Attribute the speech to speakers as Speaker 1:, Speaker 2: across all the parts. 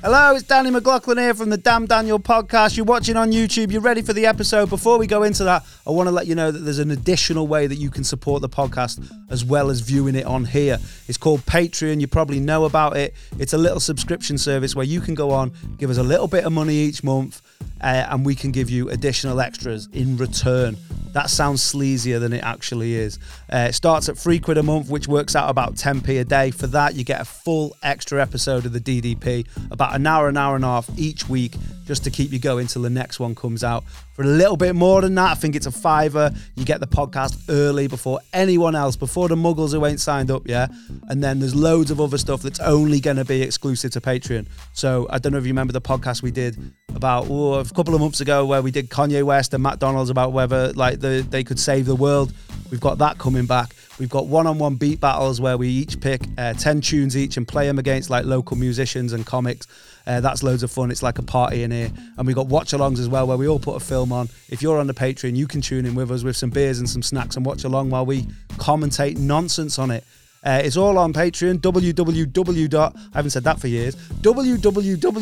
Speaker 1: Hello, it's Danny McLaughlin here from the Damn Daniel podcast. You're watching on YouTube, you're ready for the episode. Before we go into that, I want to let you know that there's an additional way that you can support the podcast as well as viewing it on here. It's called Patreon. You probably know about it. It's a little subscription service where you can go on, give us a little bit of money each month, uh, and we can give you additional extras in return. That sounds sleazier than it actually is. Uh, it starts at three quid a month, which works out about 10p a day. For that, you get a full extra episode of the DDP, about an hour, an hour and a half each week, just to keep you going till the next one comes out. For a little bit more than that, I think it's a fiver. You get the podcast early before anyone else, before the muggles who ain't signed up yet. And then there's loads of other stuff that's only going to be exclusive to Patreon. So I don't know if you remember the podcast we did about oh, a couple of months ago where we did Kanye West and Matt Donald's about whether like the, they could save the world. We've got that coming back. We've got one-on-one beat battles where we each pick uh, ten tunes each and play them against like local musicians and comics. Uh, that's loads of fun. It's like a party in here. And we've got watch-alongs as well where we all put a film on. If you're on the Patreon, you can tune in with us with some beers and some snacks and watch along while we commentate nonsense on it. Uh, it's all on Patreon. www. I haven't said that for years.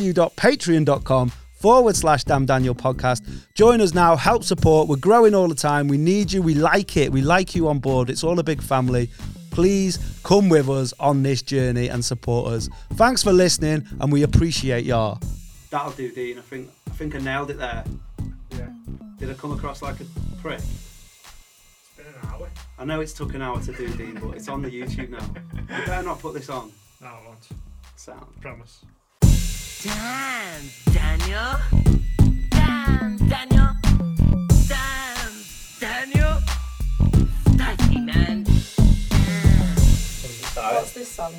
Speaker 1: www.patreon.com forward slash Damn Daniel podcast. Join us now. Help support. We're growing all the time. We need you. We like it. We like you on board. It's all a big family. Please come with us on this journey and support us. Thanks for listening, and we appreciate y'all.
Speaker 2: That'll do, Dean. I think I think I nailed it there.
Speaker 3: Yeah.
Speaker 2: Did I come across like a prick?
Speaker 3: It's been an hour.
Speaker 2: I know it's took an hour to do, Dean, but it's on the YouTube now. You better not put this on
Speaker 3: No, I won't.
Speaker 2: sound.
Speaker 3: Promise.
Speaker 4: Damn, Daniel. Damn, Daniel. Damn, Daniel. Spicy, man.
Speaker 5: What's this song?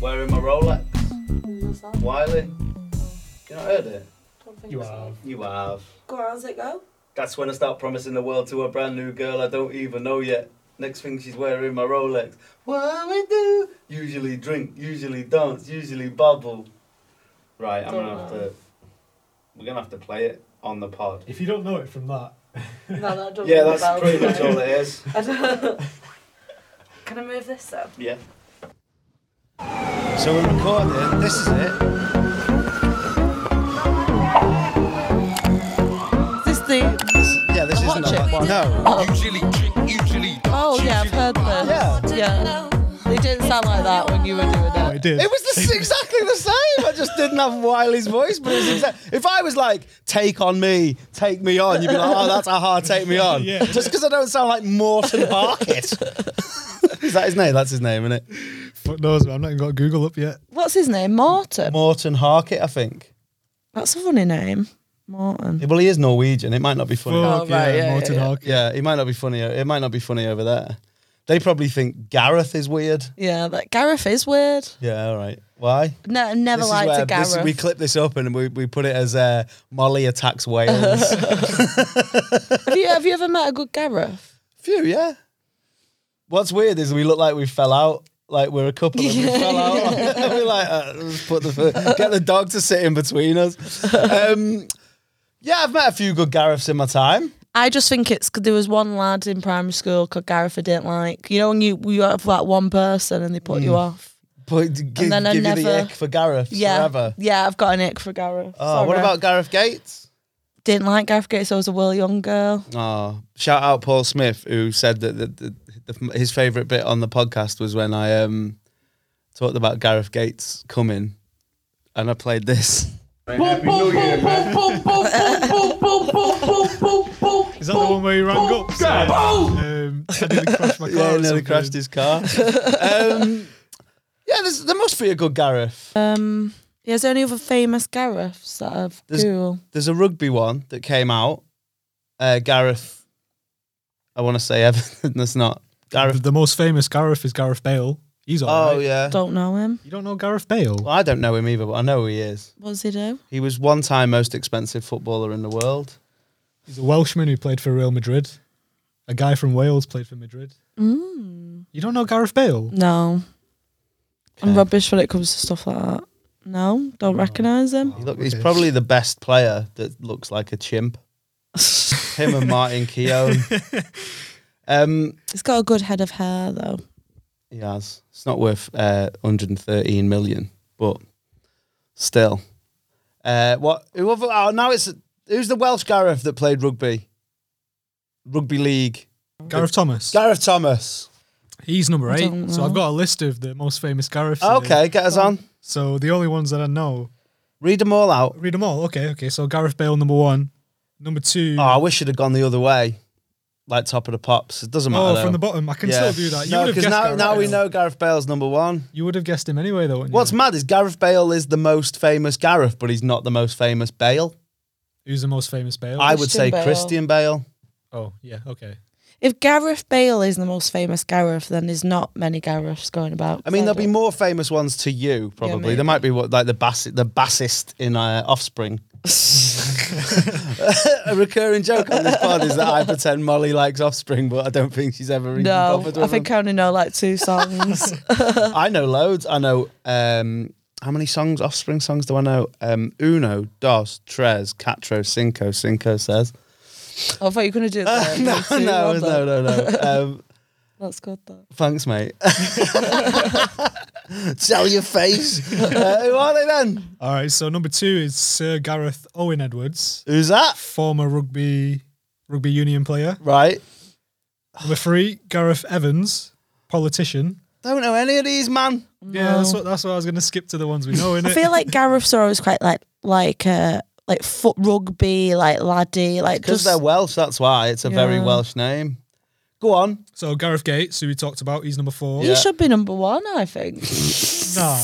Speaker 6: Wearing my Rolex,
Speaker 5: What's that?
Speaker 6: whiling. You not heard it?
Speaker 5: Don't think
Speaker 3: You
Speaker 5: so.
Speaker 3: have.
Speaker 6: You have.
Speaker 5: Go on, how's it go?
Speaker 6: That's when I start promising the world to a brand new girl I don't even know yet. Next thing she's wearing my Rolex. What we do? Usually drink, usually dance, usually bubble. Right, I'm gonna have to. We're gonna have to play it on the pod.
Speaker 3: If you don't know it from that,
Speaker 5: No, that doesn't
Speaker 6: Yeah,
Speaker 5: ring a
Speaker 6: that's
Speaker 5: bell.
Speaker 6: pretty much all it is.
Speaker 5: I don't- Can I move this though?
Speaker 6: Yeah.
Speaker 1: So we're recording. This is it.
Speaker 7: Is this the?
Speaker 1: This, yeah, this isn't
Speaker 7: Watch
Speaker 1: a
Speaker 7: it.
Speaker 1: one. No.
Speaker 8: Usually, usually.
Speaker 7: Oh yeah, I've heard
Speaker 1: Yeah.
Speaker 7: this. Yeah. They didn't sound like that when you were doing
Speaker 3: oh, it
Speaker 7: it.
Speaker 3: did.
Speaker 1: It was the, exactly the same. I just didn't have Wiley's voice, but it was exact, if I was like, "Take on me, take me on," you'd be like, "Oh, that's a hard take me on."
Speaker 3: Yeah.
Speaker 1: Just because I don't sound like Morton Harkett. is that his name? That's his name, isn't it?
Speaker 3: Fuck knows. man. I've not even got Google up yet.
Speaker 7: What's his name? Morton.
Speaker 1: Morton Harkett, I think.
Speaker 7: That's a funny name. Morton.
Speaker 1: Yeah, Well, he is Norwegian. It might not be funny.
Speaker 7: Oh,
Speaker 3: Fuck
Speaker 7: right, yeah, yeah,
Speaker 3: Morton
Speaker 7: yeah.
Speaker 3: Harkett.
Speaker 1: Yeah, it might not be funny. It might not be funny over there. They probably think Gareth is weird.
Speaker 7: Yeah, but Gareth is weird.
Speaker 1: Yeah, all right. Why?
Speaker 7: No, never
Speaker 1: This is
Speaker 7: liked
Speaker 1: where-
Speaker 7: a
Speaker 1: this is-
Speaker 7: Gareth.
Speaker 1: we clip this up and we, we put it as uh, Molly attacks Wales.
Speaker 7: have you have you ever met a good Gareth?
Speaker 1: Few, yeah. What's weird is we look like we fell out. Like we're a couple and we fell out. we're like, uh, let's put the get the dog to sit in between us. Um, yeah, I've met a few good Gareths in my time.
Speaker 7: I just think it's 'cause there was one lad in primary school called Gareth I didn't like. You know when you you have that one person and they put you
Speaker 1: Hmm.
Speaker 7: off.
Speaker 1: But g- give,
Speaker 7: then I
Speaker 1: you the
Speaker 7: never-
Speaker 1: ick for Gareth
Speaker 7: Yeah,
Speaker 1: forever.
Speaker 7: yeah, I've got an ick for Gareth.
Speaker 1: Oh, what
Speaker 7: Sorry.
Speaker 1: about Gareth Gates?
Speaker 7: didn't like Gareth Gates? I was a Will Young girl.
Speaker 1: Oh, shout out Paul Smith who said that the, the, the, his favourite bit on the podcast was when I um, talked about Gareth Gates coming, and I played this.
Speaker 3: Is that the one where you rang up? said, Um, I nearly crashed my car.
Speaker 1: Yeah,
Speaker 3: or
Speaker 1: he nearly
Speaker 3: something?
Speaker 1: crashed his car. um, yeah, there's, there must be a good Gareth.
Speaker 7: Um, yeah, is there any other famous Gareths that I've
Speaker 1: There's-
Speaker 7: Googled?
Speaker 1: There's a rugby one that came out. Uh, Gareth, I want to say Everton. That's not
Speaker 3: The,
Speaker 1: Gareth.
Speaker 3: the most famous Gareth is Gareth Bale. He's all
Speaker 1: Oh
Speaker 3: right.
Speaker 1: yeah.
Speaker 7: Don't know him.
Speaker 3: You don't know Gareth Bale?
Speaker 1: Well, I don't know him either, but I know who he is.
Speaker 7: What does he do?
Speaker 1: He was one time most expensive footballer in the world.
Speaker 3: He's a Welshman who played for Real Madrid. A guy from Wales played for Madrid.
Speaker 7: Mm.
Speaker 3: You don't know Gareth Bale?
Speaker 7: No. I'm
Speaker 1: Okay.
Speaker 7: rubbish when it comes to stuff like that. No, don't recognise him.
Speaker 1: He look, he's probably the best player that looks like a chimp. Him and Martin Keown. Um,
Speaker 7: He's got a good head of hair though.
Speaker 1: He has. It's not worth uh, 113 million, but still, Uh, what? Whoever, oh, now it's who's the Welsh Gareth that played rugby? Rugby league.
Speaker 3: Gareth Thomas.
Speaker 1: Gareth Thomas.
Speaker 3: He's number
Speaker 7: I
Speaker 3: eight.
Speaker 7: don't
Speaker 3: So
Speaker 7: know.
Speaker 3: I've got a list of the most famous Gareths. in here.
Speaker 1: Okay, get us on.
Speaker 3: So the only ones that I know,
Speaker 1: Read them all out.
Speaker 3: read them all. Okay, okay. So Gareth Bale, number one. Number two
Speaker 1: Oh, I wish it had gone the other way, like top of the pops. It doesn't matter.
Speaker 3: Oh,
Speaker 1: though.
Speaker 3: from the bottom. I can
Speaker 1: Yeah.
Speaker 3: still do that. You
Speaker 1: no,
Speaker 3: would have
Speaker 1: because now,
Speaker 3: guessed Gareth
Speaker 1: now we
Speaker 3: Bale.
Speaker 1: know Gareth Bale's number one.
Speaker 3: You would have guessed him anyway, though. wouldn't you?
Speaker 1: What's mad is Gareth Bale is the most famous Gareth, but he's not the most famous Bale.
Speaker 3: Who's the most famous Bale?
Speaker 1: I would say
Speaker 7: Christian Bale.
Speaker 1: Christian Bale.
Speaker 3: oh, yeah, okay.
Speaker 7: If Gareth Bale is the most famous Gareth, then there's not many Gareths going about.
Speaker 1: I mean, there'll be
Speaker 7: more.
Speaker 1: more famous ones to you probably.
Speaker 7: maybe.
Speaker 1: there might be what like the bass, the bassist in uh, Offspring. a recurring joke on this pod is that I pretend Molly likes Offspring, but I don't think she's ever even
Speaker 7: No,
Speaker 1: bothered with
Speaker 7: I think uh,
Speaker 1: them.
Speaker 7: I only know like two songs.
Speaker 1: I know loads. I know um, how many songs Offspring songs do I know? Um, uno, dos, tres, cuatro, cinco. Cinco says.
Speaker 7: I thought you were going to do it.
Speaker 1: Uh,
Speaker 7: there.
Speaker 1: no,
Speaker 7: Two,
Speaker 1: no,
Speaker 7: Robert.
Speaker 1: no, no, no. Um,
Speaker 7: That's good though.
Speaker 1: thanks, mate. Tell your face. Uh, who are they then?
Speaker 3: All right, so number two is Sir Gareth Owen Edwards,
Speaker 1: Who's that?
Speaker 3: former rugby rugby union player.
Speaker 1: Right.
Speaker 3: Number three, Gareth Evans, politician.
Speaker 1: Don't know any of these, man.
Speaker 3: Yeah, that's what that's what I was going to skip to the ones we know,
Speaker 7: I
Speaker 3: innit?
Speaker 7: feel like Gareth's are always quite like like uh like foot rugby, like laddie, like
Speaker 1: Because
Speaker 7: just
Speaker 1: they're Welsh, that's why. It's a very
Speaker 7: Yeah.
Speaker 1: Welsh name. Go on.
Speaker 3: so Gareth Gates, who we talked about, he's number four.
Speaker 7: he
Speaker 1: Yeah.
Speaker 7: should be number one, I think.
Speaker 3: Nah.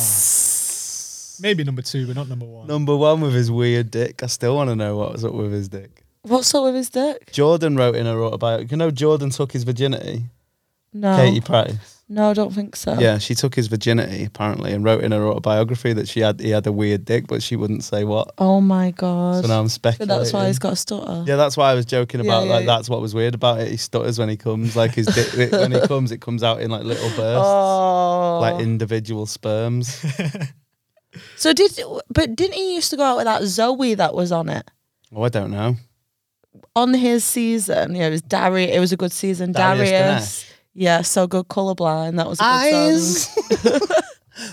Speaker 3: Maybe number two, but not number one.
Speaker 1: Number one with his weird dick. I still want to know what was up with his dick.
Speaker 7: What's up with his dick?
Speaker 1: Jordan wrote in her autobiography. You know, Jordan took his virginity.
Speaker 7: No,
Speaker 1: Katie Price.
Speaker 7: no, I don't think so.
Speaker 1: Yeah, she took his virginity apparently, and wrote in her autobiography that she had he had a weird dick, but she wouldn't say what.
Speaker 7: Oh my god.
Speaker 1: So now I'm
Speaker 7: But
Speaker 1: speculating.
Speaker 7: that's why he's got a stutter.
Speaker 1: Yeah, that's why I was joking
Speaker 7: Yeah,
Speaker 1: about
Speaker 7: yeah,
Speaker 1: like
Speaker 7: yeah.
Speaker 1: that's what was weird about it. He stutters when he comes, like his dick it- when he comes, it comes out in like little bursts,
Speaker 7: Oh.
Speaker 1: like individual sperms.
Speaker 7: so did but didn't he used to go out with that Zoe that was on it
Speaker 1: Oh, I don't know.
Speaker 7: on his season? Yeah, it was Darius. It was a good season.
Speaker 1: Darius
Speaker 7: Darius.
Speaker 1: Dinesh.
Speaker 7: Yeah, so good. Colorblind. That was a good song.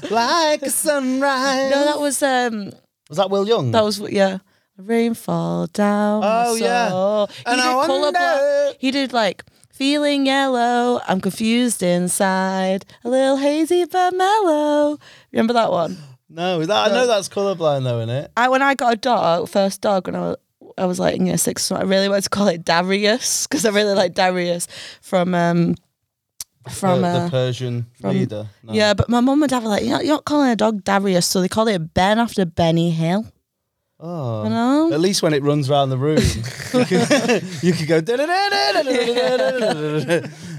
Speaker 1: like a sunrise.
Speaker 7: No, that was um
Speaker 1: was that Will Young?
Speaker 7: that was yeah. Rainfall down.
Speaker 1: Oh, yeah.
Speaker 7: He
Speaker 1: And
Speaker 7: did
Speaker 1: I
Speaker 7: colour bla-
Speaker 1: wonder-
Speaker 7: He did like feeling yellow. I'm confused inside. A little hazy but mellow. Remember that one?
Speaker 1: no. Is that, I know that's colorblind though, innit?
Speaker 7: I when I got a dog, first dog when I was I was like in year six, so I really wanted to call it Darius because I really like Darius from um from
Speaker 1: the,
Speaker 7: uh,
Speaker 1: the Persian leader. No.
Speaker 7: yeah. But my mum and dad were like, you're not, you're not calling a dog Darius, so they called it Ben after Benny Hill.
Speaker 1: Oh.
Speaker 7: I know.
Speaker 1: At least when it runs round the room, you could- you could go.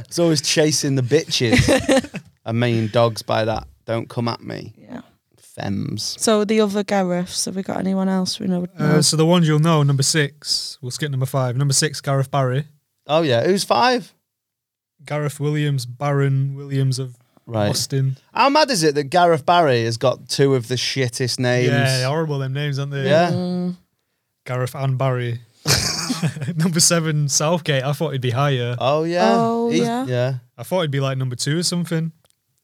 Speaker 1: It's always chasing the bitches. I mean, dogs by that. Don't come at me,
Speaker 7: Yeah.
Speaker 1: femmes.
Speaker 7: So the other Gareths, have we got anyone else we know? would know?
Speaker 3: Uh, so the ones you'll know, number six. We'll skip number five. Number six, Gareth Barry.
Speaker 1: Oh yeah, who's five?
Speaker 3: Gareth Williams, Baron Williams of
Speaker 1: Right.
Speaker 3: Austin.
Speaker 1: How mad is it that Gareth Barry has got two of the shittest names?
Speaker 3: Yeah, they're horrible them names, aren't they?
Speaker 1: Yeah.
Speaker 3: Gareth and Barry. number seven, Southgate. I thought he'd be higher.
Speaker 1: Oh yeah.
Speaker 7: Oh,
Speaker 1: He's-
Speaker 7: yeah.
Speaker 1: Yeah.
Speaker 3: I thought he'd be like number two or something.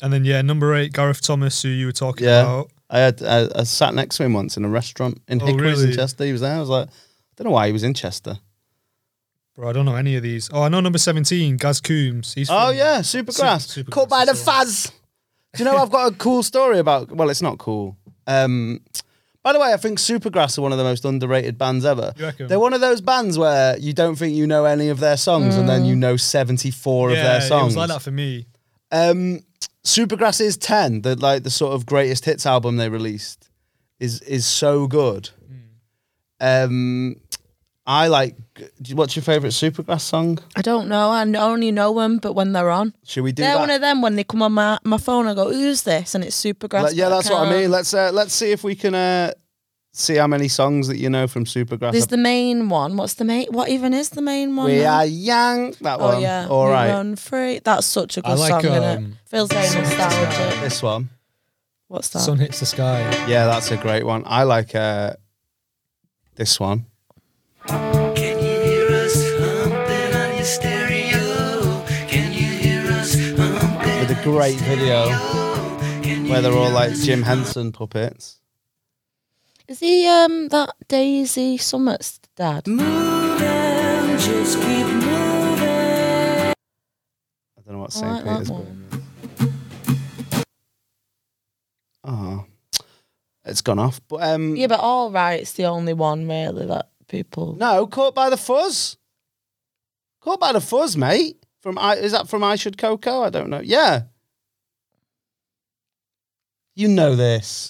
Speaker 3: And then yeah, number eight, Gareth Thomas, who you were talking
Speaker 1: Yeah.
Speaker 3: about.
Speaker 1: I had I, I sat next to him once in a restaurant in
Speaker 3: Oh,
Speaker 1: Hickory's in
Speaker 3: really?
Speaker 1: Chester. He was there. I was like, I don't know why he was in Chester.
Speaker 3: Bro, I don't know any of these. Oh, I know number seventeen, Gaz Coombs. He's
Speaker 1: Oh
Speaker 3: from-
Speaker 1: yeah, Supergrass.
Speaker 3: Super- Supergrass
Speaker 1: Caught by the
Speaker 3: as well.
Speaker 1: fuzz. Do you know I've got a cool story about? Well, it's not cool. Um, by the way, I think Supergrass are one of the most underrated bands ever.
Speaker 3: You reckon?
Speaker 1: They're one of those bands where you don't think you know any of their songs, and then you know seventy-four of
Speaker 3: yeah,
Speaker 1: their songs.
Speaker 3: It was like that for me.
Speaker 1: Um, Supergrass is ten. The like the sort of greatest hits album they released is is so good. Um, I like. What's your favorite Supergrass song?
Speaker 7: I don't know. I n- only know them, but when they're on,
Speaker 1: Should we do
Speaker 7: they're
Speaker 1: that?
Speaker 7: one of them. When they come on my, my phone, I go, "Who's this?" And it's Supergrass.
Speaker 1: Let- yeah,
Speaker 7: but
Speaker 1: that's what I
Speaker 7: can't.
Speaker 1: mean. Let's uh, let's see if we can uh, see how many songs that you know from Supergrass.
Speaker 7: There's the main one. What's the main? What even is the main one?
Speaker 1: we
Speaker 7: then?
Speaker 1: are young. That one.
Speaker 7: Oh yeah.
Speaker 1: Um, All
Speaker 7: We
Speaker 1: right.
Speaker 7: Run free. That's such a
Speaker 3: I
Speaker 7: good
Speaker 3: like,
Speaker 7: song, innit?
Speaker 3: um,
Speaker 7: Feels very nostalgic.
Speaker 1: This one.
Speaker 7: What's that?
Speaker 3: Sun hits the sky.
Speaker 1: Yeah, that's a great one. I like uh, this one.
Speaker 4: Can you hear us humping on your stereo? Can you hear us humping?
Speaker 1: With a great video
Speaker 4: Can you
Speaker 1: where they're all like Jim Henson puppets.
Speaker 7: Is he um that Daisy Summers dad?
Speaker 9: Mm.
Speaker 1: I don't know what
Speaker 7: I
Speaker 1: St.
Speaker 7: like that
Speaker 1: Petersburg
Speaker 7: one.
Speaker 1: is. Oh, it's gone off. But um,
Speaker 7: Yeah, but all right, it's the only one really that people.
Speaker 1: no, caught by the fuzz. Caught by the fuzz, mate. From I is that from I Should Coco? I don't know. Yeah, you know this.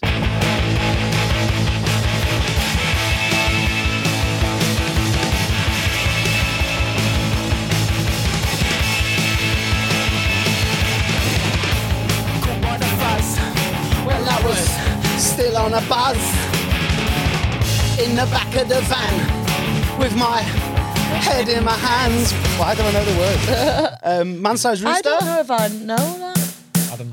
Speaker 9: Well, I was still on a buzz in the back of the van with my head in my hands.
Speaker 1: Why do I know the words? um, man sized
Speaker 7: I
Speaker 1: rooster.
Speaker 7: don't know if I know that.
Speaker 3: Adam.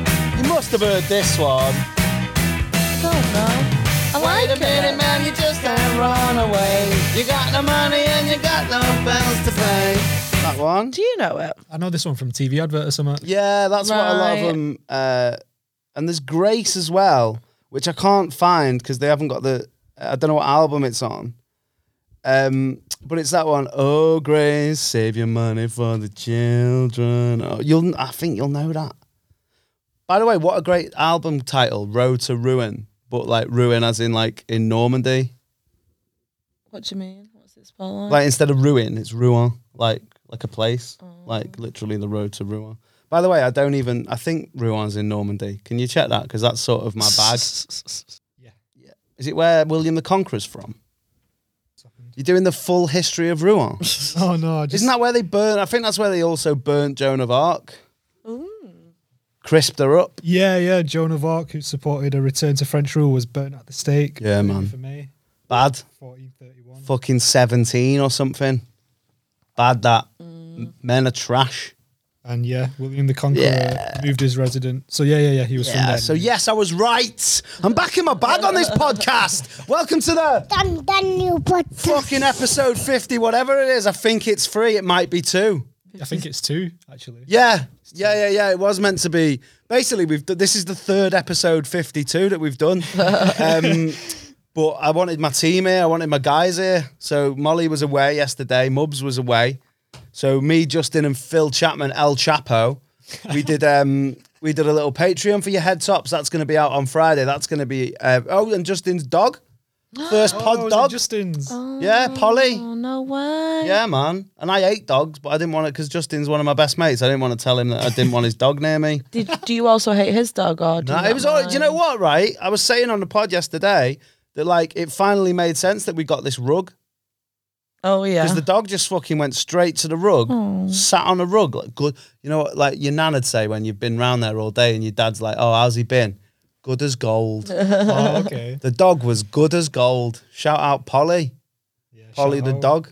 Speaker 3: Lambert.
Speaker 1: You must have heard this one.
Speaker 7: I don't know. I like
Speaker 9: Wait a minute,
Speaker 7: it.
Speaker 9: man, you just can't run away. You got no money and you got no bills to pay.
Speaker 1: That one.
Speaker 7: Do you know it?
Speaker 3: I know this one from TV advert or something.
Speaker 1: Yeah, that's what a lot of
Speaker 7: Right.
Speaker 1: them. Uh, and there's Grace as well, which I can't find because they haven't got the. I don't know what album it's on. Um, but it's that one. Oh, Grace, save your money for the children. Oh, you'll. I think you'll know that. By the way, what a great album title, "Road to Ruin," but like ruin as in like in Normandy.
Speaker 7: What do you mean? What's it spelled like?
Speaker 1: Like instead of ruin, it's Rouen, like like a place, like literally the road to Rouen. By the way, I don't even. I think Rouen's in Normandy. Can you check that? Because that's sort of my bag.
Speaker 3: Yeah.
Speaker 1: Is it where William the Conqueror's from? You're doing the full history of Rouen.
Speaker 3: Oh no, I just
Speaker 1: Isn't that where they burn? I think that's where they also burnt Joan of Arc. Crisped her up.
Speaker 3: Yeah, yeah. Joan of Arc, who supported a return to French rule, was burnt at the stake.
Speaker 1: Yeah, man.
Speaker 3: For May
Speaker 1: Bad.
Speaker 3: 1431.
Speaker 1: Fucking 17 or something. Bad that. M- Men are trash.
Speaker 3: And yeah, William the Conqueror
Speaker 1: Yeah.
Speaker 3: moved his residence. So yeah, yeah, yeah. He was from
Speaker 1: Yeah,
Speaker 3: there.
Speaker 1: so yes, I was right. I'm back in my bag on this podcast. Welcome to the
Speaker 10: Done, done, new podcast.
Speaker 1: fucking episode 50, whatever it is. I think it's three. It might be two.
Speaker 3: I think it's two actually.
Speaker 1: Yeah, yeah, yeah, yeah. It was meant to be. Basically, we've d- this is the third episode 52 that we've done. um, but I wanted my team here. I wanted my guys here. So Molly was away yesterday. Mubs was away. So me, Justin, and Phil Chapman, El Chapo, we did um we did a little Patreon for your head tops. That's going to be out on Friday. That's going to be uh, oh, and Justin's dog, first pod
Speaker 3: Oh, is it
Speaker 1: dog.
Speaker 3: Justin's.
Speaker 1: yeah, Polly.
Speaker 7: Oh no way.
Speaker 1: Yeah, man. And I hate dogs, but I didn't want it because Justin's one of my best mates. I didn't want to tell him that I didn't want his dog near me.
Speaker 7: Did, do you also hate his dog or? Do
Speaker 1: No,
Speaker 7: you
Speaker 1: it was all. Do you know what? Right, I was saying on the pod yesterday that like it finally made sense that we got this rug
Speaker 7: Oh yeah.
Speaker 1: because the dog just fucking went straight to the rug, sat on the rug like good. You know what? Like your nan'd say when you've been round there all day, and your dad's like, "Oh, how's he been? Good as gold."
Speaker 3: Oh, okay.
Speaker 1: the dog was good as gold. Shout out Polly,
Speaker 3: Yeah,
Speaker 1: Polly
Speaker 3: shout
Speaker 1: the
Speaker 3: out.
Speaker 1: dog.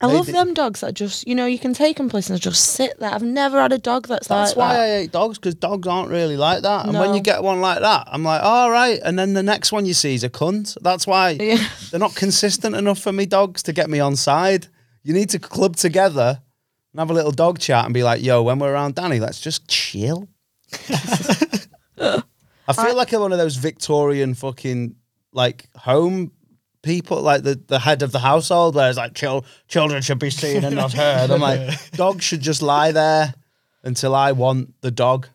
Speaker 7: I
Speaker 1: They
Speaker 7: love
Speaker 1: did-
Speaker 7: them dogs that just, you know, you can take them places and just sit there. I've never had a dog that's,
Speaker 1: That's
Speaker 7: like
Speaker 1: why
Speaker 7: that.
Speaker 1: I hate dogs because dogs aren't really like that. And when
Speaker 7: No.
Speaker 1: you get one like that, I'm like, all right. And then the next one you see is a cunt. That's why
Speaker 7: Yeah.
Speaker 1: they're not consistent enough for me dogs to get me on side. You need to club together and have a little dog chat and be like, yo, when we're around Danny, let's just chill. I feel like I'm one of those Victorian fucking like home people, like the, the head of the household, where it's like Chil- children should be seen and not heard. I'm like, dogs should just lie there until I want the dog.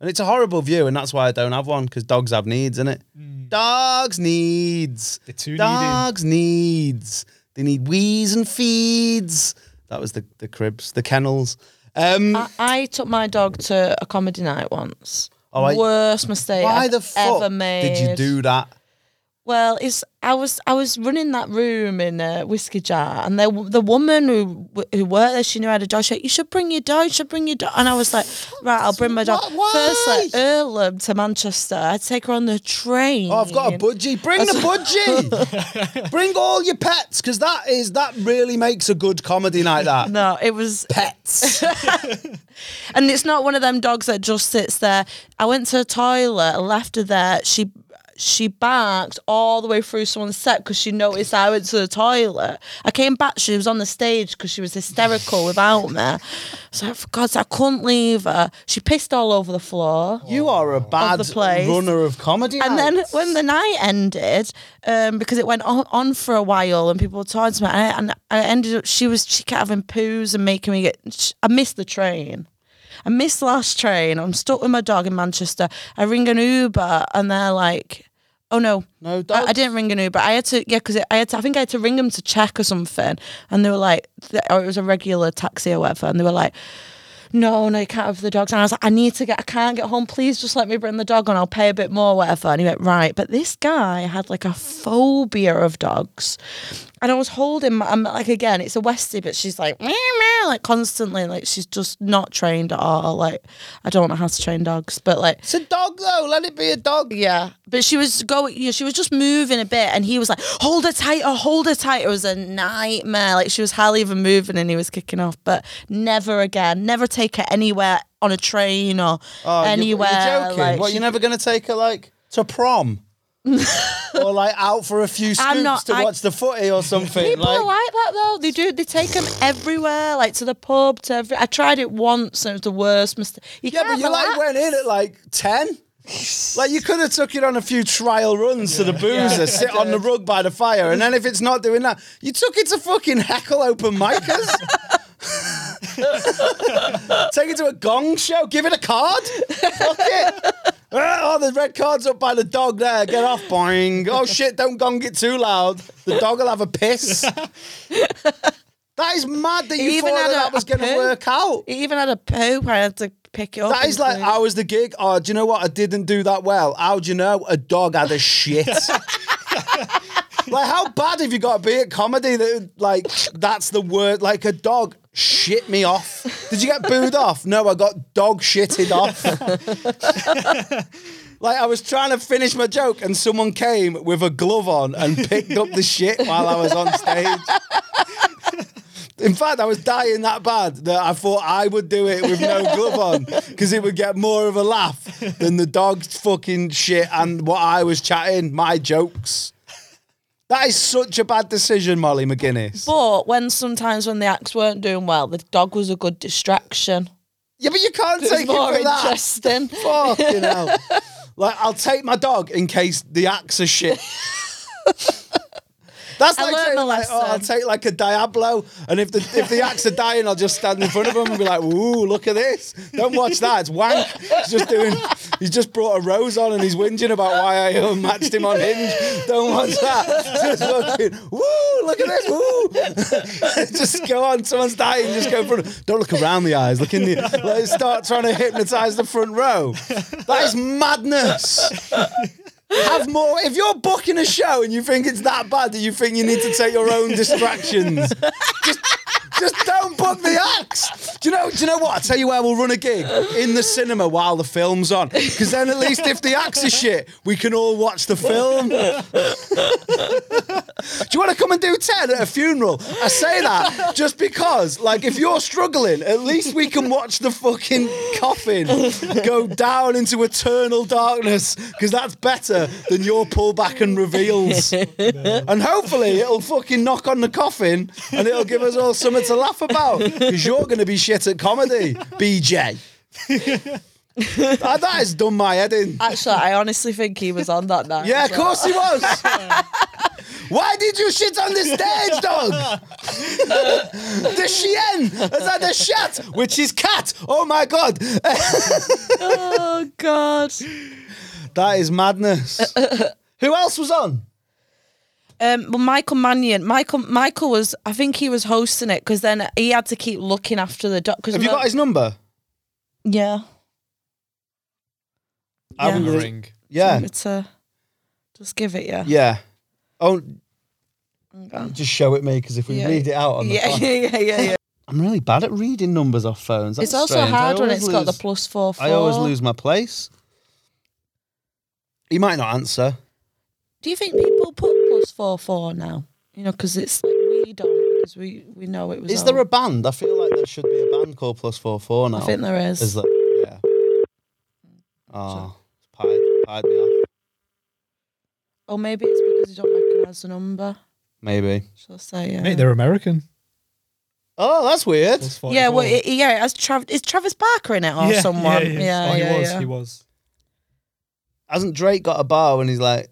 Speaker 1: And it's a horrible view, and that's why I don't have one because dogs have needs, innit? Dogs needs.
Speaker 3: They're too needy.
Speaker 1: dogs needs. They need wheeze and feeds. That was the the cribs, the kennels. Um,
Speaker 7: I, I took my dog to a comedy night once.
Speaker 1: Oh, I-
Speaker 7: Worst mistake
Speaker 1: why
Speaker 7: I've
Speaker 1: the fuck
Speaker 7: ever made.
Speaker 1: did you do that?
Speaker 7: Well, it's I was I was running that room in a whiskey jar, and the the woman who who worked there, she knew I had a dog. She said, "You should bring your dog. You should bring your dog." And I was like, "Right, I'll bring my dog."
Speaker 1: Why-
Speaker 7: First, like Earlham to Manchester, I'd take her on the train.
Speaker 1: Oh, I've got a budgie. Bring the budgie. Bring all your pets, because that is that really makes a good comedy night. That
Speaker 7: No, it was
Speaker 1: pets.
Speaker 7: And it's not one of them dogs that just sits there. I went to the toilet, left her there. She she barked all the way through someone's set because she noticed I went to the toilet. I came back, she was on the stage because she was hysterical without me. So for God's sake, I couldn't leave her. She pissed all over the floor.
Speaker 1: You are a bad
Speaker 7: the place.
Speaker 1: runner of comedy.
Speaker 7: And then
Speaker 1: nights.
Speaker 7: when the night ended, um, because it went on, on for a while and people were talking to me, I, and I ended up, she was, she kept having poos and making me get, sh- I missed the train. I missed the last train. I'm stuck with my dog in Manchester. I ring an Uber and they're like, oh no.
Speaker 1: no,
Speaker 7: I,
Speaker 1: dogs.
Speaker 7: I didn't ring an Uber. I had to, yeah, because I had to, I think I had to ring them to check or something. And they were like, th- or it was a regular taxi or whatever. And they were like, no, no, you can't have the dogs. And I was like, I need to get, I can't get home. Please just let me bring the dog on. I'll pay a bit more, whatever. And he went, right. But this guy had like a phobia of dogs. And I was holding my, I'm like, again, it's a Westie, but she's like, meow, meow, like constantly. Like, she's just not trained at all. Like, I don't know how to train dogs, but like,
Speaker 1: it's a dog though. Let it be a dog.
Speaker 7: yeah, but she was going. You know, she was just moving a bit, and he was like, "Hold her tighter, hold her tighter." It was a nightmare. Like she was hardly even moving, and he was kicking off. But never again. Never take her anywhere on a train or
Speaker 1: Oh, you-
Speaker 7: anywhere.
Speaker 1: You're joking.
Speaker 7: like,
Speaker 1: what?
Speaker 7: she-
Speaker 1: You're never going to take her like to prom, or like out for a few scoops
Speaker 7: I'm not-
Speaker 1: to
Speaker 7: I-
Speaker 1: watch the footy or something.
Speaker 7: People
Speaker 1: like,
Speaker 7: are like that though. They do. They take them everywhere, like to the pub, to every. I tried it once, and it was the worst mistake. You
Speaker 1: yeah, but
Speaker 7: can't
Speaker 1: you like
Speaker 7: relax.
Speaker 1: went in at like ten. Like you could have took it on a few trial runs to the boozer, sit on the rug by the fire, and then if it's not doing that, you took it to fucking heckle open micers. Take it to a gong show. Give it a card. Fuck it. Ah, Oh, the red card's up by the dog there. Get off, boing. Oh, shit, don't gong it too loud. The dog will have a piss. that is mad that you
Speaker 7: even
Speaker 1: thought
Speaker 7: had
Speaker 1: that,
Speaker 7: a-
Speaker 1: that was
Speaker 7: a
Speaker 1: going to
Speaker 7: poo.
Speaker 1: work out.
Speaker 7: He even had a poop. I had to pick it up.
Speaker 1: That
Speaker 7: and
Speaker 1: is like,
Speaker 7: clean it.
Speaker 1: I was the gig. Oh, do you know what? I didn't do that well. How do you know? A dog had a shit. like, how bad have you got to be at comedy that, like, that's the word? Like, a dog shit me off. Did you get booed off? No, I got dog shitted off. like, I was trying to finish my joke and someone came with a glove on and picked up the shit while I was on stage. In fact, I was dying that bad that I thought I would do it with no glove on because it would get more of a laugh than the dog's fucking shit and what I was chatting, my jokes. That is such a bad decision, Molly McGuinness.
Speaker 7: But when sometimes when the acts weren't doing well, the dog was a good distraction.
Speaker 1: yeah, but you can't
Speaker 7: It was
Speaker 1: take it
Speaker 7: more
Speaker 1: for that.
Speaker 7: interesting.
Speaker 1: Fucking hell. Like, I'll take my dog in case the axe are shit. That's
Speaker 7: I
Speaker 1: like,
Speaker 7: learned
Speaker 1: saying,
Speaker 7: my
Speaker 1: like, oh, I'll
Speaker 7: lesson.
Speaker 1: take like a Diablo, and if the if the axe are dying, I'll just stand in front of them and be like, "Ooh, look at this! Don't watch that. It's wank." He's just doing. He's just brought a rose on, and he's whinging about why I unmatched him on Hinge. Don't watch that. Just fucking. Woo! Look at this. Woo! just go on. Someone's dying. Just go in front. Of, don't look around the eyes. Look in the. Like, start trying to hypnotize the front row. That is madness have more. If you're booking a show and you think it's that bad that you think you need to take your own distractions, just, just don't book the acts. Do you know? Do you know what? I tell you where we'll run a gig in the cinema while the film's on, because then at least if the acts are shit, we can all watch the film. do you want to come and do ten at a funeral? I say that just because, like, if you're struggling, at least we can watch the fucking coffin go down into eternal darkness, because that's better than your pullback and reveals. And hopefully it'll fucking knock on the coffin and it'll give us all something to laugh about. Because you're going to be shit at comedy, BJ. that, that has done my head in.
Speaker 7: Actually, I honestly think he was on that night.
Speaker 1: Yeah,
Speaker 7: as
Speaker 1: of
Speaker 7: well.
Speaker 1: course he was. Why did you shit on the stage, dog? the chien has had a shat, which is cat. Oh my god,
Speaker 7: Oh God.
Speaker 1: that is madness. Who else was on?
Speaker 7: Um, well, Michael Mannion. Michael. Michael was. I think he was hosting it because then he had to keep looking after the dog. 'cause
Speaker 1: Have you
Speaker 7: remember-
Speaker 1: got his number?
Speaker 7: Yeah.
Speaker 1: I
Speaker 7: Yeah.
Speaker 1: haven't really-
Speaker 3: Ring.
Speaker 1: Yeah,
Speaker 7: It's a. Just give it, yeah.
Speaker 1: yeah. Oh,
Speaker 7: on.
Speaker 1: just show it me because if we
Speaker 7: Yeah.
Speaker 1: read it out on the
Speaker 7: Yeah,
Speaker 1: phone-
Speaker 7: yeah, yeah, yeah, yeah.
Speaker 1: I'm really bad at reading numbers off phones. That's
Speaker 7: It's also
Speaker 1: strange. I
Speaker 7: hard when
Speaker 1: always
Speaker 7: it's got the
Speaker 1: lose-
Speaker 7: plus four four.
Speaker 1: I always lose my place. He might not answer.
Speaker 7: Do you think people put plus four four now? You know, because it's like we don't because we we know it was.
Speaker 1: Is there a
Speaker 7: old.
Speaker 1: band? I feel like there should be a band called Plus Four Four now.
Speaker 7: I think there is.
Speaker 1: Is
Speaker 3: Hmm.
Speaker 1: Ah, there? Yeah. Oh, it's pied, pied me off.
Speaker 7: Or maybe it's because you don't recognise the number.
Speaker 1: Maybe.
Speaker 7: Shall I say? Yeah.
Speaker 3: Mate, they're American.
Speaker 1: Oh, that's weird.
Speaker 3: Plus
Speaker 7: yeah, well,
Speaker 3: 44.
Speaker 7: it, yeah. It has Trav- is Travis Barker in it or
Speaker 3: Yeah,
Speaker 7: someone?
Speaker 3: Yeah, yeah.
Speaker 7: yeah,
Speaker 3: oh, he
Speaker 7: yeah,
Speaker 3: was.
Speaker 7: yeah.
Speaker 3: He was.
Speaker 1: Hasn't Drake got a bar when he's like,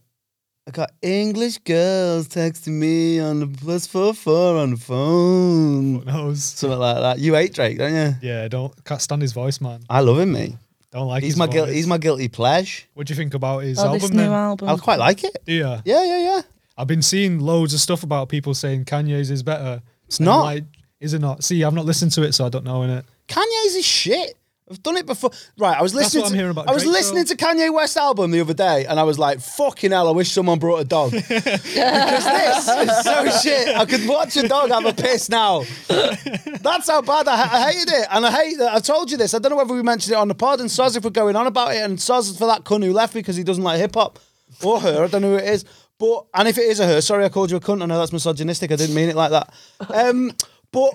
Speaker 1: I got English girls texting me on the plus four four on the phone.
Speaker 3: Fuck knows.
Speaker 1: Something like that. You hate Drake, don't you?
Speaker 3: Yeah, don't can't stand his voice, man.
Speaker 1: I love him, mate.
Speaker 3: Don't like.
Speaker 1: He's
Speaker 3: his
Speaker 1: my
Speaker 3: voice.
Speaker 1: guil- he's my guilty pleasure.
Speaker 3: What do you think about his
Speaker 7: Oh,
Speaker 3: album?
Speaker 7: this new
Speaker 3: then?
Speaker 7: album.
Speaker 1: I quite like it.
Speaker 3: Do ya?
Speaker 1: Yeah, yeah, yeah.
Speaker 3: I've been seeing loads of stuff about people saying Kanye's is better.
Speaker 1: It's not.
Speaker 3: is it not? See, I've not listened to it, so I don't know in it.
Speaker 1: Kanye's is shit. I've done it before. Right, I was
Speaker 3: That's
Speaker 1: listening.
Speaker 3: what
Speaker 1: to,
Speaker 3: I'm hearing about
Speaker 1: I was
Speaker 3: Drake,
Speaker 1: listening to Kanye West album the other day, and I was like, "Fucking hell! I wish someone brought a dog because this is so shit. I could watch a dog have a piss now. That's how bad I, ha- I hated it, and I hate that. I told you this. I don't know whether we mentioned it on the pod, and Soz if we're going on about it, and Soz is for that cunt who left because he doesn't like hip hop or her. I don't know who it is, but and if it is a her, sorry, I called you a cunt. I know that's misogynistic. I didn't mean it like that. Um, but.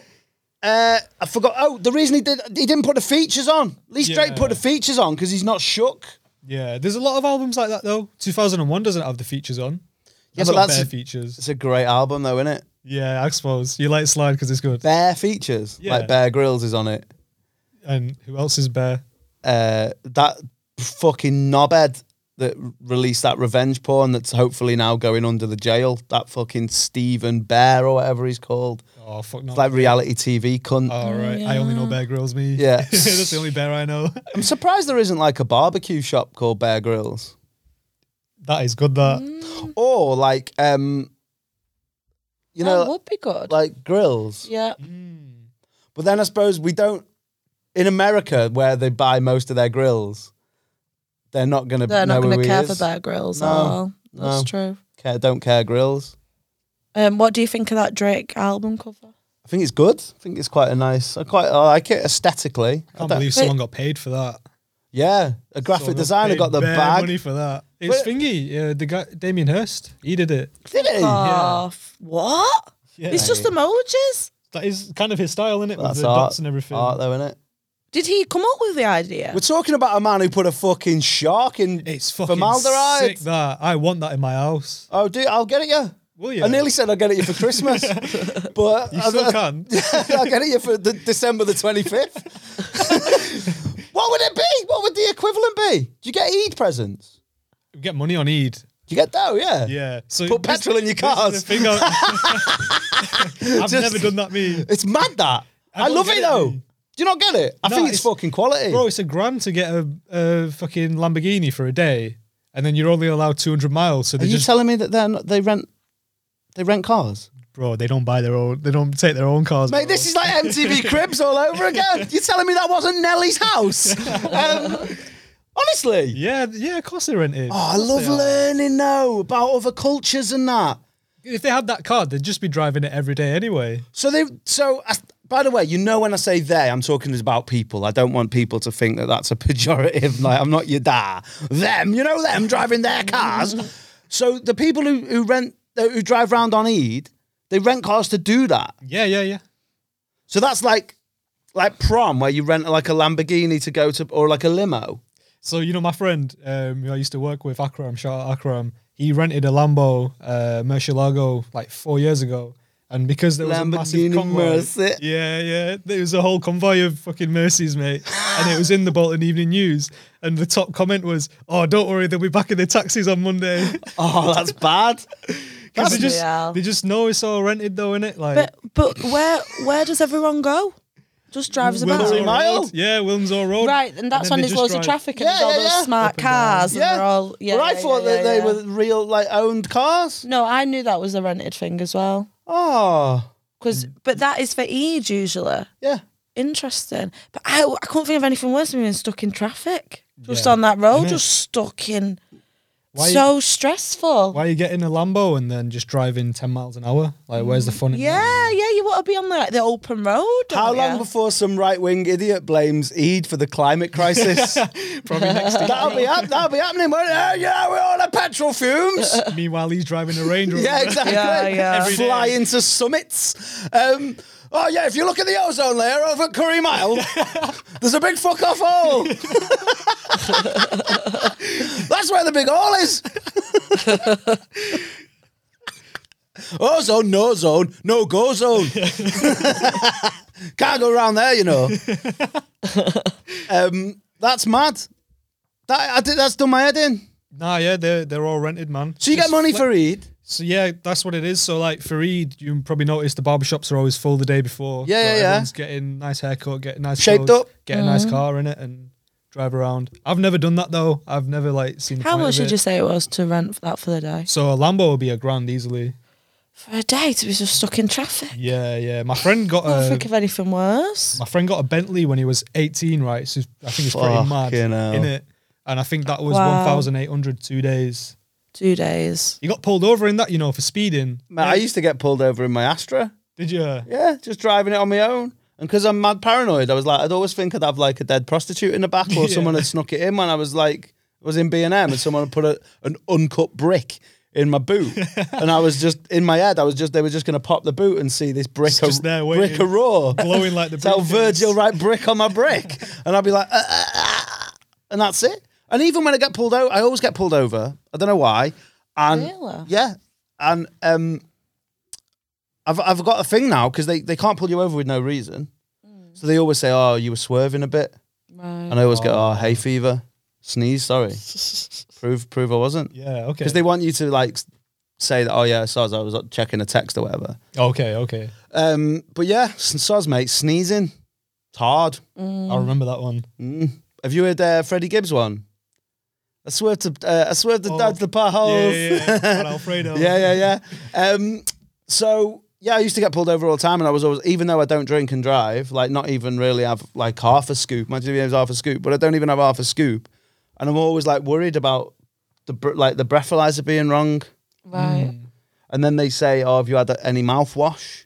Speaker 1: Uh, I forgot. Oh, the reason he did he didn't put the features on. At least Drake put the
Speaker 3: Yeah.
Speaker 1: features on because he's not shook.
Speaker 3: Yeah, there's a lot of albums like that though. 2001 doesn't have the features on.
Speaker 1: Yeah,
Speaker 3: That's
Speaker 1: but
Speaker 3: not
Speaker 1: that's-
Speaker 3: bare features.
Speaker 1: It's a great album though, isn't it?
Speaker 3: Yeah, I suppose you let it slide because it's good.
Speaker 1: Bare features,
Speaker 3: Yeah.
Speaker 1: like Bear Grylls is on it.
Speaker 3: And who else is bare?
Speaker 1: Uh, that fucking knobhead that released that revenge porn that's hopefully now going under the jail. That fucking Stephen Bear or whatever he's called.
Speaker 3: Oh fuck no.
Speaker 1: It's like reality TV cunt.
Speaker 3: All right, I only know Bear Grylls. Me.
Speaker 1: Yeah.
Speaker 3: that's the only bear I know.
Speaker 1: I'm surprised there isn't like a barbecue shop called Bear Grylls.
Speaker 3: That is good. That
Speaker 1: Or like um you know
Speaker 7: that would be good.
Speaker 1: like grills.
Speaker 7: yeah.
Speaker 1: But then I suppose we don't in America where they buy most of their grills. They're not gonna.
Speaker 7: They're
Speaker 1: know
Speaker 7: not going
Speaker 1: who he
Speaker 7: to care
Speaker 1: is.
Speaker 7: for Bear Grylls
Speaker 1: No,
Speaker 7: at all. That's
Speaker 1: no.
Speaker 7: true.
Speaker 1: Care, don't care grills.
Speaker 7: Um, what do you think of that Drake album cover?
Speaker 1: I think it's good. I think it's quite a nice. I quite I like it aesthetically.
Speaker 3: I can't
Speaker 1: don't-
Speaker 3: believe someone got paid for that.
Speaker 1: Yeah, a graphic
Speaker 3: Someone
Speaker 1: designer
Speaker 3: paid
Speaker 1: got the
Speaker 3: bare
Speaker 1: bag.
Speaker 3: money for that. It's
Speaker 1: But-
Speaker 3: thingy. Uh, the guy Damien Hirst. He did it.
Speaker 1: Did he?
Speaker 7: Oh, f- what?
Speaker 3: Yeah.
Speaker 7: It's just emojis.
Speaker 3: That is kind of his style, isn't it? With
Speaker 1: That's
Speaker 3: the
Speaker 1: art,
Speaker 3: dots and everything.
Speaker 1: art though, isn't it?
Speaker 7: Did he come up with the idea?
Speaker 1: We're talking about a man who put a fucking shark in
Speaker 3: It's fucking
Speaker 1: formaldehyde.
Speaker 3: sick. That I want that in my house.
Speaker 1: Oh, dude, I'll get it you.
Speaker 3: Will you?
Speaker 1: I nearly said I'll get it you for Christmas, but
Speaker 3: You still can.
Speaker 1: I'll get it you for the December the 25th. what would it be? What would the equivalent be? Do you get Eid presents?
Speaker 3: Get money on Eid.
Speaker 1: Do you get dough, yeah?
Speaker 3: Yeah. So
Speaker 1: Put
Speaker 3: this-
Speaker 1: petrol in your
Speaker 3: this is
Speaker 1: cars.
Speaker 3: the thing I- I've
Speaker 1: Just-
Speaker 3: never done that. Me,
Speaker 1: It's mad that. I,
Speaker 3: don't
Speaker 1: love
Speaker 3: get
Speaker 1: it
Speaker 3: it,
Speaker 1: though.
Speaker 3: me.
Speaker 1: Do you not get it? I
Speaker 3: No,
Speaker 1: think it's,
Speaker 3: it's-
Speaker 1: fucking quality.
Speaker 3: bro. It's a grand to get a, a fucking Lamborghini for a day, and then you're only allowed 200 miles. So
Speaker 1: Are
Speaker 3: they
Speaker 1: you
Speaker 3: just,
Speaker 1: telling me that they're not, they rent they rent cars?
Speaker 3: bro, they don't buy their own. They don't take their own cars.
Speaker 1: Mate,
Speaker 3: bro.
Speaker 1: this is like MTV Cribs all over again. You're telling me that wasn't Nelly's house? Um, honestly.
Speaker 3: Yeah, yeah. Of course they rent it.
Speaker 1: Oh, I love learning though about other cultures and that.
Speaker 3: If they had that card, they'd just be driving it every day anyway.
Speaker 1: So they, so I, by the way, you know when I say they, I'm talking about people. I don't want people to think that that's a pejorative. Like I'm not your da. Them, you know them driving their cars. so the people who who rent who drive round on Eid, they rent cars to do that.
Speaker 3: Yeah, yeah, yeah.
Speaker 1: So that's like like prom where you rent like a Lamborghini to go to or like a limo.
Speaker 3: So you know, my friend um, who I used to work with, Akram, shout out Akram. He rented a Lambo uh, Murcielago like four years ago, and because there was a massive
Speaker 1: Lamborghini
Speaker 3: convoy,
Speaker 1: Mercy.
Speaker 3: yeah, yeah, there was a whole convoy of fucking Mercies, mate, and it was in the Bolton Evening News, and the top comment was, "Oh, don't worry, they'll be back in their taxis on Monday."
Speaker 1: Oh, that's bad.
Speaker 3: 'Cause they
Speaker 7: That's
Speaker 3: just
Speaker 7: real.
Speaker 3: they just know it's all rented though, innit? Like.
Speaker 7: But but where where does everyone go? Just drives about.
Speaker 3: Wilmslow
Speaker 1: mile?
Speaker 3: Road. Yeah, Wilmslow Road.
Speaker 7: Right, and that's
Speaker 3: then
Speaker 7: when
Speaker 3: they
Speaker 7: there's
Speaker 3: just
Speaker 7: loads of
Speaker 3: drive-
Speaker 7: traffic and there's
Speaker 1: Yeah,
Speaker 7: all
Speaker 1: yeah,
Speaker 7: those
Speaker 1: yeah.
Speaker 7: smart
Speaker 3: and down.
Speaker 7: cars and they're all yeah.
Speaker 1: well, I
Speaker 7: yeah,
Speaker 1: thought
Speaker 7: yeah,
Speaker 1: that they
Speaker 7: yeah.
Speaker 1: were real, like owned cars.
Speaker 7: No, I knew that was a rented thing as well.
Speaker 1: Oh,
Speaker 7: Cause, but that is for Eid usually.
Speaker 1: yeah.
Speaker 7: Interesting. But I, I couldn't think of anything worse than being stuck in traffic. Just
Speaker 3: Yeah.
Speaker 7: on that road,
Speaker 3: Yeah.
Speaker 7: just stuck in.
Speaker 3: Why-
Speaker 7: so stressful.
Speaker 3: Why are you getting a Lambo and then just driving ten miles an hour? Like, where's the fun? in that?
Speaker 7: Yeah, yeah, you want to be on the, like, the open road. don't
Speaker 1: How long
Speaker 7: ya?
Speaker 1: before some right wing idiot blames Eid for the climate crisis?
Speaker 3: Probably next to
Speaker 1: that'll be hap- that'll be happening. won't it? Oh, yeah, we're all the petrol fumes.
Speaker 3: Meanwhile, he's driving a Range Rover.
Speaker 1: yeah, exactly.
Speaker 7: Yeah, yeah. Every
Speaker 3: day.
Speaker 1: Fly into summits. Um, oh yeah, if you look at the ozone layer over at Curry Mile, there's a big fuck off hole. That's where the big hole is. Ozone, no zone, no go zone. Can't go around there, you know. um, that's mad. That I did, that's done my head in.
Speaker 3: Nah, yeah, they're they're all rented, man.
Speaker 1: So you get
Speaker 3: Just
Speaker 1: money
Speaker 3: fle-
Speaker 1: for Eid.
Speaker 3: So yeah, that's what it is. So like for Eid, you probably noticed the barbershops are always full the day before.
Speaker 1: Yeah,
Speaker 3: so
Speaker 1: yeah, yeah.
Speaker 3: everyone's Getting nice haircut, getting nice
Speaker 1: Shaped
Speaker 3: clothes,
Speaker 1: up. Mm.
Speaker 3: get a nice
Speaker 7: Mhm.
Speaker 3: car in it, and drive around. I've never done that though. I've never like seen. The
Speaker 7: How
Speaker 3: point
Speaker 7: much did
Speaker 3: of it.
Speaker 7: you say it was to rent for that for the day?
Speaker 3: So a Lambo would be a grand easily.
Speaker 7: For a day to be just stuck in traffic.
Speaker 3: Yeah, yeah. My friend got
Speaker 1: Uh,
Speaker 7: Can't
Speaker 3: a
Speaker 7: think of anything worse.
Speaker 3: my friend got a Bentley when he was 18, right? So I think it's pretty mad
Speaker 1: Fucking hell.
Speaker 3: in it. And I think that was
Speaker 7: Wow.
Speaker 3: 1,800 two days.
Speaker 7: Two days.
Speaker 3: You got pulled over in that, you know, for speeding.
Speaker 1: Man, I used to get pulled over in my Astra.
Speaker 3: Did you? uh,
Speaker 1: Yeah, just driving it on my own. And because I'm mad paranoid, I was like, I'd always think I'd have like a dead prostitute in the back or
Speaker 3: Yeah.
Speaker 1: someone had snuck it in when I was like, I was in B&M and someone had put a, an uncut brick in my boot. and I was just, in my head, I was just, they were just going to pop the boot and see this brick,
Speaker 3: It's
Speaker 1: a,
Speaker 3: just there waiting.
Speaker 1: brick a raw.
Speaker 3: Blowing like the
Speaker 1: Tell
Speaker 3: briefcase.
Speaker 1: Virgil, write brick on my brick. and I'd be like, "Uh, uh, uh," and that's it. And even when I get pulled out, I always get pulled over. I don't know why. And
Speaker 7: Really?
Speaker 1: yeah, and um, I've I've got a thing now because they, they can't pull you over with no reason. So they always say, "Oh, you were swerving a bit,"
Speaker 7: Hmm. Right.
Speaker 1: and I always go, "Oh, hay fever, sneeze, sorry, prove prove I wasn't,"
Speaker 3: Yeah, okay.
Speaker 1: because they want you to like s- say that, "Oh yeah, soz, I was uh, checking a text or whatever."
Speaker 3: Oh, okay, okay.
Speaker 1: Um, but yeah, s- soz mate, sneezing, it's hard.
Speaker 3: I remember that one.
Speaker 1: Mm. Have you heard uh, Freddie Gibbs one? I swear to uh, I swear to
Speaker 3: Oh.
Speaker 1: dad the potholes.
Speaker 3: Yeah, yeah, yeah. On Alfredo.
Speaker 1: yeah, yeah, yeah. Um, so yeah, I used to get pulled over all the time, and I was always, even though I don't drink and drive, like not even really have like half a scoop. Imagine if it was half a scoop, but I don't even have half a scoop, and I'm always like worried about the br- like the breathalyzer being wrong,
Speaker 7: Right.
Speaker 1: and then they say, "Oh, have you had any mouthwash?"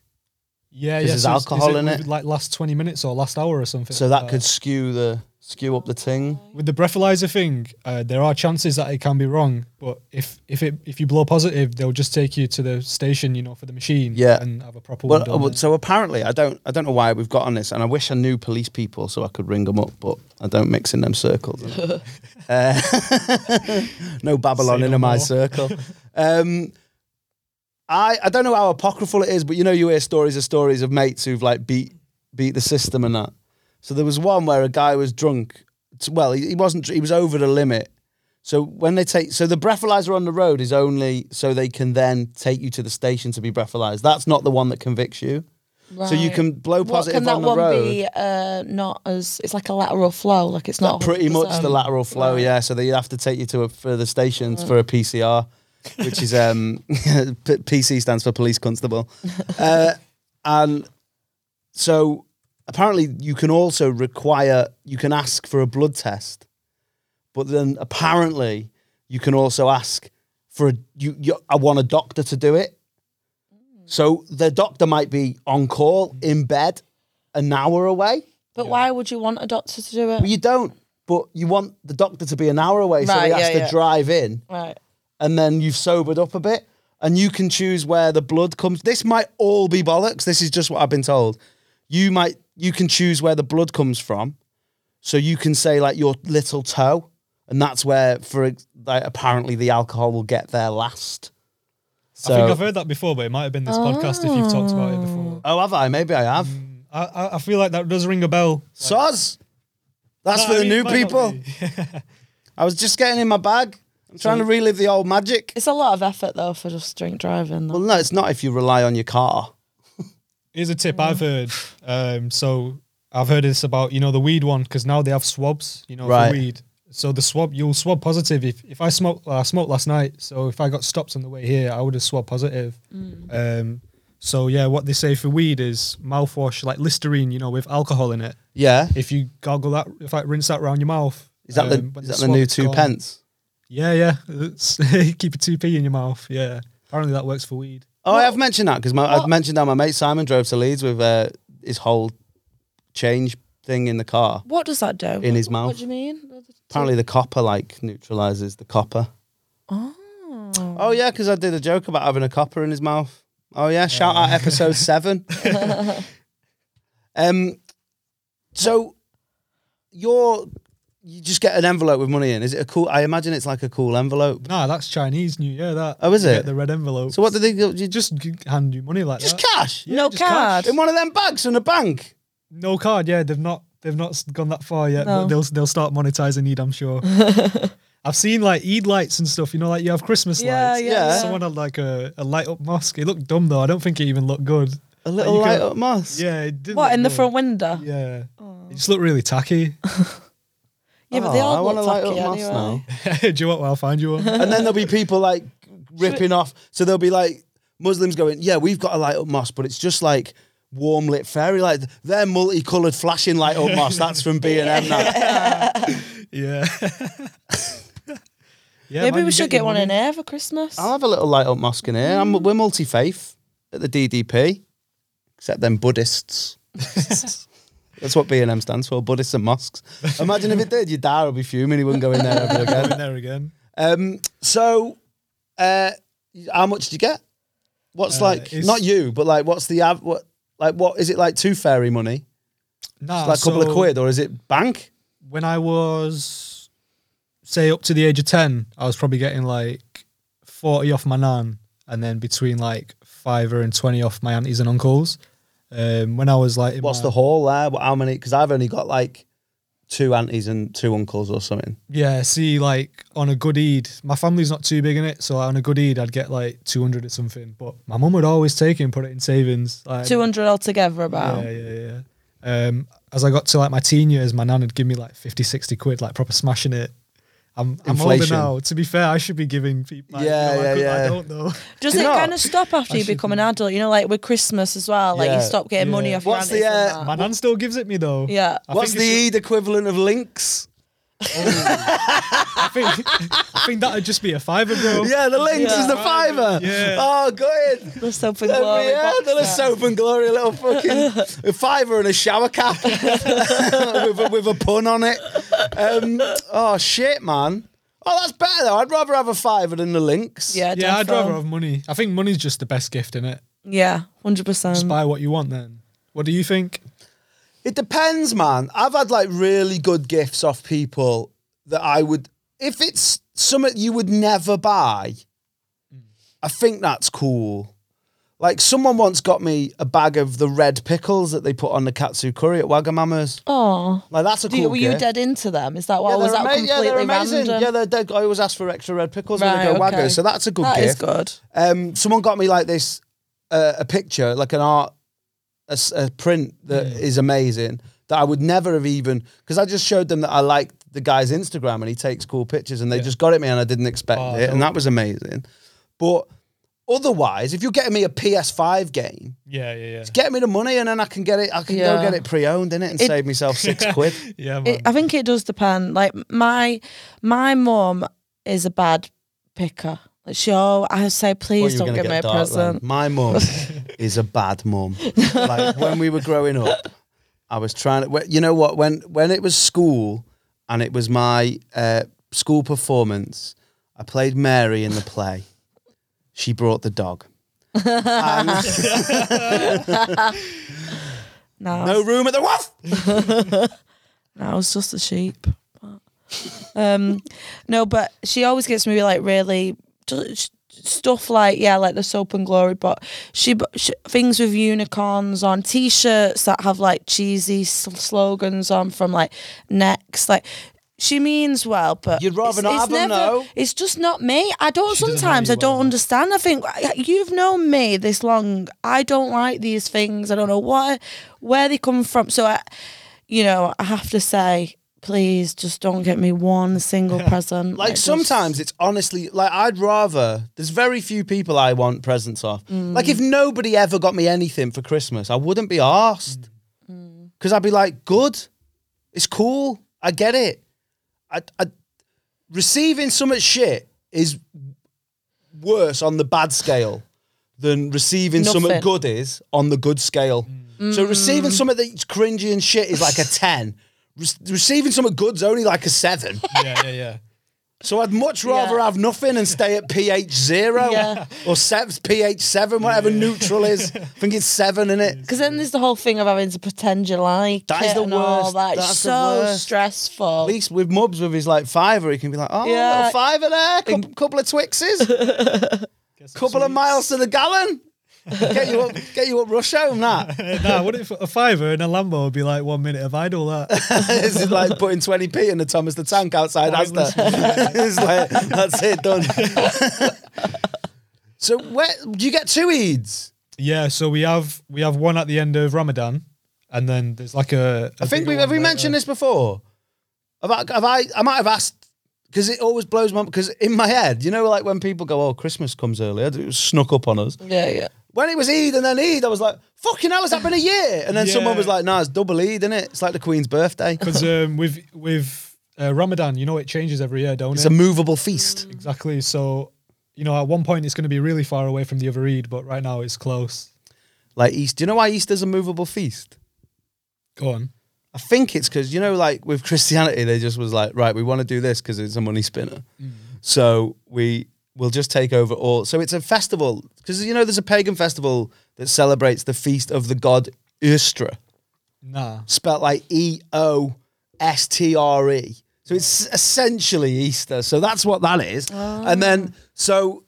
Speaker 3: Yeah, yeah.
Speaker 1: Because there's alcohol in it.
Speaker 3: with, Like last 20 minutes or last hour or something.
Speaker 1: So
Speaker 3: like
Speaker 1: that could skew the skew up the ting.
Speaker 3: With the breathalyzer thing, uh, there are chances that it can be wrong, but if if it if you blow positive, they'll just take you to the station, you know, for the machine,
Speaker 1: Yeah.
Speaker 3: and have a proper
Speaker 1: Well,
Speaker 3: one. done.
Speaker 1: uh, well, so apparently, I don't, I don't know why we've got on this, and I wish I knew police people so I could ring them up, but I don't mix in them circles. Uh, no Babylon
Speaker 3: Say
Speaker 1: in
Speaker 3: no
Speaker 1: my
Speaker 3: more.
Speaker 1: circle. Um, I, I don't know how apocryphal it is, but you know, you hear stories of stories of mates who've like beat beat the system and that. So there was one where a guy was drunk. It's- Well, he, he wasn't. dr- He was over the limit. So when they take, so the breathalyzer on the road is only so they can then take you to the station to be breathalyzed. That's not the one that convicts you. Mm. So you
Speaker 7: Right.
Speaker 1: can blow
Speaker 7: What
Speaker 1: positive
Speaker 7: can that
Speaker 1: on the
Speaker 7: one
Speaker 1: road.
Speaker 7: be? Uh, not as it's like a lateral flow. Like it's not
Speaker 1: pretty much the
Speaker 7: 100%.
Speaker 1: lateral flow, yeah. So they have to take you to a further stations for a PCR, which is um, P- PC stands for police constable, uh, and so apparently you can also require you can ask for a blood test, but then apparently you can also ask for a you, you I want a doctor to do it.
Speaker 7: Mm.
Speaker 1: So the doctor might be on call in bed, an hour away.
Speaker 7: But why would you want a doctor to do
Speaker 1: Well,
Speaker 7: it?
Speaker 1: you don't. But you want the doctor to be an hour away, so
Speaker 7: Right,
Speaker 1: he has
Speaker 7: yeah,
Speaker 1: to
Speaker 7: yeah.
Speaker 1: drive in,
Speaker 7: Right.
Speaker 1: and then you've sobered up a bit, and you can choose where the blood comes. This might all be bollocks. This is just what I've been told. You might you can choose where the blood comes from, so you can say like your little toe, and that's where for ex- like, apparently the alcohol will get there last. So,
Speaker 3: I think I've heard that before, but it might have been this podcast if you've talked about it before.
Speaker 1: oh, have I? Maybe I have.
Speaker 3: I, I, I feel like that does ring a bell.
Speaker 1: Soz, that's
Speaker 3: No,
Speaker 1: for
Speaker 3: I
Speaker 1: the
Speaker 3: mean, it
Speaker 1: new
Speaker 3: might not
Speaker 1: people.
Speaker 3: be.
Speaker 1: I was just getting in my bag. I'm trying to relive the old magic.
Speaker 7: It's a lot of effort though for just drink driving. Though.
Speaker 1: Well, no, it's not if you rely on your car.
Speaker 3: Here's a tip I've heard. Um, so I've heard this about you know the weed one because now they have swabs, you know,
Speaker 1: Right.
Speaker 3: for weed. So the swab, you'll swab positive if, if I smoked. I smoked last night, so if I got stopped on the way here, I would have swabbed positive. Um, so yeah, what they say for weed is mouthwash like Listerine, you know, with alcohol in it.
Speaker 1: Yeah.
Speaker 3: If you gargle that, if I rinse that round your mouth,
Speaker 1: Is that
Speaker 3: um,
Speaker 1: the
Speaker 3: when
Speaker 1: is that the
Speaker 3: swab
Speaker 1: new
Speaker 3: is
Speaker 1: two
Speaker 3: gone-
Speaker 1: pence?
Speaker 3: Yeah, yeah. It's- keep a two p in your mouth. Yeah, apparently that works for weed.
Speaker 1: Oh, I have mentioned that because I've
Speaker 7: what-
Speaker 1: mentioned that my mate Simon drove to Leeds with uh, his whole change thing in the car.
Speaker 7: What does that do? In
Speaker 1: his mouth.
Speaker 7: What do you mean?
Speaker 1: Apparently, the copper like neutralizes the copper.
Speaker 7: Oh.
Speaker 1: Oh yeah, because I did a joke about having a copper in his mouth. Oh yeah, shout out episode seven. um, so your you just get an envelope with money in. Is it a cool? I imagine it's like a cool envelope.
Speaker 3: Nah, that's Chinese New Year. That
Speaker 1: Oh, is
Speaker 3: You
Speaker 1: it?
Speaker 3: Get the red envelope.
Speaker 1: So what do they do? You just
Speaker 3: Just g- hand you money like
Speaker 1: just
Speaker 3: that.
Speaker 1: cash
Speaker 7: no
Speaker 3: just
Speaker 7: card.
Speaker 1: in one of them bags from the bank.
Speaker 3: No card. Yeah, they've not they've not s- gone that far yet.
Speaker 7: No.
Speaker 3: But they'll they'll start monetizing Eid. I'm sure. I've seen like Eid lights and stuff. You know, like you have Christmas
Speaker 7: Yeah,
Speaker 3: lights.
Speaker 7: yeah, Yeah.
Speaker 3: Someone had like a, a light up mosque. It looked dumb though. I don't think it even looked good.
Speaker 1: A little
Speaker 3: you
Speaker 1: light
Speaker 3: can-
Speaker 1: up moss.
Speaker 3: Yeah, it did.
Speaker 7: What
Speaker 3: look
Speaker 7: in the
Speaker 3: good.
Speaker 7: front window? Yeah,
Speaker 3: Yeah, it just looked really tacky.
Speaker 7: but they
Speaker 1: Oh, I
Speaker 7: all
Speaker 1: want a
Speaker 7: look
Speaker 1: light
Speaker 7: tacky
Speaker 1: up moss
Speaker 7: anyway.
Speaker 1: now.
Speaker 3: Do you know what? I'll find you one.
Speaker 1: and then there'll be people like ripping off. So there'll be like Muslims going, "Yeah, we've got a light up mosque, but it's just like warm lit fairy light. They're multicolored flashing light up mosque. That's from B and M now.
Speaker 3: yeah. yeah.
Speaker 7: Maybe
Speaker 3: man, you
Speaker 7: we should get,
Speaker 3: your
Speaker 7: one in
Speaker 3: money.
Speaker 7: here for Christmas.
Speaker 1: I'll have a little light up mosque in here. I'm, we're multi faith at the DDP, except them Buddhists. That's what B and M stands for, Buddhists and mosques. Imagine if it did, your dad would be fuming. He wouldn't go in there ever
Speaker 3: Go in
Speaker 1: again.
Speaker 3: there again.
Speaker 1: Um, so, uh, how much do you get? What's
Speaker 3: Uh,
Speaker 1: like
Speaker 3: it's-
Speaker 1: not you, but like what's the av- what like what is it like two fairy money?
Speaker 3: Nah,
Speaker 1: like a couple of
Speaker 3: Uh, so-
Speaker 1: quid or is it bank?
Speaker 3: when I was, say, up to the age of 10, I was probably getting like 40 off my nan and then between like fiver and 20 off my aunties and uncles. Um, when I was like, in
Speaker 1: What's
Speaker 3: my-
Speaker 1: the haul there? What, how many? Because I've only got like two aunties and two uncles or something.
Speaker 3: yeah, see, like on a good Eid, my family's not too big in it, so on a good Eid, I'd get like 200 or something, but my mum would always take it and put it in savings. Like,
Speaker 7: Two hundred altogether, about.
Speaker 1: Oh.
Speaker 3: Yeah, yeah, yeah. Um, as I got to like my teen years, my nan would give me like 50, 60 quid, like proper smashing it. I'm, I'm older
Speaker 1: Inflation.
Speaker 3: now. To be fair, I should be giving people. Like,
Speaker 1: Yeah,
Speaker 3: you know, I
Speaker 1: yeah,
Speaker 3: could-
Speaker 1: yeah.
Speaker 3: I don't know.
Speaker 7: Does
Speaker 1: Do
Speaker 7: it
Speaker 1: you not?
Speaker 7: kind of stop after you become an adult? You know, like with Christmas as well. Like
Speaker 1: Yeah.
Speaker 7: you stop getting money
Speaker 3: Yeah.
Speaker 7: off your
Speaker 1: What's the,
Speaker 7: aunties and
Speaker 1: uh,
Speaker 7: that.
Speaker 3: My nan still gives it me though.
Speaker 7: Yeah.
Speaker 3: I
Speaker 1: What's
Speaker 3: think it's
Speaker 1: the Eid equivalent of links?
Speaker 3: I think I think that'd just be a fiver, bro.
Speaker 1: Yeah, the links is the fiver.
Speaker 3: Yeah.
Speaker 1: Oh, good.
Speaker 7: The soap and glory
Speaker 1: Yeah,
Speaker 7: box
Speaker 1: the
Speaker 7: set.
Speaker 1: soap and glory, a little fucking a fiver and a shower cap with, a, with a pun on it. Um, oh shit, man! Oh, that's better though. I'd rather have a fiver than the links.
Speaker 7: Yeah,
Speaker 3: Yeah, I'd
Speaker 7: defo.
Speaker 3: rather have money. I think money's just the best gift, innit?
Speaker 7: Yeah, hundred
Speaker 3: Just
Speaker 7: percent.
Speaker 3: buy what you want then. What do you think?
Speaker 1: It depends, man. I've had like really good gifts off people that I would, if it's something you would never buy, I think that's cool. Like someone once got me a bag of the red pickles that they put on the katsu curry at Wagamama's.
Speaker 7: Oh,
Speaker 1: Like that's a
Speaker 7: Do
Speaker 1: cool
Speaker 7: you, were you
Speaker 1: gift.
Speaker 7: dead into them? Is that why?
Speaker 1: Yeah,
Speaker 7: or
Speaker 1: Oh,
Speaker 7: was
Speaker 1: they're
Speaker 7: that
Speaker 1: ama- yeah, they're
Speaker 7: completely
Speaker 1: amazing.
Speaker 7: random?
Speaker 1: Yeah, they're dead. I always ask for extra red pickles
Speaker 7: Right,
Speaker 1: when I go
Speaker 7: okay.
Speaker 1: wagos, so that's a good
Speaker 7: That
Speaker 1: gift.
Speaker 7: is good.
Speaker 1: Um, someone got me like this uh, a picture, like an art, a, s- a print that
Speaker 7: Hmm.
Speaker 1: is amazing that I would never have even because I just showed them that I liked the guy's Instagram and he takes cool pictures and they just got it me and I didn't expect
Speaker 3: Oh,
Speaker 1: it
Speaker 3: dope.
Speaker 1: and that was amazing. But otherwise, if you're getting me a PS5 game,
Speaker 3: Yeah, yeah,
Speaker 1: get me the money and then I can get it. I can go
Speaker 7: Yeah.
Speaker 1: get it pre-owned in it and
Speaker 7: It-
Speaker 1: save myself six quid.
Speaker 3: yeah. Yeah, man.
Speaker 7: It, I think it does depend. Like my my mum is a bad picker. Like she, oh, I say, please
Speaker 1: Well,
Speaker 7: don't
Speaker 1: you were
Speaker 7: give me
Speaker 1: gonna get
Speaker 7: a
Speaker 1: dark then.
Speaker 7: present.
Speaker 1: My mum is a bad mum. like when we were growing up, I was trying to. wh- You know what? When when it was school and it was my uh, school performance, I played Mary in the play. She brought the dog. And
Speaker 7: No,
Speaker 1: no room at the woof.
Speaker 7: No, I was just a sheep. But, um, no, but she always gets me like really ju- sh- stuff like yeah, like the soap and glory. But she, bu- sh things with unicorns on T-shirts that have like cheesy s- slogans on from like Next, like. She means well, but
Speaker 1: You'd rather
Speaker 7: it's,
Speaker 1: not
Speaker 7: it's
Speaker 1: have 'em,
Speaker 7: never.
Speaker 1: though.
Speaker 7: It's just not me. I don't.
Speaker 3: doesn't know
Speaker 7: sometimes
Speaker 3: you
Speaker 7: I don't
Speaker 3: well.
Speaker 7: understand. I think you've known me this long. I don't like these things. I don't know what, where they come from. So I, you know, I have to say, please just don't get me one single present.
Speaker 1: Like
Speaker 7: Mm, just-
Speaker 1: sometimes it's honestly like I'd rather. There's very few people I want presents off.
Speaker 7: Mm.
Speaker 1: Like if nobody ever got me anything for Christmas, I wouldn't be asked
Speaker 7: Mm.
Speaker 1: because I'd be like, "Good, it's cool, I get it." I, I receiving some shit is worse on the bad scale than receiving something
Speaker 7: Nothing. Mm.
Speaker 1: good is on the good scale. So receiving something that's cringy and shit is like a ten. Re- receiving something good's only like a seven.
Speaker 3: yeah, yeah, yeah.
Speaker 1: So I'd much rather
Speaker 7: Yeah.
Speaker 1: have nothing and stay at pH zero
Speaker 7: Yeah.
Speaker 1: or seven, pH seven, whatever neutral is. I think it's seven in it.
Speaker 7: Because then there's the whole thing of having to pretend you like
Speaker 1: That is
Speaker 7: it
Speaker 1: the
Speaker 7: and all
Speaker 1: worst.
Speaker 7: that. It's
Speaker 1: That's the
Speaker 7: so
Speaker 1: worst.
Speaker 7: stressful.
Speaker 1: At least with Mubs with his like fiver, he can be like, oh,
Speaker 7: Yeah.
Speaker 1: little fiver there, couple, couple of Twixes, couple of miles to the gallon. Get you up, get you up, rush home. That
Speaker 3: nah, what if a fiver and a Lambo would be like one minute of idle that?
Speaker 1: this is like putting twenty p in the Thomas the Tank outside Asda. it's like that's it done. so where do you get two Eids?
Speaker 3: yeah, so we have we have one at the end of Ramadan, and then there's like a. a
Speaker 1: I think
Speaker 3: bigger
Speaker 1: we have we
Speaker 3: one later.
Speaker 1: mentioned this before. Have I, have I? I might have asked because it always blows my because in my head, you know, like when people go, "Oh, Christmas comes early," it was snuck up on us.
Speaker 7: yeah, yeah.
Speaker 1: When it was Eid and then Eid, I was like, "Fucking hell, has that been a year?" And then someone
Speaker 3: Yeah.
Speaker 1: was like, "Nah, it's double Eid, isn't it? It's like the Queen's birthday.
Speaker 3: because um, with with uh, Ramadan, you know, it changes every year, don't
Speaker 1: It's
Speaker 3: it?
Speaker 1: a movable feast."
Speaker 3: exactly. So, you know, at one point it's going to be really far away from the other Eid, but right now it's close.
Speaker 1: Like Easter, do you know why Easter's a movable feast?
Speaker 3: Go on.
Speaker 1: I think it's because you know, like with Christianity, they just was like, right, we want to do this because it's a money spinner. So we will just take over all. So it's a festival because you know there's a pagan festival that celebrates the feast of the god Ustra,
Speaker 3: Nah.
Speaker 1: spelt like E O S T R E. So it's essentially Easter. So that's what that is. And then so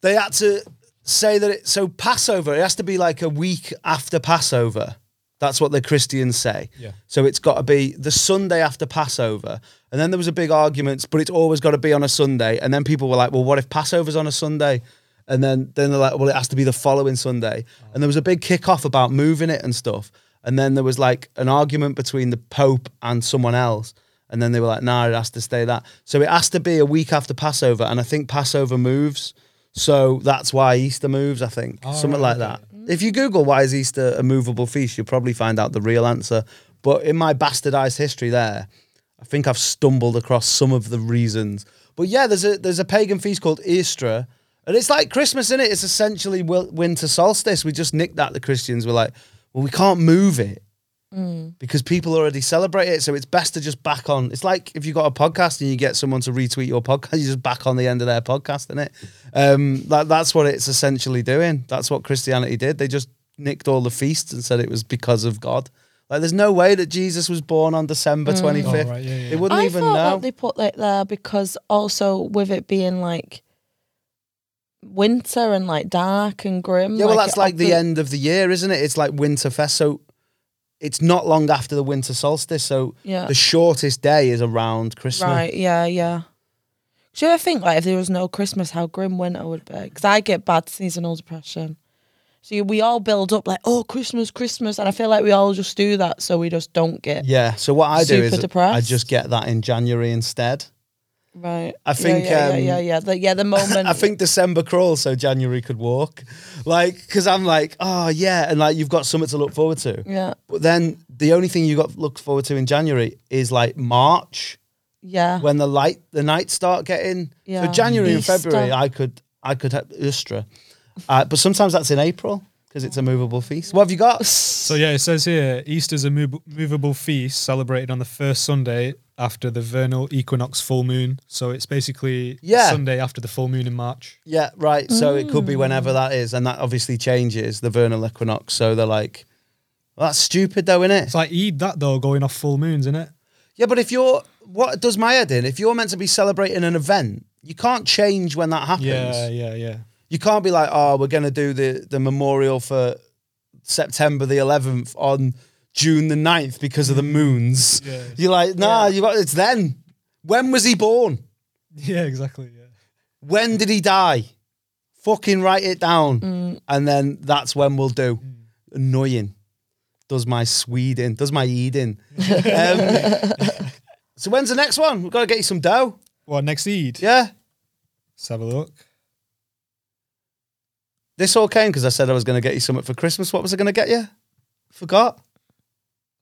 Speaker 1: they had to say that it. So Passover, it has to be like a week after Passover. That's what the Christians say.
Speaker 3: Yeah.
Speaker 1: So it's got to be the Sunday after Passover. And then there was a big argument, but it's always got to be on a Sunday. And then people were like, well, what if Passover's on a Sunday? And then, then they're like, well, it has to be the following Sunday. And there was a big kickoff about moving it and stuff. And then there was like an argument between the Pope and someone else. And then they were like, nah, it has to stay that. So it has to be a week after Passover. And I think Passover moves. So that's why Easter moves, I think. Something like
Speaker 3: right,
Speaker 1: that. If you Google why is Easter a movable feast, you'll probably find out the real answer. But in my bastardized history there, I think I've stumbled across some of the reasons. But yeah, there's a there's a pagan feast called Easter. And it's like Christmas, is it? It's essentially wil- winter solstice. We just nicked that. The Christians were like, well, we can't move it because people already celebrate it. So it's best to just back on. It's like if you got a podcast and you get someone to retweet your podcast, you just back on the end of their podcast, innit? Um, that, that's what it's essentially doing. That's what Christianity did. They just nicked all the feasts and said it was because of God. Like, there's no way that Jesus was born on December 25th.
Speaker 3: Oh, right, yeah, yeah.
Speaker 1: They wouldn't
Speaker 7: I
Speaker 1: even
Speaker 7: thought
Speaker 1: know.
Speaker 7: that they put that there because also with it being like winter and like dark and grim.
Speaker 1: yeah, well, that's
Speaker 7: it
Speaker 1: like the
Speaker 7: obvi-
Speaker 1: end of the year, isn't it? It's like Winterfest. So it's not long after the winter solstice. So
Speaker 7: Yeah.
Speaker 1: the shortest day is around Christmas.
Speaker 7: Right, yeah, yeah. Do you ever think like if there was no Christmas, how grim winter would be? Because I get bad seasonal depression. So we all build up like, oh, Christmas, Christmas, and I feel like we all just do that, so we just don't get
Speaker 1: Yeah. So what I do
Speaker 7: Super
Speaker 1: is I
Speaker 7: depressed.
Speaker 1: just get that in January instead.
Speaker 7: right.
Speaker 1: I think,
Speaker 7: yeah,
Speaker 1: um,
Speaker 7: yeah, yeah, yeah, yeah. The, yeah, the moment.
Speaker 1: I think December crawls so January could walk. Like, because I'm like, oh, yeah. And like, you've got something to look forward to.
Speaker 7: Yeah,
Speaker 1: But then the only thing you got to look forward to in January is like March
Speaker 7: yeah.
Speaker 1: when the light, the nights start getting.
Speaker 7: Yeah.
Speaker 1: So January and
Speaker 7: Easter.
Speaker 1: February, I could, I could have Ustra. Uh, but sometimes that's in April because it's a movable feast. What have you got?
Speaker 3: So yeah, it says here Easter's a mov- movable feast celebrated on the first Sunday after the vernal equinox full moon. So it's basically
Speaker 1: Yeah.
Speaker 3: Sunday after the full moon in March.
Speaker 1: Yeah, right. So it could be whenever that is, and that obviously changes the vernal equinox. So they're like, well, that's stupid though, isn't
Speaker 3: It's
Speaker 1: it?
Speaker 3: like Eid that though, going off full moons, isn't it?
Speaker 1: Yeah, but if you're what does my head in? If you're meant to be celebrating an event, you can't change when that happens.
Speaker 3: Yeah, yeah, yeah.
Speaker 1: You can't be like, oh, we're gonna do the the memorial for September the 11th on June the 9th because of the moons.
Speaker 3: Yeah.
Speaker 1: You're like, nah, you got it's then. When was he born?
Speaker 3: Yeah, exactly. Yeah.
Speaker 1: when did he die? Fucking write it down.
Speaker 7: Mm.
Speaker 1: And then that's when we'll do.
Speaker 3: Mm.
Speaker 1: Annoying. Does my Sweden, does my Eden. um, so when's the next one? We've got to get you some dough.
Speaker 3: What next Eid?
Speaker 1: Yeah.
Speaker 3: Let's have a look.
Speaker 1: This all came because I said I was going to get you something for Christmas. What was I going to get you? Forgot.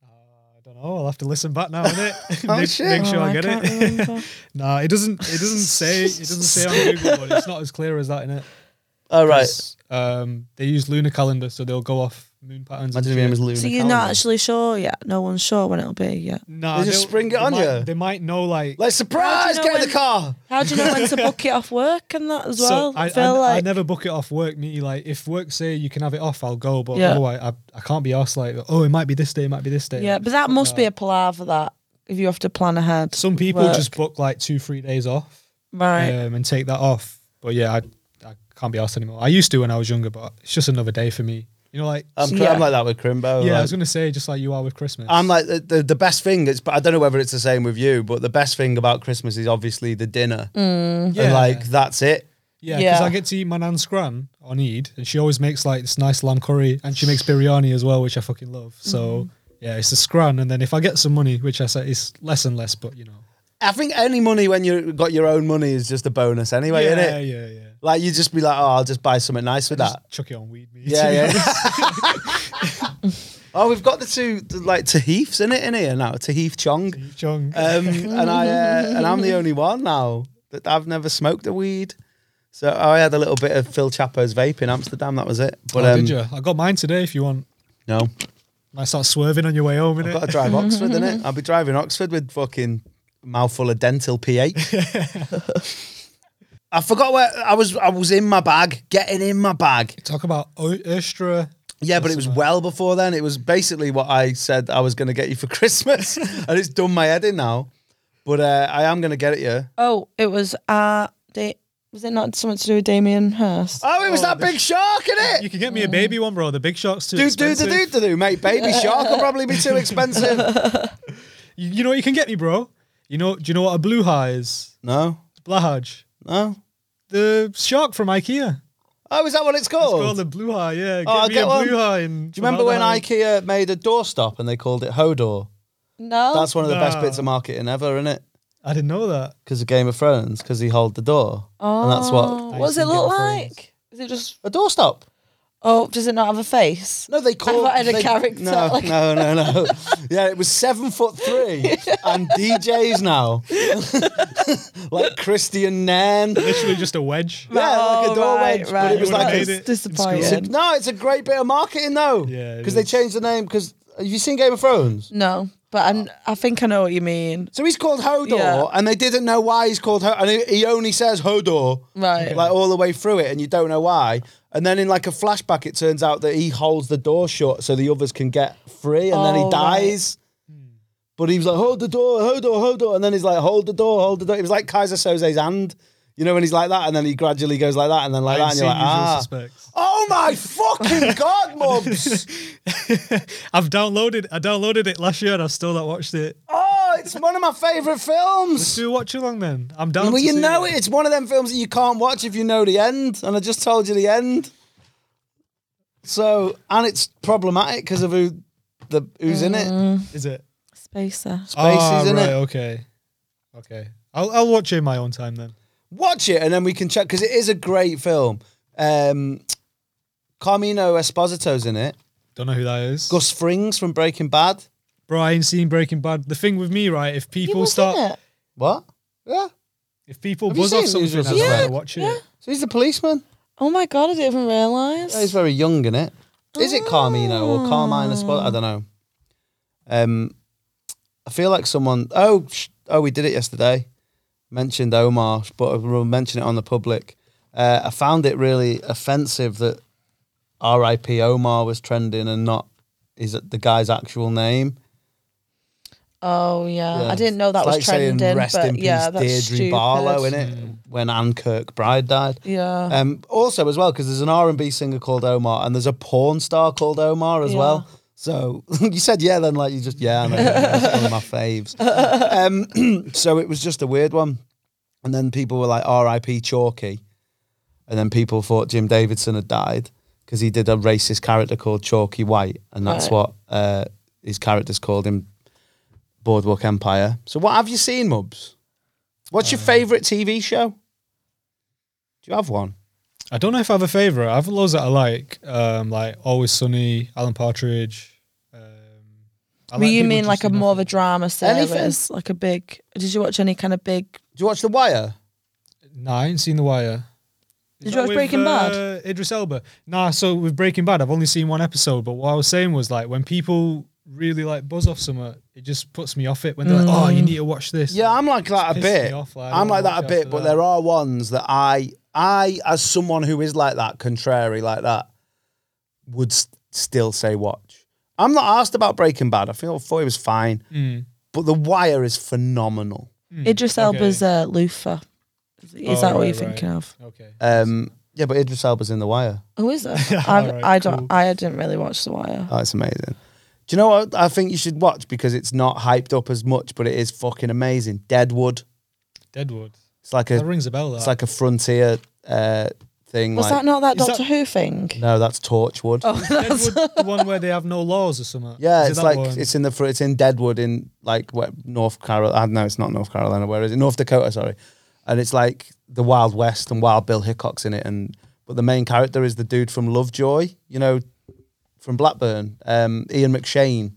Speaker 3: I don't know. I'll have to listen back now, innit?
Speaker 1: Oh,
Speaker 3: make,
Speaker 1: shit.
Speaker 3: make sure
Speaker 7: Oh,
Speaker 3: I
Speaker 7: I
Speaker 3: get
Speaker 7: can't remember.
Speaker 3: it. nah, it doesn't. It doesn't say. It doesn't say on Google, but it's not as clear as that, innit?
Speaker 1: All right.
Speaker 3: 'Cause, Um, they use lunar calendar, so they'll go off moon patterns.
Speaker 1: I
Speaker 3: and
Speaker 1: didn't even
Speaker 3: shit.
Speaker 1: know it was
Speaker 7: So you're not actually sure yet. No one's sure when it'll be yet.
Speaker 3: Nah,
Speaker 1: They just
Speaker 3: they'll-
Speaker 1: spring it
Speaker 3: they
Speaker 1: on
Speaker 3: might-
Speaker 1: you.
Speaker 3: They might know like.
Speaker 1: Like surprise,
Speaker 7: know
Speaker 1: get in
Speaker 7: when-
Speaker 1: the car.
Speaker 7: How do you know when to book it off work and that as well?
Speaker 3: So I,
Speaker 7: I feel
Speaker 3: I, I
Speaker 7: like
Speaker 3: never book it off work. Me like if work say you can have it off, I'll go. But
Speaker 7: Yeah.
Speaker 3: otherwise, I, I can't be asked like oh it might be this day, it might be this day.
Speaker 7: yeah, but that must be a palaver that if you have to plan ahead.
Speaker 3: Some
Speaker 7: with
Speaker 3: people
Speaker 7: work.
Speaker 3: just book like two three days off
Speaker 7: right.
Speaker 3: um, and take that off. But yeah, I, I can't be asked anymore. I used to when I was younger, but it's just another day for me. You know like
Speaker 1: I'm,
Speaker 7: Yeah.
Speaker 1: I'm like that with Crimbo.
Speaker 3: yeah, I
Speaker 1: like-
Speaker 3: was gonna say just like you are with Christmas.
Speaker 1: Um, I'm like the, the, the best thing. It's I don't know whether it's the same with you, but the best thing about Christmas is obviously the dinner. And
Speaker 3: Yeah.
Speaker 1: like that's it.
Speaker 3: Yeah, because
Speaker 7: Yeah.
Speaker 3: I get to eat my nan's scran on Eid, and she always makes like this nice lamb curry, and she makes biryani as well, which I fucking love. So
Speaker 7: Mm-hmm.
Speaker 3: yeah, it's the scran, and then if I get some money, which I say is less and less, but you know,
Speaker 1: I think any money when you got your own money is just a bonus anyway,
Speaker 3: yeah,
Speaker 1: isn't it?
Speaker 3: yeah, yeah.
Speaker 1: Like you just be like, oh, I'll just buy something nice with that.
Speaker 3: Just chuck it on weed meat.
Speaker 1: Ah. Yeah, yeah. oh, we've got the two the, like Tahiths in it in here now. Tahith Chong,
Speaker 3: Chung.
Speaker 1: um, and I uh, and I'm the only one now that I've never smoked a weed. So oh, I had a little bit of Phil Chapo's vape in Amsterdam. That was it. But
Speaker 3: oh,
Speaker 1: um,
Speaker 3: did you? I got mine today. If you want,
Speaker 1: no,
Speaker 3: I start swerving on your way home.
Speaker 1: I've
Speaker 3: Innit?
Speaker 1: got to drive Oxford, innit? I'll be driving Oxford with fucking mouthful of dental pH. I forgot where I was. I was in my bag, getting in my bag.
Speaker 3: Talk about o- Ustra.
Speaker 1: Yeah, but it was well before then. It was basically what I said I was going to get you for Christmas, and it's done my head in now. But uh, I am going to get it you.
Speaker 7: Oh, it was uh da- was it not something to do with Damien Hirst?
Speaker 1: Oh, it was that big shark,
Speaker 3: You
Speaker 1: innit?
Speaker 3: can get me a baby one, bro. The big shark's too
Speaker 1: Do do do
Speaker 3: expensive.
Speaker 1: do do do, mate. Baby shark will probably be too expensive.
Speaker 3: You, you know what you can get me, bro? You know? Do you know what a blue high is?
Speaker 1: No,
Speaker 3: Blahaj.
Speaker 1: no.
Speaker 3: The shark from IKEA.
Speaker 1: Oh, is that what it's called?
Speaker 3: It's called the blue high, yeah. Get
Speaker 1: I'll
Speaker 3: me
Speaker 1: get
Speaker 3: a
Speaker 1: one.
Speaker 3: blue high. In
Speaker 1: Do you remember when
Speaker 3: Formaldehyde.
Speaker 1: IKEA made a doorstop and they called it Hodor?
Speaker 7: No.
Speaker 1: That's one of the best
Speaker 3: Nah.
Speaker 1: bits of marketing ever, isn't it?
Speaker 3: I didn't know that.
Speaker 1: Because of Game of Thrones, because he hold the door,
Speaker 7: oh.
Speaker 1: and that's what
Speaker 7: What does it
Speaker 3: Nice
Speaker 7: look
Speaker 3: and yellow
Speaker 7: like? Is it just
Speaker 1: a doorstop.
Speaker 7: oh? Does it not have a face?
Speaker 1: No, they called
Speaker 7: thought it had a
Speaker 1: they-
Speaker 7: character,
Speaker 1: No,
Speaker 7: like-
Speaker 1: no, no, no. yeah, it was seven foot three and DJs now, like Christian Nan. Yeah,
Speaker 3: Literally just a wedge.
Speaker 1: like a
Speaker 7: Oh,
Speaker 1: door
Speaker 7: right,
Speaker 1: wedge,
Speaker 7: right.
Speaker 1: but it was
Speaker 3: You would've
Speaker 1: like
Speaker 3: made
Speaker 1: a,
Speaker 3: it.
Speaker 7: disappointing.
Speaker 1: no. It's a great bit of marketing though.
Speaker 3: Yeah, it
Speaker 1: because they
Speaker 3: is.
Speaker 1: changed the name. Because have you seen Game of Thrones?
Speaker 7: No, but I I think I know what you mean.
Speaker 1: So he's called Hodor,
Speaker 7: Yeah.
Speaker 1: and they didn't know why he's called Hodor, and he- he only says Hodor,
Speaker 7: Right.
Speaker 1: like all the way through it, and you don't know why. And then in like a flashback, it turns out that he holds the door shut so the others can get free, and then he
Speaker 7: Oh,
Speaker 1: dies. But he was like, hold the door, Hodor, Hodor, and then he's like, hold the door, hold the door. It was like Kaiser Soze's hand, you know, when he's like that, and then he gradually goes like that, and then like that,
Speaker 3: I've
Speaker 1: and you're
Speaker 3: seen
Speaker 1: like,
Speaker 3: Usual
Speaker 1: ah.
Speaker 3: Suspects.
Speaker 1: Oh my fucking god, Mubs!
Speaker 3: I've downloaded. I downloaded it last year and I've still not watched it.
Speaker 1: Oh, it's one of my favourite films!
Speaker 3: Do a watch along then. I'm down.
Speaker 1: well,
Speaker 3: to
Speaker 1: you
Speaker 3: see
Speaker 1: know it. It's one of them films that you can't watch if you know the end, and I just told you the end. So, and it's problematic because of who the who's in it.
Speaker 3: Is it?
Speaker 7: Spacer.
Speaker 1: Space
Speaker 3: Mm. Ah,
Speaker 1: is in
Speaker 3: right,
Speaker 1: it.
Speaker 3: Okay. Okay. I'll I'll watch it in my own time then.
Speaker 1: Watch it, and then we can check because it is a great film. Um, Carmino Esposito's in it.
Speaker 3: Don't know who that is.
Speaker 1: Gus Frings from Breaking Bad.
Speaker 3: Bro, I ain't seen Breaking Bad. The thing with me, right? If people
Speaker 7: was in
Speaker 3: start,
Speaker 7: it.
Speaker 1: What? Yeah.
Speaker 3: if people
Speaker 1: Have you
Speaker 3: buzz off
Speaker 1: seen
Speaker 3: something,
Speaker 1: Usual
Speaker 3: I don't
Speaker 1: Suspects?
Speaker 3: to watch it.
Speaker 1: So he's the policeman.
Speaker 7: Oh my god, I didn't even
Speaker 1: Yeah, he's
Speaker 7: realise.
Speaker 1: very young in it. Is it Carmino
Speaker 7: Ah.
Speaker 1: or Carmine Esposito? I don't know. Um, I feel like someone. Oh, sh- oh, we did it yesterday. Mentioned Omar, but we'll mention it on the public. Uh, I found it really offensive that R.I.P. Omar was trending and not is it the guy's actual name.
Speaker 7: Oh yeah.
Speaker 1: Yeah.
Speaker 7: I didn't know that
Speaker 1: It's
Speaker 7: was
Speaker 1: like
Speaker 7: trending.
Speaker 1: Saying, Rest
Speaker 7: but
Speaker 1: in peace,
Speaker 7: yeah, that's
Speaker 1: Deirdre
Speaker 7: stupid.
Speaker 1: Barlow, in it when Anne Kirkbride died.
Speaker 7: Yeah.
Speaker 1: Um, also, as well, because there's an R and B singer called Omar, and there's a porn star called Omar as
Speaker 7: Yeah.
Speaker 1: well. So you said yeah, then like you just yeah, I know, that's one of my faves. Um, so it was just a weird one, and then people were like R.I.P. Chalky, and then people thought Jim Davidson had died because he did a racist character called Chalky White, and that's
Speaker 7: Right.
Speaker 1: what uh, his characters called him. Boardwalk Empire. So what have you seen, Mubs? What's your
Speaker 7: Uh.
Speaker 1: favourite TV show? Do you have one?
Speaker 3: I don't know if I have a favorite. I have loads that I like, um, like Always Sunny, Alan Partridge. Um, I
Speaker 7: Well, you
Speaker 3: people
Speaker 7: mean
Speaker 3: just
Speaker 7: like a
Speaker 3: do
Speaker 7: more of a
Speaker 3: nothing.
Speaker 7: drama series,
Speaker 1: Anything.
Speaker 7: like a big? Did you watch any kind of big?
Speaker 1: Do you watch The Wire?
Speaker 3: No, I ain't seen The Wire.
Speaker 7: Did you
Speaker 3: that
Speaker 7: watch
Speaker 3: with,
Speaker 7: Breaking Bad?
Speaker 3: uh, Idris Elba. Nah, so with Breaking Bad, I've only seen one episode, but what I was saying was like when people really like buzz off something, it just puts me off it when they're
Speaker 7: Mm.
Speaker 3: like, oh, you need to watch this.
Speaker 1: Yeah, I'm like that a
Speaker 3: It's pissed
Speaker 1: bit.
Speaker 3: me off, like, I
Speaker 1: I'm
Speaker 3: don't
Speaker 1: like
Speaker 3: watch
Speaker 1: that a bit,
Speaker 3: after
Speaker 1: but
Speaker 3: that.
Speaker 1: there are ones that I, I, as someone who is like that, contrary like that, would s still say watch. I'm not asked about Breaking Bad. I feel thought it was fine,
Speaker 3: Mm.
Speaker 1: but The Wire is phenomenal.
Speaker 7: Idris Elba's uh, loofah. Is
Speaker 3: Oh,
Speaker 7: that what
Speaker 3: right,
Speaker 7: you're
Speaker 3: right.
Speaker 7: thinking of?
Speaker 3: Okay.
Speaker 1: Um, yeah, but Idris Elba's in The Wire.
Speaker 7: Oh, is it?
Speaker 3: All
Speaker 7: I've,
Speaker 3: right,
Speaker 7: I don't.
Speaker 3: cool.
Speaker 7: I didn't really watch The Wire.
Speaker 1: Oh, it's amazing. Do you know what I think you should watch because it's not hyped up as much, but it is fucking amazing. Deadwood.
Speaker 3: Deadwood.
Speaker 1: It's like
Speaker 3: That
Speaker 1: a
Speaker 3: rings a bell. That.
Speaker 1: it's like a frontier uh, thing.
Speaker 7: Was
Speaker 1: like,
Speaker 7: that not that
Speaker 3: Is that-
Speaker 7: Doctor Who thing?
Speaker 1: No, that's Torchwood.
Speaker 3: Deadwood, the one where they have no laws or something.
Speaker 1: Yeah,
Speaker 3: Is it
Speaker 1: it's
Speaker 3: that
Speaker 1: like
Speaker 3: one?
Speaker 1: it's in the fr- it's in Deadwood in like what, North Carolina. No, it's not North Carolina. Where is it? North Dakota. Sorry, and it's like the Wild West and Wild Bill Hickok's in it. And but the main character is the dude from Lovejoy. You know, from Blackburn. Um, Ian McShane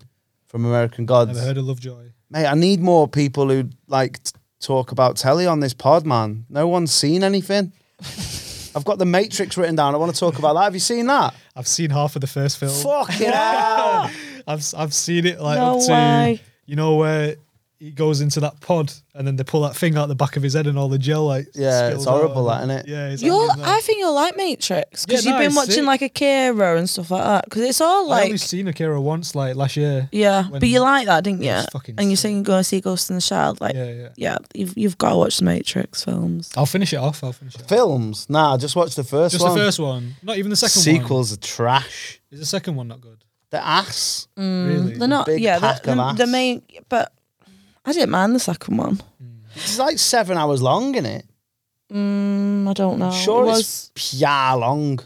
Speaker 1: from American Gods.
Speaker 3: Never heard of Lovejoy.
Speaker 1: Mate, I need more people who like t- talk about telly on this pod, man. No one's seen anything. I've got the Matrix written down. I want to talk about that. Have you seen that?
Speaker 3: I've seen half of the first film.
Speaker 1: Fucking hell.
Speaker 3: I've s- I've seen it like
Speaker 7: No
Speaker 3: up to
Speaker 7: way.
Speaker 3: you know where he goes into that pod and then they pull that thing out the back of his head and all the gel like
Speaker 1: Yeah, it's
Speaker 3: spills out
Speaker 1: horrible,
Speaker 3: and-
Speaker 1: that, innit?
Speaker 3: Yeah, it's
Speaker 7: You're,
Speaker 3: hanging there.
Speaker 7: I think you'll like Matrix because
Speaker 3: Yeah,
Speaker 7: you've
Speaker 3: no,
Speaker 7: been
Speaker 3: it's
Speaker 7: watching
Speaker 3: sick.
Speaker 7: like Akira and stuff like that. Because it's all
Speaker 3: I
Speaker 7: like,
Speaker 3: only seen Akira once like last year.
Speaker 7: yeah,
Speaker 3: when-
Speaker 7: but you like that, didn't you?
Speaker 3: was fucking
Speaker 7: And you're
Speaker 3: sick.
Speaker 7: saying you're going to see Ghost in the Shell, like, yeah,
Speaker 3: Yeah, yeah.
Speaker 7: you've you've got to watch the Matrix films.
Speaker 3: I'll finish it off. I'll finish it. Off.
Speaker 1: Films? Nah, I just watched the first
Speaker 3: Just
Speaker 1: one.
Speaker 3: the first one, not even the second one.
Speaker 1: Sequels are trash.
Speaker 3: Is the second one not good?
Speaker 1: The ass.
Speaker 3: really?
Speaker 7: They're not,
Speaker 1: Big
Speaker 7: yeah,
Speaker 1: pack of
Speaker 7: the,
Speaker 1: ass.
Speaker 7: the main, but I didn't mind the second one.
Speaker 1: It's like seven hours long, isn't it?
Speaker 7: Mm, I don't know.
Speaker 1: sure,
Speaker 7: it
Speaker 1: it's
Speaker 7: was
Speaker 1: pia long.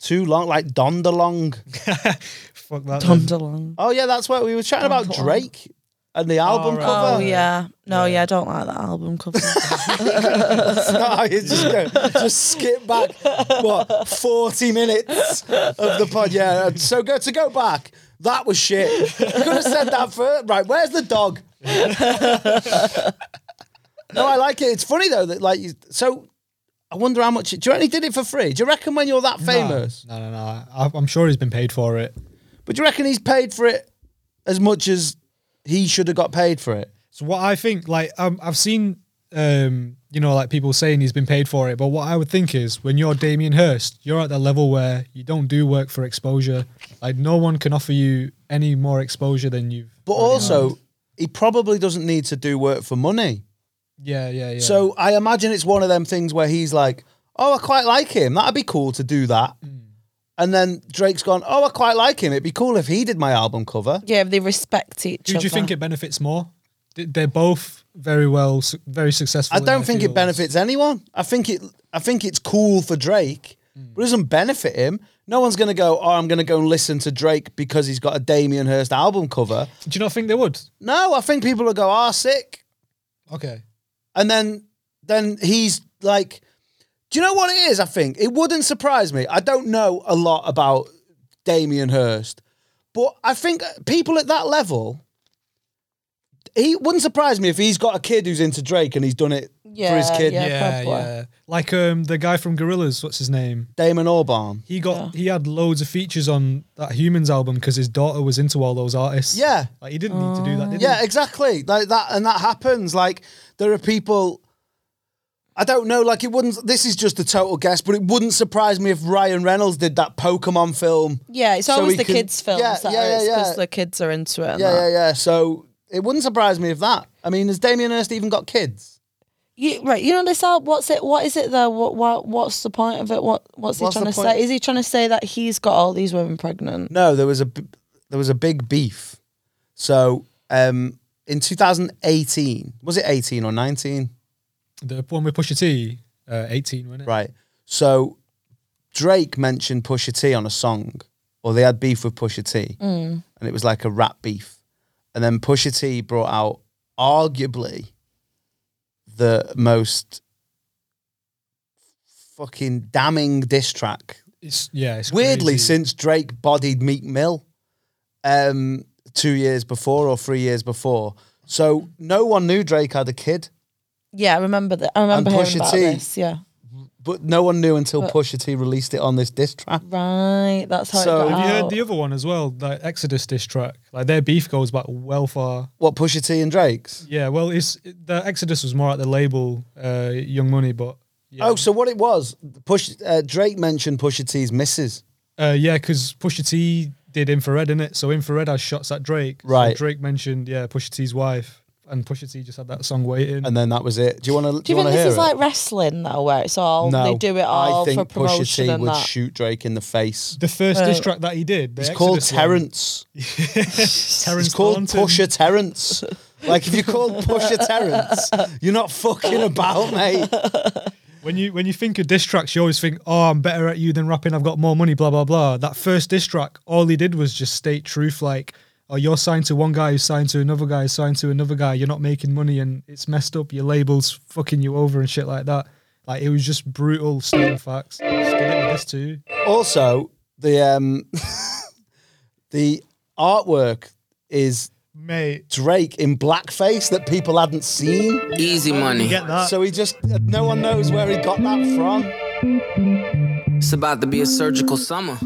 Speaker 1: Too long, like Donda long. Mm.
Speaker 3: Fuck that. then.
Speaker 7: Thunderland.
Speaker 1: Oh yeah, that's what we were chatting about
Speaker 7: Donda Long.
Speaker 1: Drake and the album
Speaker 3: right.
Speaker 1: cover.
Speaker 7: Oh yeah, no,
Speaker 3: Yeah.
Speaker 7: yeah, I don't like that album cover.
Speaker 1: That's not how you just go. Just skip back what forty minutes of the pod. Yeah, and so go to go back. That was shit. You could have said that first. Right, where's the dog? no, I like it. It's funny though that like you, so. I wonder how much. It, do you reckon he did it for free? Do you reckon when you're that famous?
Speaker 3: No, no, no. I, I'm sure he's been paid for it.
Speaker 1: But do you reckon he's paid for it as much as he should have got paid for it?
Speaker 3: So what I think, like, um, I've seen, um, you know, like people saying he's been paid for it, but what I would think is when you're Damien Hirst, you're at that level where you don't do work for exposure. Like, no one can offer you any more exposure than you've.
Speaker 1: But
Speaker 3: already
Speaker 1: also,
Speaker 3: had.
Speaker 1: he probably doesn't need to do work for money.
Speaker 3: yeah, yeah, yeah.
Speaker 1: So I imagine it's one of them things where he's like, "Oh, I quite like him. That'd be cool to do that." And then Drake's gone, "Oh, I quite like him. It'd be cool if he did my album cover."
Speaker 7: yeah, they respect each
Speaker 3: do
Speaker 7: other.
Speaker 3: you think it benefits more? Th- They're both very well, su- very successful.
Speaker 1: I
Speaker 3: in their
Speaker 1: don't think it
Speaker 3: fields.
Speaker 1: benefits anyone. I think it. I think it's cool for Drake, but it doesn't benefit him. No one's gonna go. Oh, I'm gonna go and listen to Drake because he's got a Damien Hirst album cover.
Speaker 3: Do you not think they would?
Speaker 1: No, I think people will go, "Ah, sick."
Speaker 3: Okay.
Speaker 1: and then then he's like do you know what it is i think it wouldn't surprise me i don't know a lot about damien hirst but i think people at that level he wouldn't surprise me if he's got a kid who's into drake and he's done it for his
Speaker 7: Yeah,
Speaker 1: kid
Speaker 7: yeah.
Speaker 3: Yeah,
Speaker 7: probably.
Speaker 3: yeah. Like um, the guy from Gorillas, what's his name?
Speaker 1: damon albarn
Speaker 3: He got he had loads of features on that Humans album because his daughter was into all those artists.
Speaker 1: Yeah.
Speaker 3: like he didn't need to do that. Did
Speaker 1: yeah
Speaker 3: he?
Speaker 1: exactly like that and that happens like there are people I don't know, like it wouldn't. This is just a total guess, but it wouldn't surprise me if Ryan Reynolds did that Pokemon film.
Speaker 7: Yeah, it's
Speaker 1: So
Speaker 7: always
Speaker 1: we
Speaker 7: the
Speaker 1: can-
Speaker 7: kids' films
Speaker 1: Yeah,
Speaker 7: that are
Speaker 1: yeah, yeah,
Speaker 7: because
Speaker 1: yeah.
Speaker 7: the kids are into it. and
Speaker 1: Yeah,
Speaker 7: that.
Speaker 1: yeah, yeah. So it wouldn't surprise me if that. I mean, has Damien Hirst even got kids?
Speaker 7: You, right, you know this out. What's it? What is it though? What, what what's the point of it? What what's he
Speaker 1: What's
Speaker 7: trying
Speaker 1: the
Speaker 7: to
Speaker 1: point?
Speaker 7: say? Is he trying to say that he's got all these women pregnant?
Speaker 1: No, there was a b- there was a big beef. So um, in 2018, was it 18 or 19?
Speaker 3: the one with Pusha T, uh, eighteen, wasn't it?
Speaker 1: Right. So Drake mentioned Pusha T on a song, or they had beef with Pusha T, and it was like a rap beef. And then Pusha T brought out arguably the most fucking damning diss track
Speaker 3: It's yeah, it's
Speaker 1: Weirdly,
Speaker 3: crazy.
Speaker 1: since Drake bodied Meek Mill um, two years before or three years before, so no one knew Drake had a kid.
Speaker 7: Yeah, I remember that. I remember
Speaker 1: And
Speaker 7: hearing
Speaker 1: Pusha
Speaker 7: about
Speaker 1: T.
Speaker 7: this. Yeah,
Speaker 1: but no one knew until Pusha T released it on this diss track.
Speaker 7: Right, that's how it got
Speaker 3: have you
Speaker 7: out.
Speaker 3: heard the other one as well? That Exodus diss track. Like their beef goes back well far.
Speaker 1: What Pusha T and Drake's?
Speaker 3: Yeah, well, it's the Exodus was more at the label uh, Young Money, but yeah,
Speaker 1: Oh, so what it was? Push uh, Drake mentioned Pusha T's misses.
Speaker 3: uh, yeah, because Pusha T did Infrared in it, so Infrared has shots at Drake. So
Speaker 1: Right.
Speaker 3: Drake mentioned yeah Pusha T's wife, and Pusha T just had that song waiting.
Speaker 1: and then that was it. Do you want to?
Speaker 7: Do you think this is like wrestling though, where it's all
Speaker 1: No,
Speaker 7: they do it all
Speaker 1: I think
Speaker 7: for
Speaker 1: Pusha
Speaker 7: promotion
Speaker 1: T
Speaker 7: and
Speaker 1: would
Speaker 7: that?
Speaker 1: shoot Drake in the face.
Speaker 3: the first diss
Speaker 7: Uh,
Speaker 3: track that he did, the
Speaker 1: It's called
Speaker 3: Exodus one,
Speaker 1: Terrence.
Speaker 3: Terrence
Speaker 1: It's called
Speaker 3: Thornton.
Speaker 1: Pusher Terrence. like if you call Pusher Terrence, you're not fucking about, mate.
Speaker 3: When you when you think of diss tracks, you always think, "Oh, I'm better at you than rapping. I've got more money." Blah blah blah. That first diss track, all he did was just state truth, like, "Oh, you're signed to one guy, who's signed to another guy, who's signed to another guy. You're not making money, and it's messed up. Your labels fucking you over and shit like that." Like it was just brutal stating facts. Just did it with this too.
Speaker 1: Also, the um, the artwork is
Speaker 3: Mate,
Speaker 1: Drake in blackface that people hadn't seen.
Speaker 11: Easy money.
Speaker 3: get that.
Speaker 1: So he just no one knows where he got that from.
Speaker 11: It's about to be a surgical summer.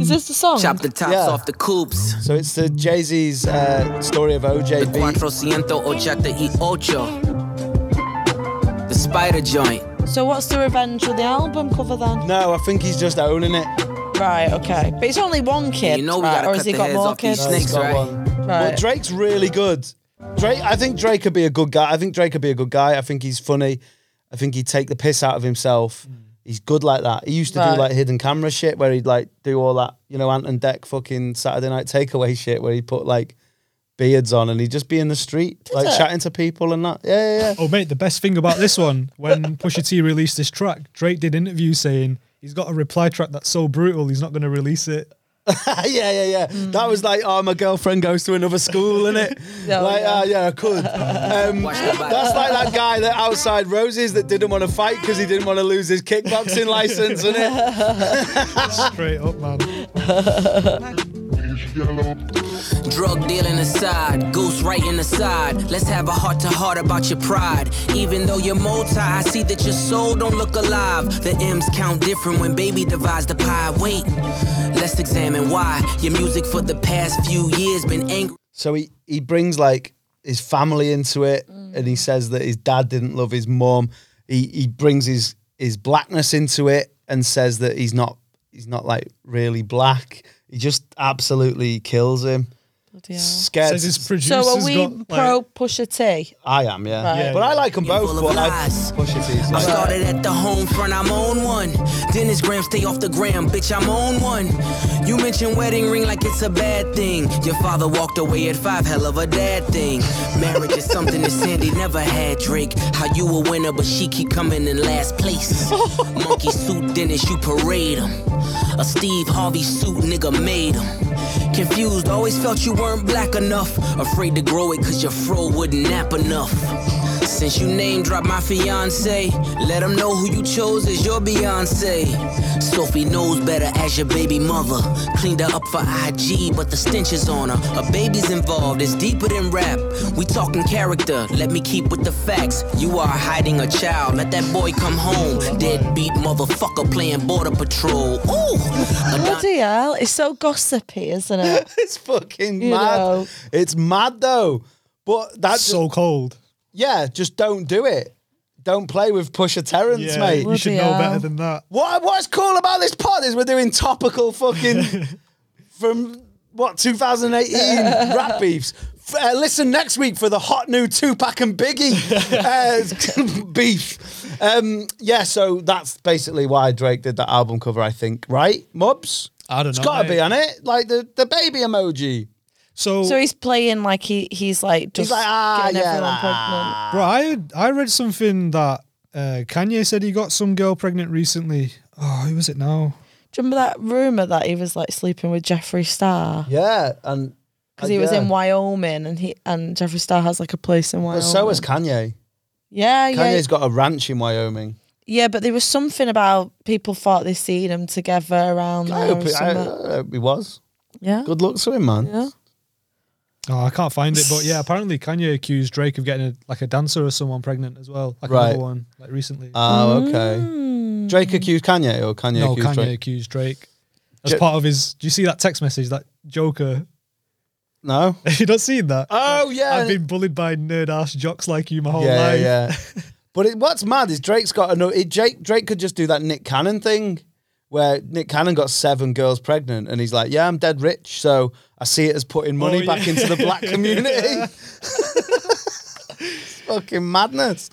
Speaker 7: Is this the song?
Speaker 11: Chop the tops
Speaker 1: Yeah.
Speaker 11: off the coops.
Speaker 1: So it's the Jay Z's uh, story of OJ beat.
Speaker 11: Cuatrocientos ochenta y ocho. The spider joint.
Speaker 7: So what's the revenge of the album cover then?
Speaker 1: No, I think he's just owning it.
Speaker 7: Right, okay, but it's only one kid,
Speaker 11: You know we
Speaker 7: right?
Speaker 11: gotta
Speaker 7: Or
Speaker 11: cut
Speaker 7: has he
Speaker 11: the
Speaker 7: got
Speaker 11: heads
Speaker 7: more
Speaker 11: off these
Speaker 7: kids?
Speaker 1: No, he's
Speaker 11: Snakes,
Speaker 1: got
Speaker 11: right?
Speaker 1: one. Well,
Speaker 7: Right.
Speaker 1: Drake's really good. Drake, I think Drake could be a good guy. I think Drake could be a good guy. I think he's funny. I think he'd take the piss out of himself. He's good like that. He used to
Speaker 7: Right.
Speaker 1: do like hidden camera shit where he'd like do all that, you know, Ant and Deck fucking Saturday night takeaway shit where he put like beards on and he'd just be in the street, like
Speaker 7: it?
Speaker 1: chatting to people and that. Yeah, yeah, yeah.
Speaker 3: Oh, mate, the best thing about this one, when Pusha T released this track, Drake did interviews saying he's got a reply track that's so brutal he's not going to release it.
Speaker 1: yeah, yeah, yeah. That was like, oh, my girlfriend goes to another school, innit?
Speaker 7: Yeah,
Speaker 1: like,
Speaker 7: yeah.
Speaker 1: ah, yeah, I could. Um,
Speaker 11: Watch the back.
Speaker 1: that's like that guy that outside Roses that didn't want to fight because he didn't want to lose his kickboxing license, innit?
Speaker 3: Straight up, man.
Speaker 11: Drug dealing aside, goose writing aside. Let's have a heart to heart about your pride. Even though you're multi, I see that your soul don't look alive. The M's count different when baby divides the pie. Wait, let's examine why your music for the past few years been angry.
Speaker 1: So he, he brings like his family into it
Speaker 7: Mm.
Speaker 1: and he says that his dad didn't love his mum. He, he brings his, his blackness into it and says that he's not he's not like really black. He just absolutely kills him. Scared.
Speaker 3: Says his producer
Speaker 7: So are we
Speaker 3: got,
Speaker 7: pro
Speaker 3: like,
Speaker 7: Pusha T?
Speaker 1: I am, yeah.
Speaker 7: Right. Yeah,
Speaker 1: But I like them
Speaker 11: You're
Speaker 1: both.
Speaker 11: full of
Speaker 1: But I
Speaker 11: lies.
Speaker 1: push it easy.
Speaker 11: I started at the home front, I'm on one. Dennis Graham, stay off the gram, bitch, I'm on one. You mentioned wedding ring like it's a bad thing. Your father walked away at five, hell of a dad thing. Marriage is something that Sandy never had, Drake. How you a winner, but she keep coming in last place. Monkey suit Dennis, you parade him. A Steve Harvey suit nigga made him. Confused, always felt you weren't black enough. Afraid to grow it cause your fro wouldn't nap enough. Since you name drop my fiance, let 'em know who you chose as your Beyonce. Sophie knows better as your baby mother. Cleaned her up for IG, but the stench is on her. A baby's involved, it's deeper than rap. We talking character, let me keep with the facts. You are hiding a child, let that boy come home. Deadbeat motherfucker playing border patrol. Ooh! Adon-
Speaker 7: Bloody hell, it's so gossipy, isn't it?
Speaker 1: it's fucking
Speaker 7: You
Speaker 1: mad.
Speaker 7: know.
Speaker 1: It's mad though. But that's
Speaker 3: so cold.
Speaker 1: yeah, just don't do it. Don't play with Pusher Terrence,
Speaker 3: Yeah,
Speaker 1: mate.
Speaker 3: you should
Speaker 7: Bloody
Speaker 3: know
Speaker 7: hell.
Speaker 3: better than that.
Speaker 1: What what's cool about this pod is we're doing topical fucking from what 2018 rap beefs. F- Uh, listen next week for the hot new Tupac and Biggie uh, beef. Um, yeah, so that's basically why Drake did that album cover, I think. Right, Mubs?
Speaker 3: I don't
Speaker 1: It's
Speaker 3: know,
Speaker 1: got to
Speaker 3: mate.
Speaker 1: be on it, like the the baby emoji.
Speaker 3: So,
Speaker 7: So he's playing like he he's like just
Speaker 1: like, ah,
Speaker 7: getting
Speaker 1: yeah,
Speaker 7: everyone
Speaker 1: like, ah."
Speaker 7: pregnant.
Speaker 3: bro, I I read something that uh, Kanye said he got some girl pregnant recently. Oh, who was it now?
Speaker 7: Do you remember that rumor that he was like sleeping with Jeffree Star
Speaker 1: Yeah, and
Speaker 7: because he was
Speaker 1: Uh, yeah.
Speaker 7: in Wyoming and he and Jeffree Star has like a place in
Speaker 1: But
Speaker 7: Wyoming.
Speaker 1: so has Kanye.
Speaker 7: yeah, yeah,
Speaker 1: Kanye's got a ranch in Wyoming.
Speaker 7: yeah. But there was something about people thought they seen him together around
Speaker 1: I
Speaker 7: there.
Speaker 1: hope,
Speaker 7: or
Speaker 1: it, I,
Speaker 7: something.
Speaker 1: I hope he was.
Speaker 7: yeah,
Speaker 1: Good luck to him, man.
Speaker 7: Yeah.
Speaker 3: Oh, I can't find it, but yeah, apparently Kanye accused Drake of getting a, like a dancer or someone pregnant as well, like
Speaker 1: Right.
Speaker 3: another one, like recently.
Speaker 1: Oh, okay. Drake accused Kanye or Kanye
Speaker 3: no,
Speaker 1: accused
Speaker 3: Kanye
Speaker 1: Drake?
Speaker 3: accused Drake as
Speaker 1: Ju-
Speaker 3: part of his. Do you see that text message that Joker?
Speaker 1: No,
Speaker 3: you not seen that?
Speaker 1: Oh yeah,
Speaker 3: I've been bullied by nerd ass jocks like you my whole
Speaker 1: yeah,
Speaker 3: life.
Speaker 1: yeah, yeah. but it, what's mad is Drake's got a no. It, Jake Drake could just do that Nick Cannon thing, where Nick Cannon got seven girls pregnant, and he's like, "Yeah, I'm dead rich, so I see it as putting money
Speaker 3: Oh,
Speaker 1: back
Speaker 3: yeah.
Speaker 1: into the black community."
Speaker 3: Yeah.
Speaker 1: It's fucking madness.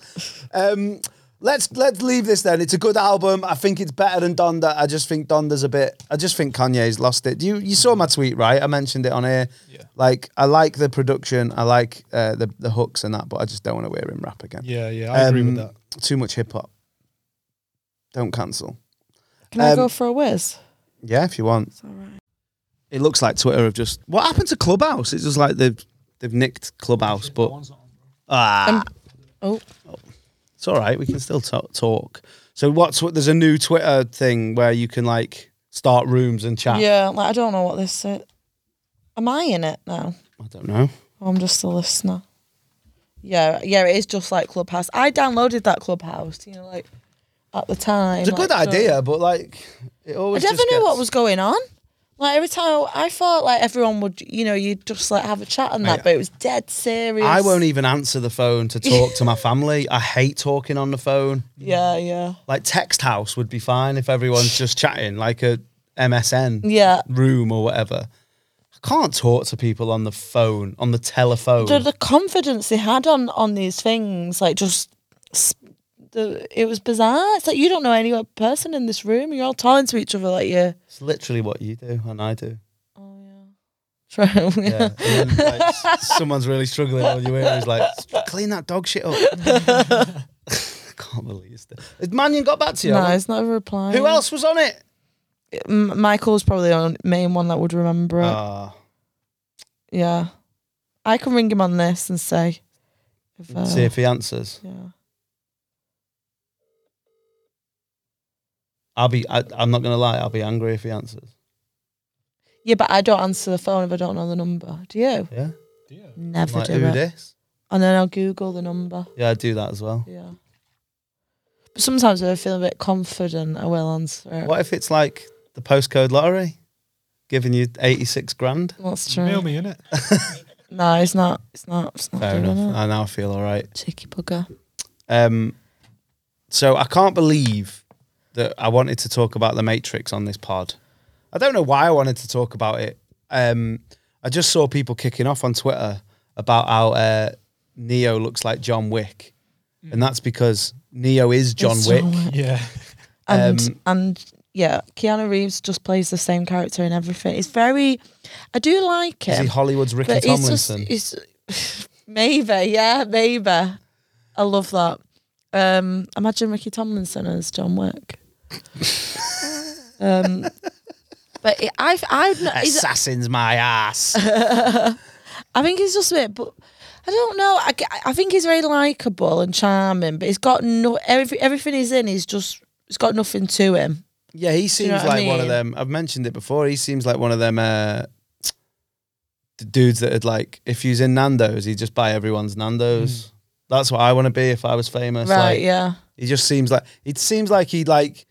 Speaker 1: Um, let's let's leave this then. It's a good album. I think it's better than Donda. I just think Donda's a bit. I just think Kanye's lost it. You you saw my tweet right? I mentioned it on air. Yeah. Like I like the production. I like uh, the the hooks and that, but I just don't want to wear him rap again.
Speaker 3: Yeah, yeah, I agree with
Speaker 1: that. Too much hip hop. Don't cancel.
Speaker 7: Can I
Speaker 1: Um,
Speaker 7: go for a whiz?
Speaker 1: Yeah, if you want. It looks like Twitter have just. What happened to Clubhouse? It's just like they've they've nicked Clubhouse, but ah,
Speaker 7: Oh,
Speaker 1: it's all right. We can still ta- talk. So what's what? There's a new Twitter thing where you can like start rooms and chat.
Speaker 7: yeah. Like I don't know what this. Is. Am I in it now?
Speaker 1: I don't know.
Speaker 7: Or I'm just a listener. Yeah, yeah. It is just like Clubhouse. I downloaded that Clubhouse. You know, like at the time.
Speaker 1: It's a good
Speaker 7: like, so-
Speaker 1: idea, but like it
Speaker 7: I
Speaker 1: always.
Speaker 7: never
Speaker 1: just
Speaker 7: knew
Speaker 1: gets-
Speaker 7: what was going on. Like every time I thought like everyone would, you know, you'd just like have a chat and that,
Speaker 1: I-
Speaker 7: but it was dead serious.
Speaker 1: I won't even answer the phone to talk to my family. I hate talking on the phone.
Speaker 7: Yeah, yeah,
Speaker 1: Like text house would be fine if everyone's just chatting, like a MSN
Speaker 7: yeah.
Speaker 1: room or whatever. I can't talk to people on the phone, on the telephone.
Speaker 7: The, the confidence they had on on these things, like just s- the, it was bizarre. It's like you don't know any other person in this room. You're all talking to each other like you're
Speaker 1: It's literally what you do and I do.
Speaker 7: Oh, trying.
Speaker 1: Yeah. And then, like, s- someone's really struggling. All you hear is like, clean that dog shit up. can't believe it. Has Mannion got back to you?
Speaker 7: no, it's not a reply.
Speaker 1: Who else was on it?
Speaker 7: M- Michael's probably the only main one that would remember it.
Speaker 1: Ah,
Speaker 7: yeah, I can ring him on this and say. If, uh,
Speaker 1: see if he answers.
Speaker 7: yeah.
Speaker 1: I'll be. I, I'm not gonna lie. I'll be angry if he answers.
Speaker 7: Yeah, but I don't answer the phone if I don't know the number. Do you?
Speaker 1: Yeah.
Speaker 7: Never
Speaker 1: Like,
Speaker 7: do
Speaker 1: who
Speaker 7: it.
Speaker 1: this?
Speaker 7: And then I'll Google the number.
Speaker 1: Yeah, I do that as well.
Speaker 7: Yeah. But sometimes if I feel a bit confident, I will answer it.
Speaker 1: What if it's like the postcode lottery, giving you 86 grand?
Speaker 7: That's true.
Speaker 3: Mail me in it.
Speaker 7: No, it's not. It's not. It's not
Speaker 1: Fair
Speaker 7: doing
Speaker 1: enough.
Speaker 7: it.
Speaker 1: I now feel all right.
Speaker 7: Cheeky bugger.
Speaker 1: Um, so I can't believe that I wanted to talk about the Matrix on this pod. I don't know why I wanted to talk about it. Um, I just saw people kicking off on Twitter about how uh, Neo looks like John Wick, and that's because Neo is John
Speaker 7: It's
Speaker 1: Wick.
Speaker 7: John Wick.
Speaker 3: Yeah.
Speaker 7: And
Speaker 1: Um,
Speaker 7: and yeah, Keanu Reeves just plays the same character in everything. It's very. I do like
Speaker 1: Is
Speaker 7: him.
Speaker 1: he Hollywood's Ricky
Speaker 7: but he's just-
Speaker 1: Tomlinson?
Speaker 7: he's- maybe, yeah, maybe. I love that. Um, imagine Ricky Tomlinson as John Wick. um, but it, I, I, he's-
Speaker 1: Assassin's my ass.
Speaker 7: I think he's just a bit, but I don't know. I, g- I think he's very likable and charming, but he's got no every, everything he's in. He's just he's got nothing to him.
Speaker 1: Yeah, he
Speaker 7: you
Speaker 1: seems
Speaker 7: know
Speaker 1: like
Speaker 7: what I
Speaker 1: one of
Speaker 7: mean?
Speaker 1: them. I've mentioned it before. He seems like one of them uh, d- dudes that had like, if he was in Nando's, he'd just buy everyone's Nando's. That's what I want to be if I was famous.
Speaker 7: Mm. right?
Speaker 1: like,
Speaker 7: yeah.
Speaker 1: He just seems like it seems like he'd like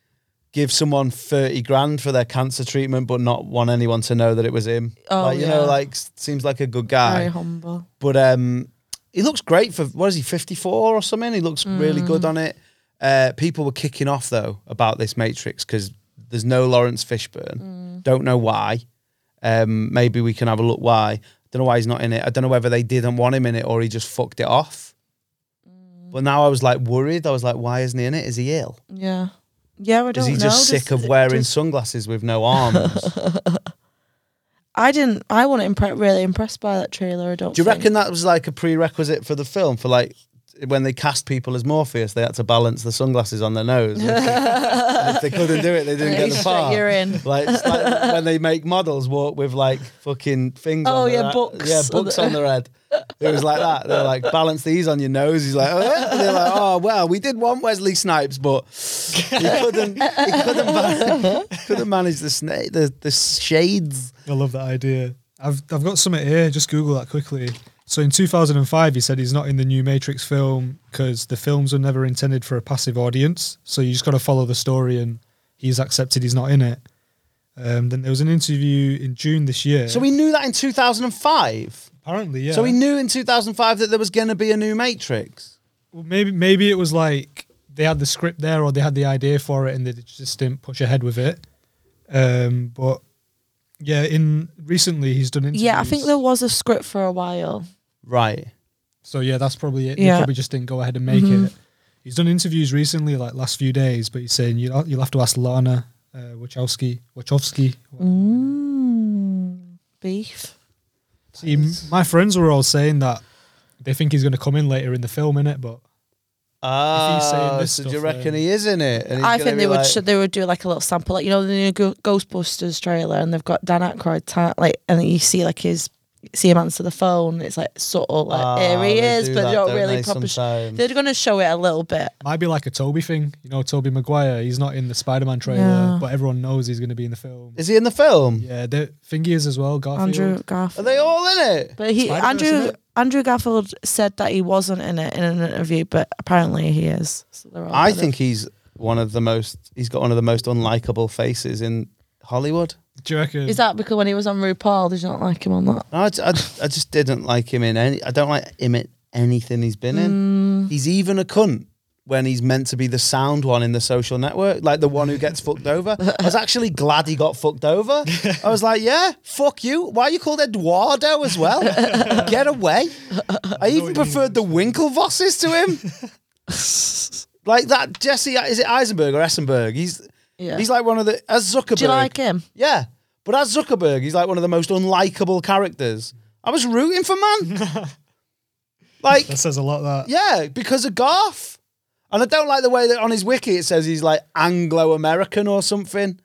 Speaker 1: give someone thirty grand for their cancer treatment, but not want anyone to know that it was him.
Speaker 7: Oh,
Speaker 1: like, you know,
Speaker 7: yeah.
Speaker 1: like s- seems like a good
Speaker 7: Very
Speaker 1: guy.
Speaker 7: humble.
Speaker 1: But um, he looks great for what is he fifty four or something? He looks really good on it. Uh, people were kicking off though about this Matrix because there's no Lawrence Fishburne. Don't know why. Um, maybe we can have a look why. Don't know why he's not in it. I don't know whether they didn't want him in it or he just fucked it off. But now I was like worried. I was like, why isn't he in it? Is he ill?
Speaker 7: Yeah. Yeah, I don't
Speaker 1: Is he
Speaker 7: know.
Speaker 1: just
Speaker 7: Does-
Speaker 1: sick of wearing
Speaker 7: does-
Speaker 1: sunglasses with no arms?
Speaker 7: I didn't. I wasn't impre- really impressed by that trailer. I don't.
Speaker 1: Do you
Speaker 7: think.
Speaker 1: reckon that was like a prerequisite for the film? For like when they cast people as Morpheus, they had to balance the sunglasses on their nose. And if they couldn't do it, they didn't
Speaker 7: Yeah,
Speaker 1: get the
Speaker 7: he's just
Speaker 1: part.
Speaker 7: like, "You're in."
Speaker 1: Like, it's like when they make models walk with like fucking things.
Speaker 7: Oh,
Speaker 1: on their
Speaker 7: yeah,
Speaker 1: he-
Speaker 7: books
Speaker 1: Yeah,
Speaker 7: on
Speaker 1: books
Speaker 7: the-
Speaker 1: on their head. It was like that. They're like balance these on your nose. He's like, "Uh," and they're like, oh well, we did want Wesley Snipes, but he couldn't. He couldn't, man- couldn't manage the snake, the the shades.
Speaker 3: I love that idea. I've I've got something here. Just Google that quickly. So in 2005, he said he's not in the new Matrix film because the films were never intended for a passive audience. So you just got to follow the story, and he's accepted he's not in it. Um, then there was an interview in June this year.
Speaker 1: So we knew that in 2005.
Speaker 3: Apparently, yeah.
Speaker 1: So we knew in 2005 that there was going to be a new Matrix.
Speaker 3: Well, maybe maybe it was like they had the script there or they had the idea for it and they just didn't push ahead with it. Um, but yeah, in recently he's done interviews.
Speaker 7: Yeah, I think there was a script for a while.
Speaker 1: Right.
Speaker 3: So yeah, that's probably it.
Speaker 7: Yeah.
Speaker 3: They probably just didn't go ahead and make
Speaker 7: Mhm.
Speaker 3: it. He's done interviews recently, like last few days, but he's saying you'll, you'll have to ask Lana uh, Wachowski. Wachowski.
Speaker 1: Hmm.
Speaker 7: Mm, beef.
Speaker 3: See, m- my friends were all saying that they think he's going to come in later in the film, innit? But
Speaker 1: Ah,
Speaker 3: he's saying this
Speaker 1: so do you
Speaker 3: stuff,
Speaker 1: reckon
Speaker 3: then-
Speaker 1: he is in it? And he's
Speaker 7: I
Speaker 1: gonna
Speaker 7: think
Speaker 1: be
Speaker 7: they would
Speaker 1: like-
Speaker 7: should they would do like a little sample, like you know the new Go- Ghostbusters trailer, and they've got Dan Aykroyd ta- like, and then you see like his see him answer the phone. It's like subtle, like
Speaker 3: Ah,
Speaker 7: here he
Speaker 3: they
Speaker 7: is,
Speaker 3: do
Speaker 7: but
Speaker 3: that,
Speaker 7: they don't
Speaker 3: don't
Speaker 7: really
Speaker 3: they,
Speaker 7: proper. Sh-
Speaker 3: sometimes?
Speaker 7: they're going to show it a little bit.
Speaker 3: might be like a Toby thing, you know, Toby Maguire. He's not in the Spider-Man trailer,
Speaker 7: Yeah.
Speaker 3: but everyone knows he's going to be in the film.
Speaker 1: Is he in the film?
Speaker 3: Yeah, the thing is as well. Garfield.
Speaker 7: Andrew Garfield.
Speaker 1: Are they all in it?
Speaker 7: But he
Speaker 3: Spider-Verse,
Speaker 7: Andrew
Speaker 3: isn't
Speaker 7: Andrew Garfield said that he wasn't in it in an interview, but apparently he is. So they're all
Speaker 1: I
Speaker 7: in it.
Speaker 1: think he's one of the most. He's got one of the most unlikable faces in Hollywood.
Speaker 3: Do you reckon?
Speaker 7: Is that because when he was on RuPaul, did you not like him on that?
Speaker 1: No, I, I, I just didn't like him in any. I don't like him in anything he's been
Speaker 7: Mm.
Speaker 1: in. He's even a cunt when he's meant to be the sound one in the social network, like the one who gets fucked over. I was actually glad he got fucked over. I was like, yeah, fuck you. Why are you called Eduardo as well? Get away. I even preferred the Winklevosses to him. like that Jesse, is it Eisenberg or Essenberg? He's
Speaker 7: Yeah.
Speaker 1: he's like one of the as Zuckerberg.
Speaker 7: Do you like him?
Speaker 1: Yeah. But as Zuckerberg, he's like one of the most unlikable characters. I was rooting for man. like
Speaker 3: that says a lot. That
Speaker 1: yeah, because of Garth. And I don't like the way that on his wiki it says he's like Anglo American or something.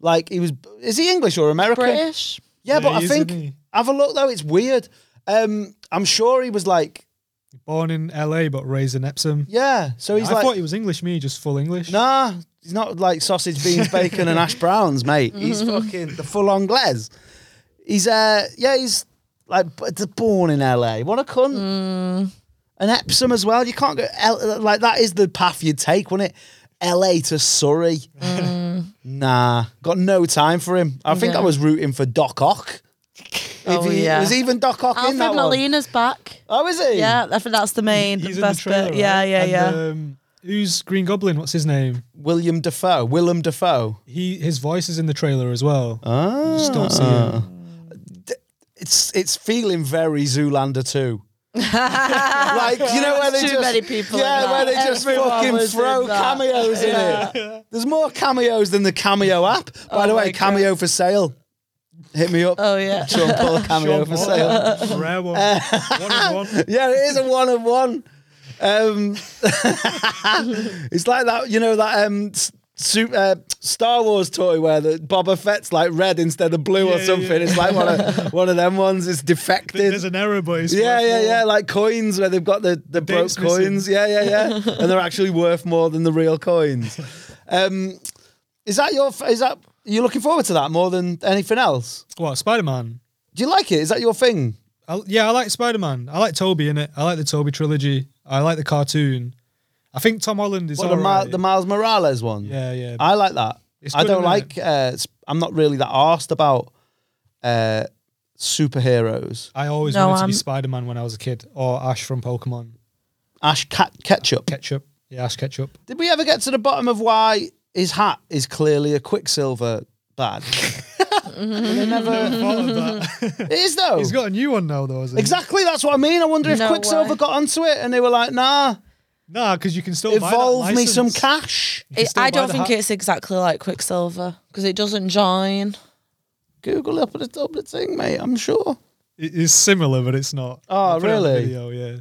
Speaker 1: Like he was is he English or American?
Speaker 7: British.
Speaker 1: Yeah,
Speaker 3: Yeah,
Speaker 1: but
Speaker 3: he
Speaker 1: I
Speaker 3: is,
Speaker 1: think
Speaker 3: isn't he?
Speaker 1: have a look though, it's weird. Um I'm sure he was like
Speaker 3: born in L.A. but raised in Epsom.
Speaker 1: yeah, so he's
Speaker 3: I
Speaker 1: like
Speaker 3: thought he was English. Me, just full English.
Speaker 1: Nah, he's not like sausage, beans, bacon, and ash browns, mate. He's
Speaker 7: Mm.
Speaker 1: fucking the full on glaze. He's uh, yeah, he's like b- d- born in LA. What a cunt.
Speaker 7: Mm.
Speaker 1: And Epsom as well. You can't go L- like that. Is the path you'd take, wouldn't it? LA to Surrey. Nah, got no time for him. I think
Speaker 7: Mm. Yeah.
Speaker 1: I was rooting for Doc Ock.
Speaker 7: Oh,
Speaker 1: he,
Speaker 7: yeah.
Speaker 1: was even Doc Ock in
Speaker 7: Alfred
Speaker 1: that one?
Speaker 7: Molina's back.
Speaker 1: Oh, is he?
Speaker 7: Yeah, I think that's the main
Speaker 3: He's
Speaker 7: the
Speaker 3: in the
Speaker 7: best
Speaker 3: trailer.
Speaker 7: bit. Yeah,
Speaker 3: right?
Speaker 7: yeah,
Speaker 3: And,
Speaker 7: yeah.
Speaker 3: Um, who's Green Goblin? What's his name?
Speaker 1: William Defoe. Willem Defoe.
Speaker 3: He his voice is in the trailer as well.
Speaker 1: Ah.
Speaker 3: Just don't see him.
Speaker 1: it's it's feeling very Zoolander too. like you know where they
Speaker 7: Too
Speaker 1: just
Speaker 7: many people in
Speaker 1: yeah
Speaker 7: that.
Speaker 1: where they just
Speaker 7: Everyone
Speaker 1: fucking
Speaker 7: was in
Speaker 1: throw
Speaker 7: that.
Speaker 1: cameos in it. There's more cameos than the cameo app. By the way, cameo for sale. Hit me up.
Speaker 7: Oh yeah.
Speaker 1: Sean Paul cameo
Speaker 3: Sean
Speaker 1: for
Speaker 3: Paul.
Speaker 1: sale.
Speaker 3: Rare one. one in one.
Speaker 1: yeah, it is a one of one. Um, it's like that you know that um. s- su- uh, Star Wars toy where the Boba Fett's like red instead of blue or
Speaker 3: Yeah,
Speaker 1: something.
Speaker 3: yeah.
Speaker 1: It's like one of one of them ones. It's defected.
Speaker 3: There's an error, but it's
Speaker 1: Yeah,
Speaker 3: worth
Speaker 1: yeah,
Speaker 3: more.
Speaker 1: yeah. Like coins where they've got the, the broke
Speaker 3: date's missing.
Speaker 1: coins. Yeah, yeah, yeah. and they're actually worth more than the real coins. Um, is that your? f- Is that you looking forward to that more than anything else?
Speaker 3: What Spider Man?
Speaker 1: Do you like it? Is that your thing?
Speaker 3: I, yeah, I like Spider Man. I like Toby in it. I like the Toby trilogy. I like the cartoon. I think Tom Holland is
Speaker 1: What, the,
Speaker 3: alright.
Speaker 1: Miles the Miles Morales one.
Speaker 3: yeah, yeah.
Speaker 1: I like that.
Speaker 3: It's
Speaker 1: I
Speaker 3: good,
Speaker 1: don't
Speaker 3: isn't
Speaker 1: like. Uh, s- I'm not really that arsed about uh, superheroes.
Speaker 3: I always
Speaker 7: No,
Speaker 3: wanted to be
Speaker 7: I'm-
Speaker 3: Spider Man when I was a kid, or Ash from Pokemon.
Speaker 1: Ash Cat Ketchup.
Speaker 3: Ketchup. Yeah, Ash Ketchup.
Speaker 1: Did we ever get to the bottom of why his hat is clearly a Quicksilver badge?
Speaker 3: I never thought of that.
Speaker 1: it is though.
Speaker 3: He's got a new one now, though, hasn't he?
Speaker 1: Exactly, that's what I mean. I wonder if
Speaker 7: No
Speaker 1: Quicksilver
Speaker 7: way.
Speaker 1: got onto it and they were like, nah,
Speaker 3: Nah, because you can still buy that
Speaker 1: evolve me some
Speaker 3: license.
Speaker 1: cash.
Speaker 3: You can
Speaker 7: It-
Speaker 3: still
Speaker 7: I
Speaker 3: buy
Speaker 7: don't
Speaker 3: the
Speaker 7: think
Speaker 3: hat.
Speaker 7: it's exactly like Quicksilver because it doesn't join.
Speaker 1: Google up at the top of the thing, mate, I'm sure.
Speaker 3: It is similar, but it's not.
Speaker 1: Oh,
Speaker 3: I put it on the
Speaker 1: really?
Speaker 3: Video, yeah.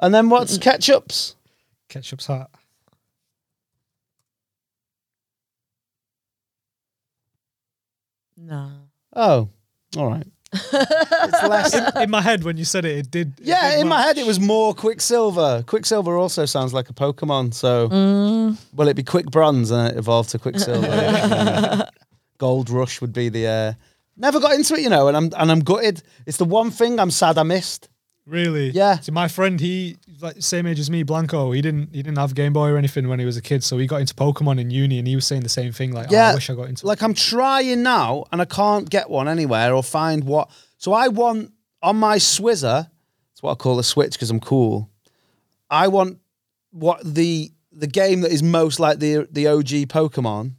Speaker 1: And then what's ketchups?
Speaker 3: Ketchup's hat.
Speaker 7: No.
Speaker 1: Oh, all right. it's less.
Speaker 3: In my head, when you said it, it did. it
Speaker 1: Yeah,
Speaker 3: did
Speaker 1: in my
Speaker 3: match.
Speaker 1: head it was more Quicksilver. Quicksilver also sounds like a Pokemon, so
Speaker 7: Mm.
Speaker 1: well it'd be Quick Bronze and then it evolved to Quicksilver. Gold Rush would be the uh, Never got into it, you know, and I'm and I'm gutted. It's the one thing I'm sad I missed.
Speaker 3: Really?
Speaker 1: Yeah.
Speaker 3: So my friend, he he's like same age as me, Blanco. He didn't he didn't have Game Boy or anything when he was a kid, so he got into Pokemon in uni, and he was saying the same thing. Like, oh, I wish I got into.
Speaker 1: Like I'm trying now, and I can't get one anywhere or find what. So I want on my Swizzer. It's what I call a Switch because I'm cool. I want what the the game that is most like the the OG Pokemon.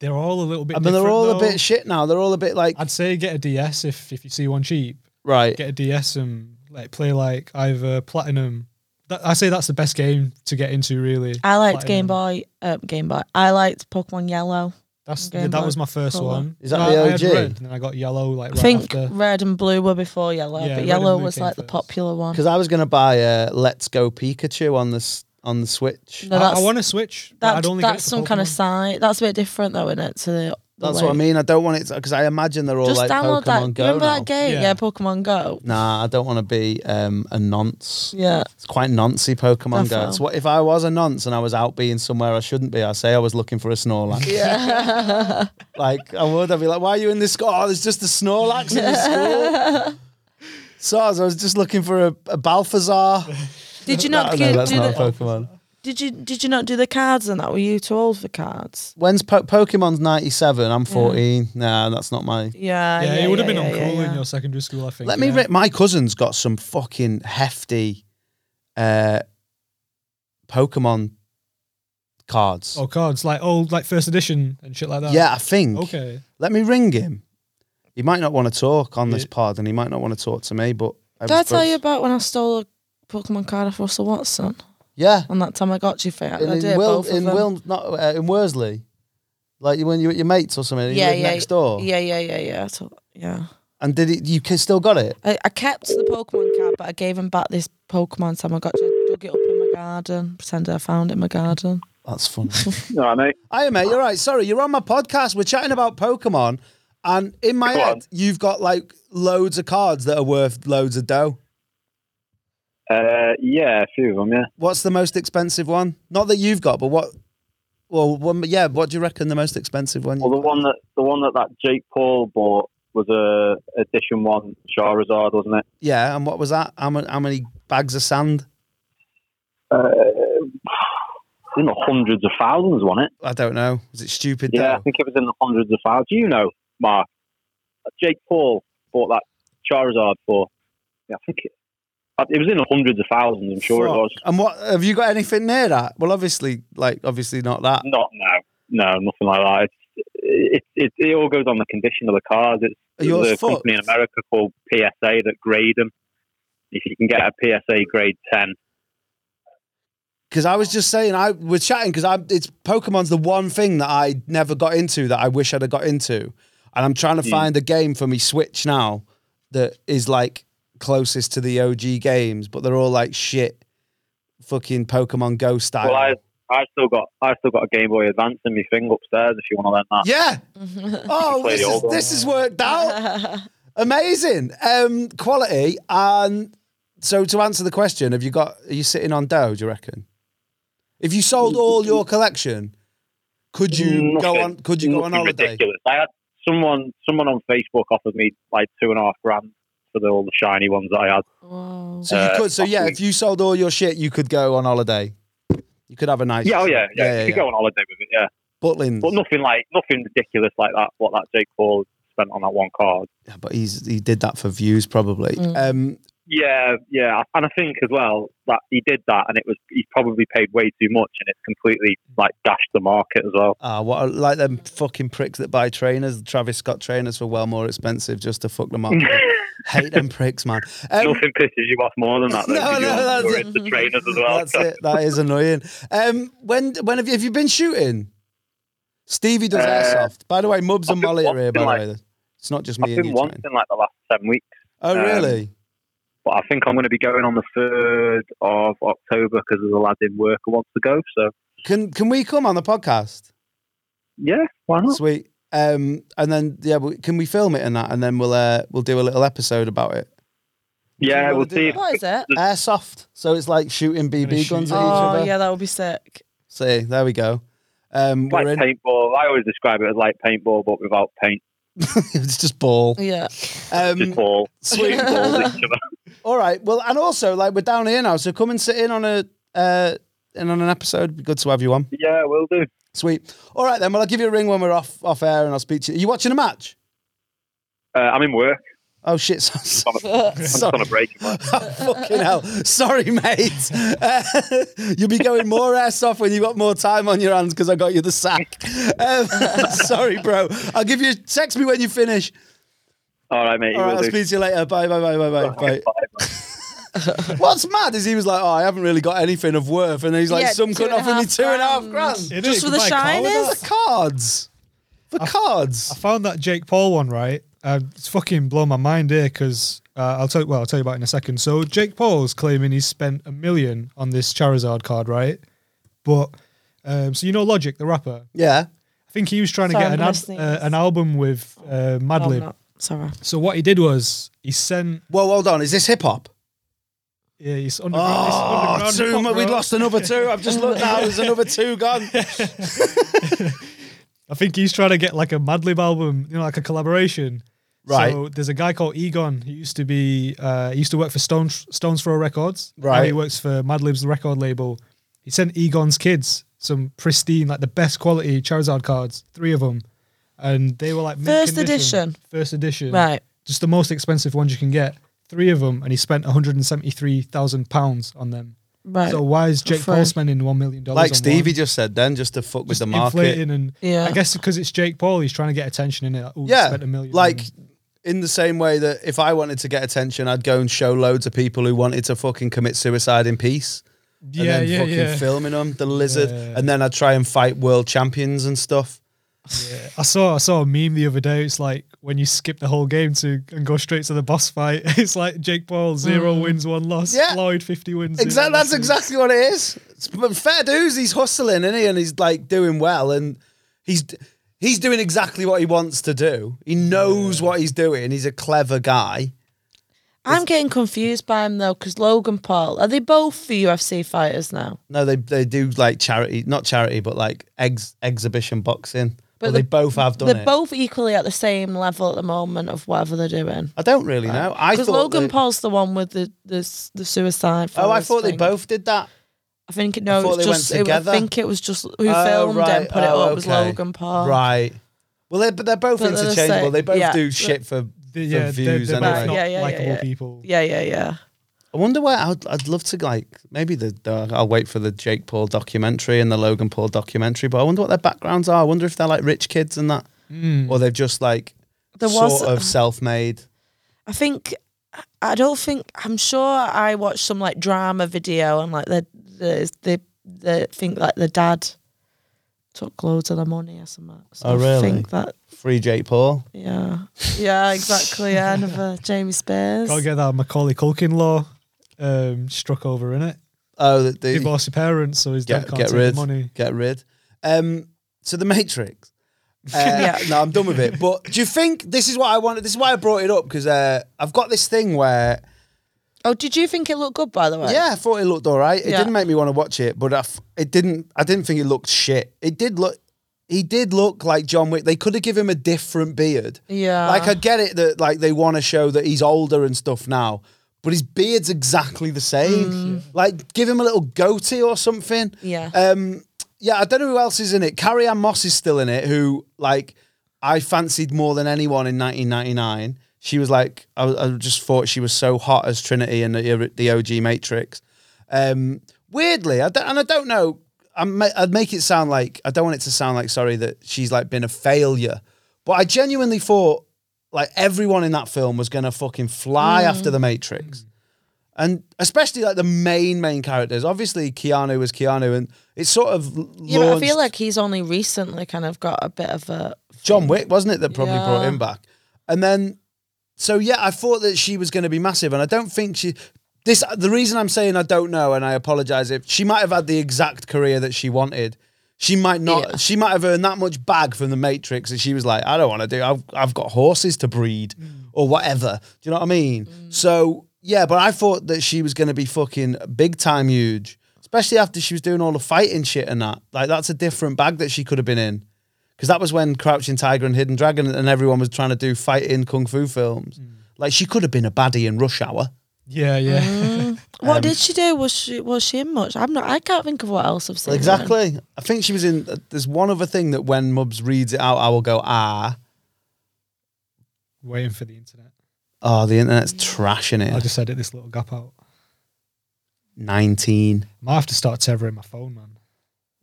Speaker 3: They're all a little bit.
Speaker 1: I mean, they're
Speaker 3: different,
Speaker 1: all a
Speaker 3: though.
Speaker 1: bit shit now. They're all a bit like
Speaker 3: I'd say get a DS if if you see one cheap.
Speaker 1: Right.
Speaker 3: Get a DS and like play like either Platinum. That, I say that's the best game to get into. Really.
Speaker 7: I liked
Speaker 3: Platinum.
Speaker 7: Game Boy. Uh, Game Boy. I liked Pokemon Yellow.
Speaker 3: That's
Speaker 7: Game
Speaker 3: yeah, that
Speaker 7: Boy
Speaker 3: was my first
Speaker 7: Color.
Speaker 3: one.
Speaker 1: Is that
Speaker 3: No,
Speaker 1: the
Speaker 3: I- I had
Speaker 1: OG?
Speaker 3: red, and then I got yellow. Like
Speaker 7: I
Speaker 3: right
Speaker 7: think
Speaker 3: after.
Speaker 7: red and blue were before yellow,
Speaker 3: Yeah, red
Speaker 7: but
Speaker 3: and
Speaker 7: yellow
Speaker 3: blue
Speaker 7: was
Speaker 3: came
Speaker 7: like the popular one.
Speaker 1: because I was gonna buy a Let's Go Pikachu on this on the Switch.
Speaker 7: No, I- I that's-
Speaker 3: want a Switch.
Speaker 7: That's, that's some kind of side. That's a bit different though, isn't it? To the, the
Speaker 1: That's what I
Speaker 7: way-
Speaker 1: mean. I don't want it because I imagine they're all
Speaker 7: Just
Speaker 1: like
Speaker 7: download
Speaker 1: Pokemon
Speaker 7: that.
Speaker 1: Go.
Speaker 7: Remember
Speaker 1: now.
Speaker 7: that game? Yeah, Pokemon Go.
Speaker 1: Nah, I don't want to be um, a nonce.
Speaker 7: Yeah.
Speaker 1: It's quite noncey Pokemon
Speaker 7: That's
Speaker 1: Go.
Speaker 7: fine.
Speaker 1: It's what if I was a nonce and I was out being somewhere I shouldn't be? I say I was looking for a Snorlax.
Speaker 7: Yeah.
Speaker 1: like I would. I'd be like, why are you in this school? Oh, there's just a Snorlax in the school. So I was just looking for a, a Balthazar.
Speaker 7: Did you not
Speaker 1: I know
Speaker 7: do-
Speaker 1: that's
Speaker 7: do
Speaker 1: not a
Speaker 7: the-
Speaker 1: Pokemon.
Speaker 7: Did you did you not do the cards and that? Were you too old for cards?
Speaker 1: When's po- Pokemon's 97? I'm 14. Nah, that's not my.
Speaker 7: Yeah.
Speaker 3: Yeah, it would have been
Speaker 7: yeah,
Speaker 3: uncool
Speaker 7: yeah,
Speaker 3: in
Speaker 7: yeah.
Speaker 3: your secondary school. I think.
Speaker 1: Let me
Speaker 3: yeah.
Speaker 1: rip. My cousin's got some fucking hefty uh, Pokemon cards.
Speaker 3: Oh, cards like old, like first edition and shit like that.
Speaker 1: Yeah, I think.
Speaker 3: Okay.
Speaker 1: Let me ring him. He might not want to talk on this pod, and he might not want to talk to me. But I
Speaker 7: Did I
Speaker 1: was
Speaker 7: tell
Speaker 1: both-
Speaker 7: you about when I stole a Pokemon card off Russell Watson?
Speaker 1: Yeah.
Speaker 7: On that Tamagotchi thing, I,
Speaker 1: in,
Speaker 7: I
Speaker 1: in
Speaker 7: did
Speaker 1: Wil-
Speaker 7: both of
Speaker 1: in
Speaker 7: them.
Speaker 1: Wil- not uh, in Worsley, like you- when you were at your mates or something. Yeah,
Speaker 7: yeah, yeah,
Speaker 1: next door.
Speaker 7: yeah, yeah, yeah, yeah. I told- yeah.
Speaker 1: And did it? You ca- still got it?
Speaker 7: I, I kept the Pokemon card, but I gave him back this Pokemon Tamagotchi. I dug it up in my garden, pretended I found it in my garden.
Speaker 1: That's funny.
Speaker 12: No, I mate.
Speaker 1: Hiya, mate. You're right. Sorry, you're on my podcast. We're chatting about Pokemon, and in my
Speaker 12: Go
Speaker 1: head,
Speaker 12: on.
Speaker 1: you've got like loads of cards that are worth loads of dough.
Speaker 12: Uh, yeah, a few of them. Yeah.
Speaker 1: What's the most expensive one? Not that you've got, but what? Well, one, yeah. What do you reckon the most expensive one?
Speaker 12: Well, the one that the one that that Jake Paul bought was a edition one Charizard, wasn't it?
Speaker 1: Yeah, and what was that? How many, how many bags of sand?
Speaker 12: Uh, it's in the hundreds of thousands, wasn't it?
Speaker 1: I don't know. Was it stupid?
Speaker 12: Yeah, I think it was in the hundreds of thousands. You know, Mark, Jake Paul bought that Charizard for. Yeah, I think it, it was in the hundreds of thousands. I'm sure it
Speaker 1: Fuck.
Speaker 12: was.
Speaker 1: And what have you got anything near that? Well, obviously, like obviously not that.
Speaker 12: Not now. No, nothing like that. It's, it, it, it all goes on the condition of the cars. It's
Speaker 1: Are yours
Speaker 12: there's a company in America called PSA that grade them. If you can get a PSA grade 10,
Speaker 1: Because I was just saying, I we're chatting because I it's Pokemon's the one thing that I never got into that I wish I'd have got into, and I'm trying to
Speaker 12: Mm.
Speaker 1: find a game for me Switch now that is like closest to the OG games, but they're all like shit, fucking Pokemon Go style.
Speaker 12: well, I I still got I still got a Game Boy Advance in my thing upstairs. If you want to learn that,
Speaker 1: yeah. Oh,
Speaker 12: Play
Speaker 1: this
Speaker 12: the
Speaker 1: is,
Speaker 12: old one.
Speaker 1: this has worked out. Amazing um, quality. And so, to answer the question, have you got? Are you sitting on dough? Do you reckon? If you sold all your collection, could you go
Speaker 12: Nothing-
Speaker 1: on? Could you go on
Speaker 12: nothing
Speaker 1: holiday?
Speaker 12: Ridiculous. I had someone someone on Facebook offered me like two and a half grand for the, all the shiny ones that I had.
Speaker 1: So you
Speaker 12: Uh,
Speaker 1: could. So yeah, if you sold all your shit, you could go on holiday. You could have a nice.
Speaker 12: Yeah, oh yeah, yeah.
Speaker 1: yeah,
Speaker 12: you could go on holiday with it, yeah.
Speaker 1: Butlins.
Speaker 12: But nothing like nothing ridiculous like that. What that Jake Paul spent on that one card.
Speaker 1: yeah. But he's he did that for views, probably. Um,
Speaker 12: Yeah, yeah, and I think as well that he did that, and it was he probably paid way too much, and it's completely like dashed the market as well.
Speaker 1: Ah, what a- like them fucking pricks that buy trainers, Travis Scott trainers for well more expensive just to fuck them up. Hate them pricks, man. Um,
Speaker 12: Nothing pisses you off more than that. Though,
Speaker 1: No,
Speaker 12: 'cause
Speaker 1: no,
Speaker 12: you're,
Speaker 1: that's
Speaker 12: you're
Speaker 1: it.
Speaker 12: into trainers as well.
Speaker 1: That's it. That is annoying. Um, when when have you, have you been shooting? Stevie does
Speaker 12: Uh,
Speaker 1: airsoft. By the way, Mubs
Speaker 12: I've
Speaker 1: and
Speaker 12: been
Speaker 1: Molly are here.
Speaker 12: wanting,
Speaker 1: By
Speaker 12: like-
Speaker 1: the way, it's not just
Speaker 12: I've
Speaker 1: me and
Speaker 12: been
Speaker 1: you.
Speaker 12: once
Speaker 1: Trent.
Speaker 12: in like the last seven weeks.
Speaker 1: Oh,
Speaker 12: Um,
Speaker 1: really?
Speaker 12: but I think I'm going to be going on the third of October because there's a lad in work who wants to go. So
Speaker 1: Can can we come on the podcast?
Speaker 12: Yeah, why not?
Speaker 1: Sweet. Um, and then yeah, we, can we film it and that, and then we'll uh, we'll do a little episode about it.
Speaker 12: yeah,
Speaker 1: wanna
Speaker 12: we'll
Speaker 1: do
Speaker 12: see.
Speaker 1: that?
Speaker 12: if-
Speaker 7: What is it?
Speaker 1: Airsoft. So it's like shooting BB guns at each
Speaker 7: Oh
Speaker 1: other.
Speaker 7: yeah, that would be sick.
Speaker 1: See, there we go. Um,
Speaker 12: It's like
Speaker 1: we're in.
Speaker 12: paintball. I always describe it as like paintball, but without paint.
Speaker 1: it's just ball.
Speaker 7: Yeah.
Speaker 1: Um,
Speaker 12: Just ball.
Speaker 1: sweet.
Speaker 12: Just balls at each other.
Speaker 1: All right. Well, and also like we're down here now, so come and sit in on a uh, in on an episode. Be good to have you on.
Speaker 12: Yeah, we'll do.
Speaker 1: Sweet. All right then. Well, I'll give you a ring when we're off off air, and I'll speak to you. Are you watching a match?
Speaker 12: Uh, I'm in work.
Speaker 1: Oh shit! so-
Speaker 12: I'm, I'm just on a break.
Speaker 1: Fucking hell. Sorry, mate. Uh, you'll be going more airsoft when you've got more time on your hands because I got you the sack. Um, sorry, bro. I'll give you, text me when you finish.
Speaker 12: All right, mate. You
Speaker 1: All right,
Speaker 12: will
Speaker 1: I'll
Speaker 12: do.
Speaker 1: speak to you later. Bye, bye, bye, bye, bye. bye. What's mad is he was like, oh, I haven't really got anything of worth. And he's like,
Speaker 7: Yeah,
Speaker 1: some
Speaker 7: two
Speaker 1: couldn't
Speaker 7: and a
Speaker 1: offer me
Speaker 7: half
Speaker 1: two and a half
Speaker 7: grand.
Speaker 1: grand.
Speaker 7: It Just is, for you the can buy a car with shiners?
Speaker 1: For cards. For cards.
Speaker 3: I found that Jake Paul one right. Uh, it's fucking blown my mind here because uh, I'll tell you. Well, I'll tell you about it in a second. So Jake Paul's claiming he's spent a million on this Charizard card, right? But um, so you know Logic, the rapper.
Speaker 1: Yeah.
Speaker 3: I think he was trying
Speaker 7: Sorry,
Speaker 3: to
Speaker 7: I'm
Speaker 3: get an,
Speaker 7: gonna
Speaker 3: ad,
Speaker 7: sneeze.
Speaker 3: uh, an album with uh,
Speaker 7: I'm
Speaker 3: Madlib.
Speaker 7: not. Oh, Sorry.
Speaker 3: so what he did was he sent.
Speaker 1: Whoa, hold on. Is this hip hop?
Speaker 3: Yeah, he's underground. it's
Speaker 1: Oh,
Speaker 3: underground
Speaker 1: two,
Speaker 3: pop,
Speaker 1: mu- we
Speaker 3: bro.
Speaker 1: lost another two. I've just looked now. There's another two gone.
Speaker 3: I think he's trying to get like a Madlib album, you know, like a collaboration.
Speaker 1: Right.
Speaker 3: So there's a guy called Egon who used to be, uh, he used to work for Stones Stones Throw Records. Now
Speaker 1: Right.
Speaker 3: he works for Madlib's record label. He sent Egon's kids some pristine, like the best quality Charizard cards, three of them, and they were like mint
Speaker 7: First
Speaker 3: condition,
Speaker 7: edition.
Speaker 3: first edition,
Speaker 7: Right.
Speaker 3: Just the most expensive ones you can get, three of them, and he spent 173,000 pounds on them.
Speaker 7: Right.
Speaker 3: So why is
Speaker 7: For
Speaker 3: Jake Paul
Speaker 7: free.
Speaker 3: spending one million dollars?
Speaker 1: Like
Speaker 3: on
Speaker 1: Stevie
Speaker 3: one?
Speaker 1: just said then, just to fuck with the market.
Speaker 3: inflating and
Speaker 7: Yeah.
Speaker 3: I guess because it's Jake Paul, he's trying to get attention in it. Like, "Ooh,
Speaker 1: Yeah,
Speaker 3: spent a million.
Speaker 1: like in the same way that if I wanted to get attention, I'd go and show loads of people who wanted to fucking commit suicide in peace. and
Speaker 3: Yeah,
Speaker 1: then
Speaker 3: yeah,
Speaker 1: fucking
Speaker 3: yeah.
Speaker 1: filming them, the lizard,
Speaker 3: Yeah.
Speaker 1: and then I'd try and fight world champions and stuff.
Speaker 3: I saw I saw a meme the other day. It's like when you skip the whole game to and go straight to the boss fight. It's like Jake Paul
Speaker 7: Mm.
Speaker 3: zero wins, one loss.
Speaker 1: Yeah.
Speaker 3: Floyd fifty wins. zero
Speaker 1: Exactly, that's
Speaker 3: losses.
Speaker 1: exactly what it is. It's- But fair dues, he's hustling, isn't he? And he's like doing well, and he's he's doing exactly what he wants to do. He knows what he's doing. He's a clever guy.
Speaker 7: I'm getting confused by him though, because Logan Paul, are they both the UFC fighters now?
Speaker 1: No, they they do like charity, not charity, but like ex, exhibition boxing. But
Speaker 7: But
Speaker 1: they
Speaker 7: the-
Speaker 1: both have done
Speaker 7: They're
Speaker 1: it.
Speaker 7: both equally at the same level at the moment of whatever they're doing.
Speaker 1: I don't really know. I
Speaker 7: Because
Speaker 1: thought
Speaker 7: Logan
Speaker 1: they-
Speaker 7: Paul's the one with the the, s- the suicide.
Speaker 1: Oh, I
Speaker 7: followers
Speaker 1: thought they
Speaker 7: thing.
Speaker 1: both did that.
Speaker 7: I think
Speaker 1: I
Speaker 7: it- no,
Speaker 1: thought
Speaker 7: it was
Speaker 1: they went
Speaker 7: just. It, I
Speaker 1: together.
Speaker 7: think it was just who
Speaker 1: Oh,
Speaker 7: filmed it
Speaker 1: right.
Speaker 7: and put it
Speaker 1: Oh,
Speaker 7: up was
Speaker 1: okay.
Speaker 7: Logan Paul.
Speaker 1: Right. Well, they're, but they're both
Speaker 7: But they're the
Speaker 1: interchangeable.
Speaker 7: same-
Speaker 1: They both
Speaker 7: yeah.
Speaker 1: do shit for, for
Speaker 3: They- yeah, they're,
Speaker 1: views
Speaker 3: they're both
Speaker 1: anyway.
Speaker 3: not
Speaker 7: Yeah, yeah, yeah,
Speaker 3: likable
Speaker 7: yeah.
Speaker 3: people.
Speaker 7: Yeah, yeah, yeah.
Speaker 1: I wonder where I'd, I'd love to like maybe the, the I'll wait for the Jake Paul documentary and the Logan Paul documentary, but I wonder what their backgrounds are. I wonder if they're like rich kids and that,
Speaker 3: Hmm.
Speaker 1: or they're just like
Speaker 7: There
Speaker 1: sort
Speaker 7: was-
Speaker 1: of self-made.
Speaker 7: I think I don't think I'm sure I watched some like drama video and like the the the, the think like the dad took loads of the money or something. So
Speaker 1: Oh, really?
Speaker 7: I think that
Speaker 1: Free Jake Paul.
Speaker 7: yeah yeah exactly yeah another Jamie Spears.
Speaker 3: Gotta get that Macaulay Culkin law um, struck over in it.
Speaker 1: Oh, the, the,
Speaker 3: Divorce your parents, so his dad
Speaker 1: get,
Speaker 3: can't
Speaker 1: get
Speaker 3: take
Speaker 1: rid,
Speaker 3: the money.
Speaker 1: get rid. Um, so the Matrix. Uh, No, I'm done with it. But do you think this is what I wanted? This is why I brought it up because uh, I've got this thing where
Speaker 7: Oh, did you think it looked good by the way?
Speaker 1: yeah, I thought it looked all right. It
Speaker 7: Yeah.
Speaker 1: didn't make me want to watch it, but I f- it didn't. I didn't think it looked shit. It did look. He did look like John Wick. They could have given him a different beard.
Speaker 7: yeah.
Speaker 1: Like I get it that like they want to show that he's older and stuff now, but his beard's exactly the same. Like give him a little goatee or something.
Speaker 7: Yeah.
Speaker 1: Um. Yeah, I don't know who else is in it. Carrie Ann Moss is still in it. Who like I fancied more than anyone in 1999. She was like I, I just thought she was so hot as Trinity in the, the OG Matrix. Um. Weirdly, I don't, and I don't know. I'm, ma- I'd make it sound like I don't want it to sound like sorry that she's like been a failure, but I genuinely thought like everyone in that film was gonna fucking
Speaker 7: Hmm.
Speaker 1: fly after the Matrix, and especially like the main main characters. Obviously, Keanu was Keanu, and it's sort of l-
Speaker 7: yeah, but I
Speaker 1: launched
Speaker 7: feel like he's only recently kind of got a bit of a
Speaker 1: John Wick, wasn't it, that probably brought
Speaker 7: Mm. Yeah.
Speaker 1: him back? And then, so yeah, I thought that she was going to be massive, and I don't think she. This the reason I'm saying I don't know, and I apologize if she might have had the exact career that she wanted. She might not.
Speaker 7: Yeah.
Speaker 1: She might have earned that much bag from the Matrix that she was like, I don't want to do. I've I've got horses to breed
Speaker 7: Mm.
Speaker 1: or whatever. Do you know what I mean? So yeah, but I thought that she was going to be fucking big time huge, especially after she was doing all the fighting shit and that. Like that's a different bag that she could have been in. because that was when Crouching Tiger and Hidden Dragon and everyone was trying to do fighting kung fu films.
Speaker 3: Mm.
Speaker 1: Like she could have been a baddie in Rush Hour.
Speaker 3: Yeah, yeah.
Speaker 7: What
Speaker 1: Um,
Speaker 7: did she do? Was she was she in much? I'm not. I can't think of what else I've seen. her in.
Speaker 1: Exactly. I think she was in. uh, There's one other thing that when Mubs reads it out, I will go ah.
Speaker 3: Waiting for the internet.
Speaker 1: Oh, the internet's trashing
Speaker 3: Mm. I
Speaker 1: it.
Speaker 3: just edit this little gap out.
Speaker 1: Nineteen.
Speaker 3: I might have to start tethering my phone, man.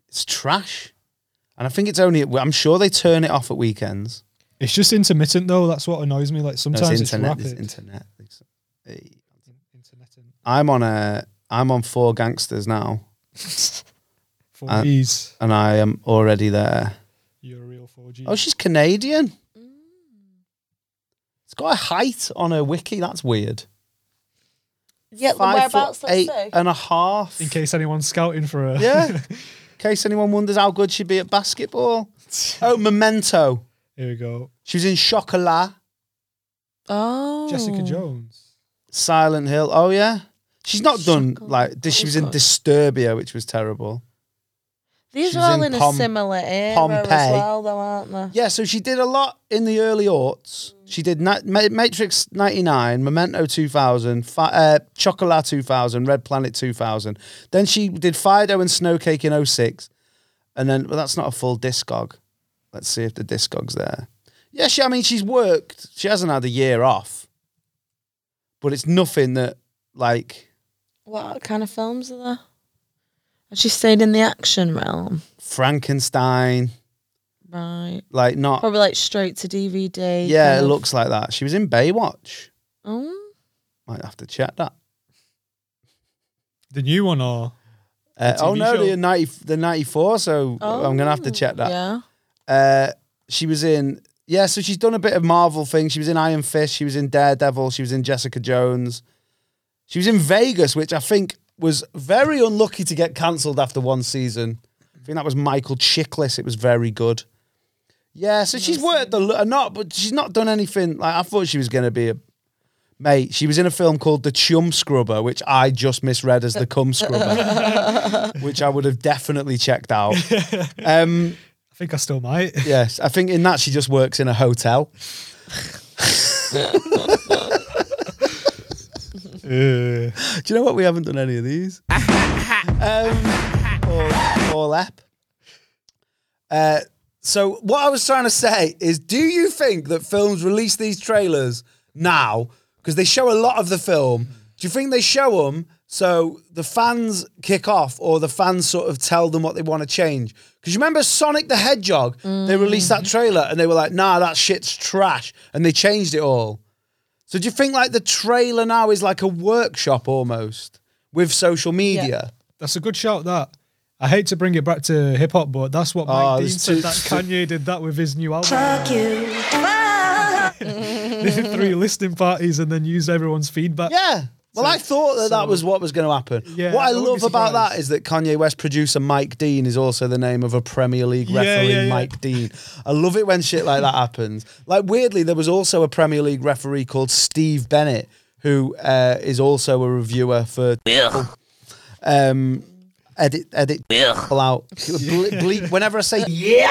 Speaker 1: It's trash. And I think it's only. I'm sure they turn it off at weekends.
Speaker 3: It's just intermittent though. That's what annoys me. Like
Speaker 1: No,
Speaker 3: sometimes it's,
Speaker 1: internet.
Speaker 3: rapid.
Speaker 1: It's internet. It's- hey. I'm on a. I'm on four gangsters now.
Speaker 3: Four
Speaker 1: And-
Speaker 3: Gs.
Speaker 1: And I am already there.
Speaker 3: You're a real 4G.
Speaker 1: Oh, she's Canadian. It's got a height on her wiki. That's weird.
Speaker 7: Yeah,
Speaker 1: Five
Speaker 7: whereabouts?
Speaker 1: foot
Speaker 7: Let's
Speaker 1: eight
Speaker 7: say.
Speaker 1: and a half.
Speaker 3: In case anyone's scouting for her.
Speaker 1: Yeah. In case anyone wonders how good she'd be at basketball. Oh, Memento.
Speaker 3: Here we go.
Speaker 1: She was in Chocolat,
Speaker 7: Oh,
Speaker 3: Jessica Jones.
Speaker 1: Silent Hill. Oh yeah. She's not done like this. She was in Disturbia, which was terrible.
Speaker 7: These
Speaker 1: She's
Speaker 7: are all
Speaker 1: in
Speaker 7: in,
Speaker 1: Pom-
Speaker 7: a similar era
Speaker 1: Pompeii.
Speaker 7: as well, though, aren't they?
Speaker 1: Yeah, so she did a lot in the early aughts. She did Na- Ma- Matrix 99, Memento 2000, Fi uh, Chocolat 2000, Red Planet 2000. Then she did Fido and Snowcake in 06. And then, well, that's not a full discog. Let's see if the discog's there. Yeah, she, I mean, she's worked. She hasn't had a year off. But it's nothing that, like,
Speaker 7: What kind of films are there? And she stayed in the action realm,
Speaker 1: Frankenstein,
Speaker 7: right?
Speaker 1: like, not.
Speaker 7: Probably like straight to DVD.
Speaker 1: yeah, it
Speaker 7: kind of-
Speaker 1: looks like that. She was in Baywatch.
Speaker 7: Oh,
Speaker 1: Might have to check that.
Speaker 3: The new one or
Speaker 1: Uh,
Speaker 3: The
Speaker 1: oh
Speaker 3: TV
Speaker 1: no,
Speaker 3: show?
Speaker 1: the ninety, the ninety four. So I'm gonna
Speaker 7: Oh,
Speaker 1: have to check that.
Speaker 7: yeah.
Speaker 1: Uh, she was in yeah. So she's done a bit of Marvel thing. She was in Iron Fist. She was in Daredevil. She was in Jessica Jones. She was in Vegas, which I think was very unlucky to get cancelled after one season. I think that was Michael Chiklis. It was very good. Yeah, so she's worked a lot, not, but she's not done anything. Like I thought she was going to be a mate. She was in a film called The Chum Scrubber, which I just misread as The Cum Scrubber, which I would have definitely checked out. Um,
Speaker 3: I think I still might.
Speaker 1: Yes, I think in that she just works in a hotel.
Speaker 3: Do
Speaker 1: you know what? We haven't done any of these. um, or, or lap. Uh, so what I was trying to say is, do you think that films release these trailers now because they show a lot of the film? Do you think they show them so the fans kick off, or the fans sort of tell them what they want to change? Because you remember Sonic the Hedgehog, they released that trailer and they were like, "Nah, that shit's trash," and they changed it all. So do you think like the trailer now is like a workshop almost with social media?
Speaker 3: That's a good shout. That I hate to bring it back to hip hop, but that's what Mike
Speaker 1: Oh,
Speaker 3: Dean
Speaker 1: there's
Speaker 3: said.
Speaker 1: two-
Speaker 3: that
Speaker 1: two-
Speaker 3: Kanye did that with his new album.
Speaker 4: Fuck you.
Speaker 3: They did three listening parties and then used everyone's feedback.
Speaker 1: Yeah. Well, I thought that that
Speaker 3: so-
Speaker 1: was what was going to happen.
Speaker 3: Yeah,
Speaker 1: what I
Speaker 3: I wouldn't
Speaker 1: love
Speaker 3: be
Speaker 1: about that is that Kanye West producer Mike Dean is also the name of a Premier League
Speaker 3: Yeah,
Speaker 1: referee,
Speaker 3: yeah, yeah.
Speaker 1: Mike Dean. I love it when shit like that happens. Like, weirdly, there was also a Premier League referee called Steve Bennett, who uh, is also a reviewer for. Um, edit, edit, out. Ble- bleep, whenever I say yeah,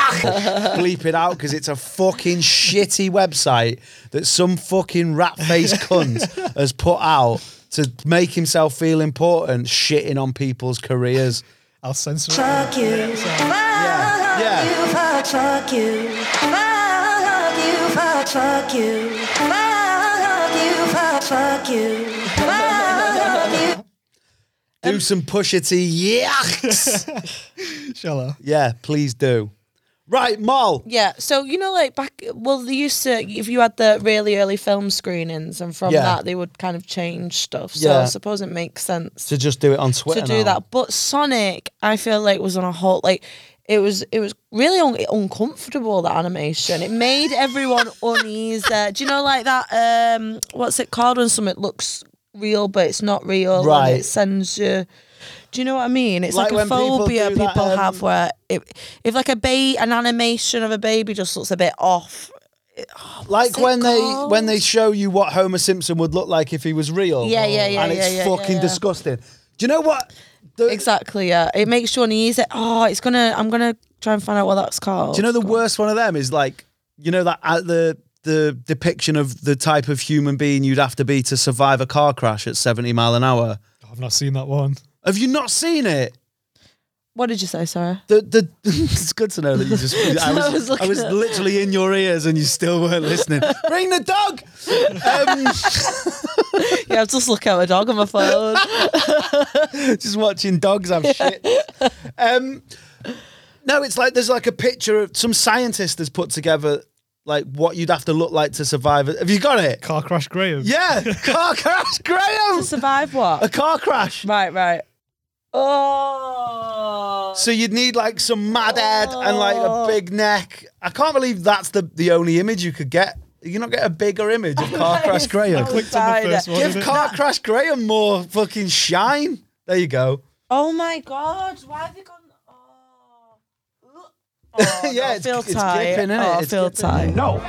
Speaker 1: bleep it out because it's a fucking shitty website that some fucking rat faced cunt has put out to make himself feel important, shitting on people's careers.
Speaker 3: I'll censor
Speaker 4: Fuck you. Fuck you. Fuck, fuck you. Fuck you. Fuck, fuck you. Fuck you. Fuck, fuck you. Fuck you.
Speaker 1: Do some pusher T yucks.
Speaker 3: Shall I?
Speaker 1: Yeah, please do. Right, Mol.
Speaker 7: Yeah, so you know, like back, well, they used to if you had the really early film screenings, and from
Speaker 1: Yeah.
Speaker 7: that they would kind of change stuff. So
Speaker 1: Yeah.
Speaker 7: I suppose it makes sense
Speaker 1: To just do it on Twitter.
Speaker 7: to do
Speaker 1: now.
Speaker 7: that. But Sonic, I feel like was on a halt. Like it was, it was really un- uncomfortable. That animation, it made everyone uneasy. Do you know, like that? Um, what's it called when something looks real but it's not real?
Speaker 1: Right.
Speaker 7: And it sends you. Do you know what I mean? It's
Speaker 1: Like
Speaker 7: like,
Speaker 1: when
Speaker 7: a
Speaker 1: people
Speaker 7: phobia
Speaker 1: do
Speaker 7: people,
Speaker 1: that, um,
Speaker 7: have where if, if like a ba- an animation of a baby just looks a bit off.
Speaker 1: Like
Speaker 7: What's it
Speaker 1: when they
Speaker 7: called?
Speaker 1: when they show you what Homer Simpson would look like if he was real.
Speaker 7: Yeah, yeah, yeah,
Speaker 1: And it's
Speaker 7: yeah, yeah,
Speaker 1: fucking
Speaker 7: yeah.
Speaker 1: disgusting. Do you know what? The-
Speaker 7: exactly. Yeah, it makes you uneasy. Oh, it's gonna. I'm gonna try and find out what that's called.
Speaker 1: Do you know the worst one of them is like you know that uh, the the depiction of the type of human being you'd have to be to survive a car crash at seventy mile an hour.
Speaker 3: I've not seen that one.
Speaker 1: Have you not seen it?
Speaker 7: What did you say, Sarah?
Speaker 1: The the it's good to know that you just. I
Speaker 7: I
Speaker 1: was, I was,
Speaker 7: was looking at-
Speaker 1: literally in your ears and you still weren't listening. Bring the dog. Um,
Speaker 7: yeah, I was just looking at a dog on my phone.
Speaker 1: just watching dogs have shit. Um, no, it's like there's like a picture of some scientist has put together like what you'd have to look like to survive. it. Have you got it?
Speaker 3: Car crash Graham.
Speaker 1: Yeah, car crash Graham.
Speaker 7: To survive what?
Speaker 1: A car crash.
Speaker 7: Right, right. Oh.
Speaker 1: So you'd need like some mad head and like a big neck. I can't believe that's the the only image you could get. You not get a bigger image of car crash Graham.
Speaker 7: I clicked on the first one,
Speaker 1: Give
Speaker 7: didn't
Speaker 1: car
Speaker 7: it?
Speaker 1: crash Graham more fucking shine. There you go.
Speaker 7: Oh my god, why have you gone? Oh.
Speaker 1: yeah, it's,
Speaker 7: feel
Speaker 1: it's
Speaker 7: tight.
Speaker 1: gripping, innit?
Speaker 7: Oh, I
Speaker 1: It's
Speaker 7: feel
Speaker 1: gripping.
Speaker 7: tight.
Speaker 1: No.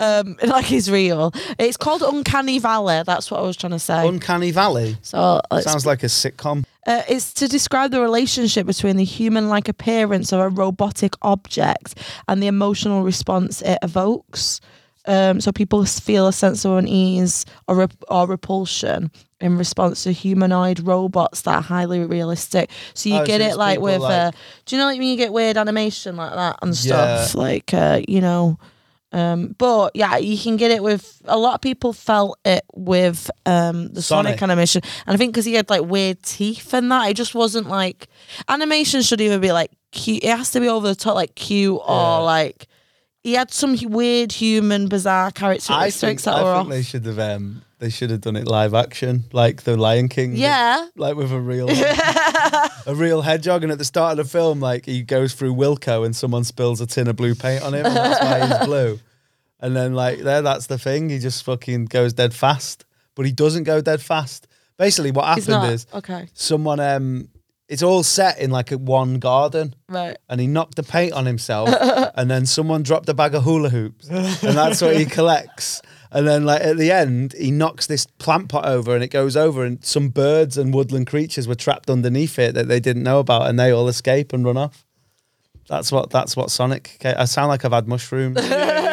Speaker 7: Um, like he's real. It's called Uncanny Valley. That's what I was trying to say.
Speaker 1: Uncanny Valley.
Speaker 7: So it's,
Speaker 1: Sounds like a sitcom.
Speaker 7: uh, it's to describe the relationship between the human-like appearance of a robotic object and the emotional response it evokes. Um, so people s- feel a sense of unease or rep- or repulsion in response to humanoid robots that are highly realistic. So you
Speaker 5: Oh, so
Speaker 7: get
Speaker 5: it's
Speaker 7: it like
Speaker 5: people
Speaker 7: with, uh,
Speaker 5: like-
Speaker 7: do you know like when you get weird animation like that and stuff like uh, you know. Um, but yeah, you can get it with a lot of people felt it with um, the Sonic.
Speaker 5: Sonic.
Speaker 7: animation, and I think because he had like weird teeth and that, it just wasn't like animation should either be like cute. It has to be over the top, like cute or like he had some hu- weird human bizarre
Speaker 1: I
Speaker 7: characteristics
Speaker 1: think,
Speaker 7: that
Speaker 1: I
Speaker 7: were
Speaker 1: think
Speaker 7: off.
Speaker 1: they should have um, they should have done it live action, like the Lion King.
Speaker 7: Yeah.
Speaker 1: like with a real a real hedgehog, and at the start of the film, like he goes through Wilco and someone spills a tin of blue paint on him, and that's why he's blue. And then like there, that's the thing. He just fucking goes dead fast, but he doesn't go dead fast. Basically, what
Speaker 7: He's
Speaker 1: happened
Speaker 7: not
Speaker 1: is
Speaker 7: okay,
Speaker 1: someone um, it's all set in like a one garden.
Speaker 7: right?
Speaker 1: and he knocked the paint on himself, and then someone dropped a bag of hula hoops, and that's what he collects. And then, like at the end, he knocks this plant pot over, and it goes over, and some birds and woodland creatures were trapped underneath it that they didn't know about, and they all escape and run off. That's what. That's what Sonic. ca- I sound like I've had mushrooms.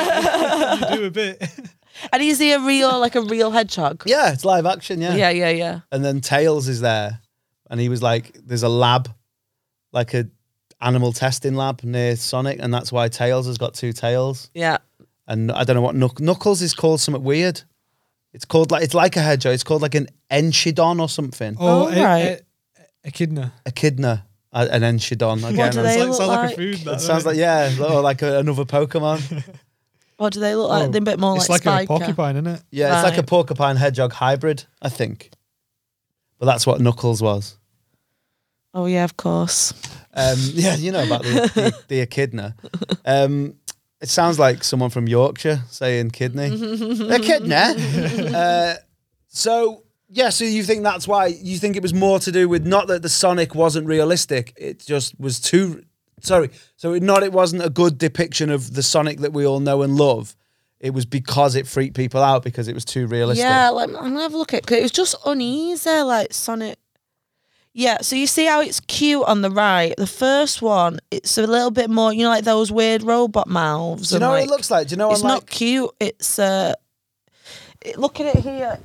Speaker 3: do a bit.
Speaker 7: And is he a real like a real hedgehog?
Speaker 1: Yeah, it's live action. Yeah.
Speaker 7: yeah, yeah, yeah.
Speaker 1: And then Tails is there, and he was like, "There's a lab, like a animal testing lab near Sonic, and that's why Tails has got two tails."
Speaker 7: Yeah.
Speaker 1: and I don't know what Knuck- Knuckles is called. Something weird. It's called like it's like a hedgehog. It's called like an Enchidon or something.
Speaker 3: Oh, a- right. echidna.
Speaker 1: Echidna, A- an Enchidon. Again,
Speaker 7: do they
Speaker 1: Sounds
Speaker 7: look
Speaker 1: sounds
Speaker 7: like?
Speaker 1: It sounds like yeah, or like a, another Pokemon.
Speaker 7: Or do they look like they're a bit more
Speaker 3: Oh, it's
Speaker 7: like,
Speaker 3: like a
Speaker 7: Spiker?
Speaker 3: porcupine, isn't it?
Speaker 1: Yeah, it's like a
Speaker 7: Right.
Speaker 1: porcupine hedgehog hybrid, I think. But that's what Knuckles was.
Speaker 7: Oh yeah, of course.
Speaker 1: Um, yeah, you know about the, the, the echidna. Um, it sounds like someone from Yorkshire saying kidney. echidna. Uh, so yeah, so you think that's why you think it was more to do with not that the Sonic wasn't realistic, it just was too sorry. So it, not it wasn't a good depiction of the Sonic that we all know and love. It was because it freaked people out because it was too realistic.
Speaker 7: Yeah, like I'm gonna have a look at it. 'cause It was just uneasy, like Sonic. Yeah, so you see how it's cute on the right. The first one, it's a little bit more, you know, like those weird robot mouths.
Speaker 1: Do you
Speaker 7: and,
Speaker 1: know what
Speaker 7: like,
Speaker 1: it looks like? Do you know
Speaker 7: It's
Speaker 1: I'm
Speaker 7: not
Speaker 1: like-
Speaker 7: cute. It's uh, it, look at it here.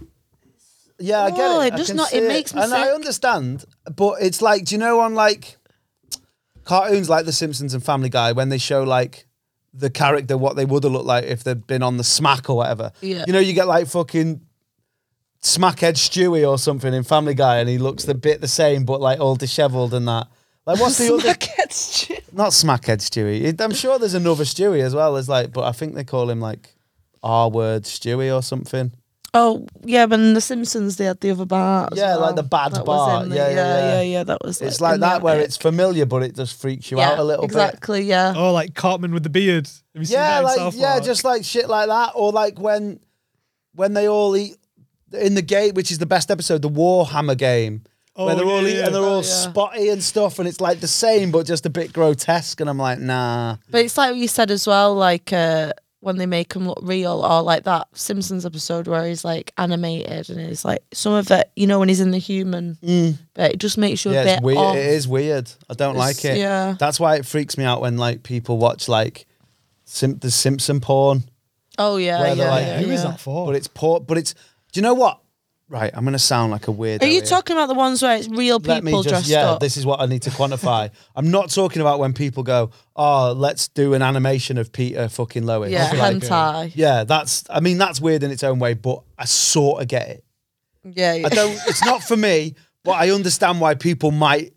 Speaker 1: Yeah, I get
Speaker 7: Oh,
Speaker 1: it.
Speaker 7: it
Speaker 1: I
Speaker 7: does
Speaker 1: can
Speaker 7: not-
Speaker 1: see
Speaker 7: it makes me
Speaker 1: and I
Speaker 7: sick.
Speaker 1: understand, but it's like, do you know on like cartoons like The Simpsons and Family Guy when they show like the character what they would have looked like if they'd been on the smack or whatever.
Speaker 13: Yeah.
Speaker 1: You know, you get like fucking smackhead Stewie or something in Family Guy, and he looks a bit the same, but like all dishevelled and that. Like, what's the other? Not smackhead Stewie. It- I'm sure there's another Stewie as well. As like, but I think they call him like R word Stewie or something.
Speaker 7: Oh yeah, but in The Simpsons they had the other bar. as
Speaker 1: Yeah,
Speaker 7: well.
Speaker 1: like the bad
Speaker 7: That was
Speaker 1: bar.
Speaker 7: in the-
Speaker 1: yeah, yeah,
Speaker 7: yeah,
Speaker 1: yeah,
Speaker 7: yeah, yeah, That was.
Speaker 1: It's like
Speaker 7: in
Speaker 1: that
Speaker 7: the
Speaker 1: where
Speaker 7: attic.
Speaker 1: it's familiar, but it just freaks you out a little bit.
Speaker 7: exactly, yeah.
Speaker 3: Oh, like Cartman with the beard. Have you seen
Speaker 1: Yeah,
Speaker 3: that in
Speaker 1: like
Speaker 3: South
Speaker 1: yeah,
Speaker 3: Park?
Speaker 1: just like shit like that, or like when when they all eat in the gate, which is the best episode, the Warhammer game,
Speaker 13: Oh,
Speaker 1: where they're
Speaker 13: yeah,
Speaker 1: all eating,
Speaker 13: yeah.
Speaker 1: and they're all
Speaker 13: Oh, yeah.
Speaker 1: spotty and stuff, and it's like the same but just a bit grotesque, and I'm like, nah.
Speaker 7: But it's like what you said as well, like uh, when they make him look real, or like that Simpsons episode where he's like animated and it's like some of it, you know, when he's in the human,
Speaker 13: Mm.
Speaker 7: but it just makes you
Speaker 1: Yeah,
Speaker 7: a
Speaker 1: it's
Speaker 7: bit
Speaker 1: weird-
Speaker 7: off.
Speaker 1: it is weird. I don't like
Speaker 7: It's-
Speaker 1: it.
Speaker 7: yeah.
Speaker 1: That's why it freaks me out when like people watch like Sim- the Simpson porn.
Speaker 7: Oh yeah,
Speaker 1: where
Speaker 7: yeah,
Speaker 1: they're like,
Speaker 7: yeah, yeah.
Speaker 1: for? But it's poor. But it's. Do you know what? Right, I'm gonna sound like a weird.
Speaker 7: Are you talking about the ones where it's real
Speaker 1: Let me
Speaker 7: people
Speaker 1: just.
Speaker 7: dressed
Speaker 1: Yeah,
Speaker 7: up?
Speaker 1: this is what I need to quantify. I'm not talking about when people go, "Oh, let's do an animation of Peter fucking Lois."
Speaker 7: Yeah,
Speaker 1: Like,
Speaker 7: hentai.
Speaker 1: Yeah, that's. I mean, that's weird in its own way, but I sort of get it.
Speaker 7: yeah, yeah.
Speaker 1: I don't. It's not for me, but I understand why people might.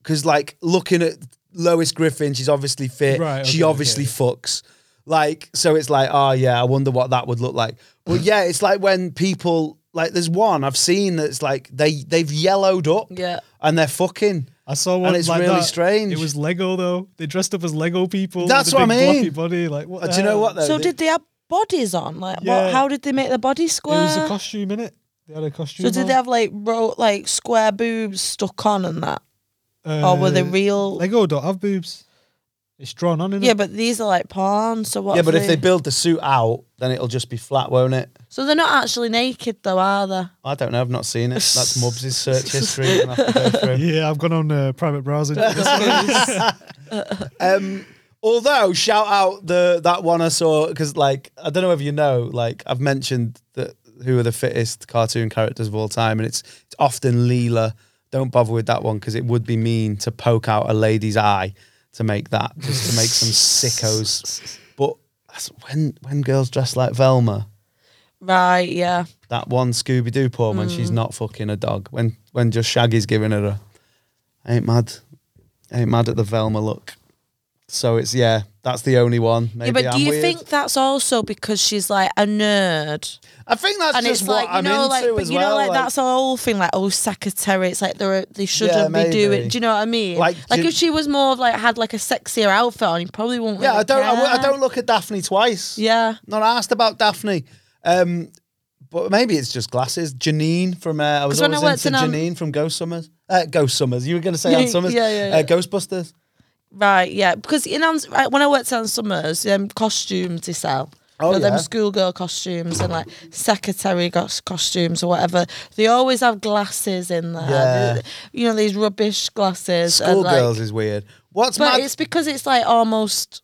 Speaker 1: Because like looking at Lois Griffin, she's obviously fit.
Speaker 13: Right,
Speaker 1: she
Speaker 13: okay,
Speaker 1: obviously fucks. Like so, it's like oh yeah, I wonder what that would look like. But yeah, it's like when people like there's one I've seen that's like they they've yellowed up.
Speaker 7: Yeah.
Speaker 1: And they're fucking. I saw
Speaker 3: one
Speaker 1: And it's
Speaker 3: like
Speaker 1: really
Speaker 3: that.
Speaker 1: strange.
Speaker 3: It was Lego though. They dressed up as Lego people.
Speaker 1: That's
Speaker 3: with a
Speaker 1: what I
Speaker 3: big
Speaker 1: mean.
Speaker 3: Blocky body, like what? the
Speaker 1: Uh, do you know
Speaker 3: hell?
Speaker 1: what though?
Speaker 7: so did they have bodies on? Like,
Speaker 3: Yeah.
Speaker 7: what, how did they make the body square?
Speaker 3: It was a costume in it. They had a costume.
Speaker 7: So did they
Speaker 3: on.
Speaker 7: have like ro- like square boobs stuck on and that, or oh, were they
Speaker 3: Uh,
Speaker 7: real?
Speaker 3: Lego don't have boobs. It's drawn on in
Speaker 7: yeah, but these are like porn. So what?
Speaker 1: yeah, but if they build the suit out, then it'll just be flat, won't it?
Speaker 7: so they're not actually naked though, are they?
Speaker 1: I don't know. I've not seen it. That's Mubs' search history. You're gonna have to go through.
Speaker 3: Yeah, I've gone on uh, private browsing.
Speaker 1: um, although shout out the that one I saw because like I don't know whether you know like I've mentioned that who are the fittest cartoon characters of all time and it's it's often Leela. Don't bother with that one because it would be mean to poke out a lady's eye to make that just to make some sickos. But that's- when when girls dress like Velma,
Speaker 7: Right. Yeah.
Speaker 1: that one Scooby Doo porn when she's
Speaker 7: Mm.
Speaker 1: not fucking a dog when when just Shaggy's giving her a I ain't mad. I ain't mad at the Velma look. So it's yeah, that's the only one. Maybe
Speaker 7: yeah, but
Speaker 1: I'm
Speaker 7: do you
Speaker 1: weird.
Speaker 7: think that's also because she's like a nerd?
Speaker 1: I think that's
Speaker 7: and
Speaker 1: just
Speaker 7: it's
Speaker 1: what
Speaker 7: like you
Speaker 1: I'm
Speaker 7: know, like
Speaker 1: into
Speaker 7: but
Speaker 1: as
Speaker 7: you know,
Speaker 1: well,
Speaker 7: like,
Speaker 1: like-
Speaker 7: that's the whole thing, like oh secretary. It's like they're they shouldn't be
Speaker 1: maybe.
Speaker 7: doing. Do you know what I mean?
Speaker 1: Like,
Speaker 7: Like,
Speaker 1: do-
Speaker 7: if she was more of like had like a sexier outfit on, you probably wouldn't.
Speaker 1: Yeah,
Speaker 7: really
Speaker 1: I don't. I, w- I
Speaker 7: care.
Speaker 1: don't look at Daphne twice.
Speaker 7: Yeah,
Speaker 1: not asked about Daphne. Um, but maybe it's just glasses. Janine from uh, I was
Speaker 7: 'Cause when I
Speaker 1: always
Speaker 7: worked
Speaker 1: into
Speaker 7: in, um,
Speaker 1: Janine from Ghost Summers. Uh, Ghost Summers. You were going to say on Summers.
Speaker 7: Yeah, yeah,
Speaker 1: Uh,
Speaker 7: yeah.
Speaker 1: Ghostbusters.
Speaker 7: Right, yeah, because in Ans- right, when I worked on Summers, um, costumes they sell.
Speaker 1: Oh,
Speaker 7: you know,
Speaker 1: yeah.
Speaker 7: them schoolgirl costumes and like secretary gos- costumes or whatever. They always have glasses in there.
Speaker 1: Yeah.
Speaker 7: Th- You know these rubbish glasses. and, like-
Speaker 1: Schoolgirls is weird. What's
Speaker 7: but
Speaker 1: mad?
Speaker 7: it's because it's like almost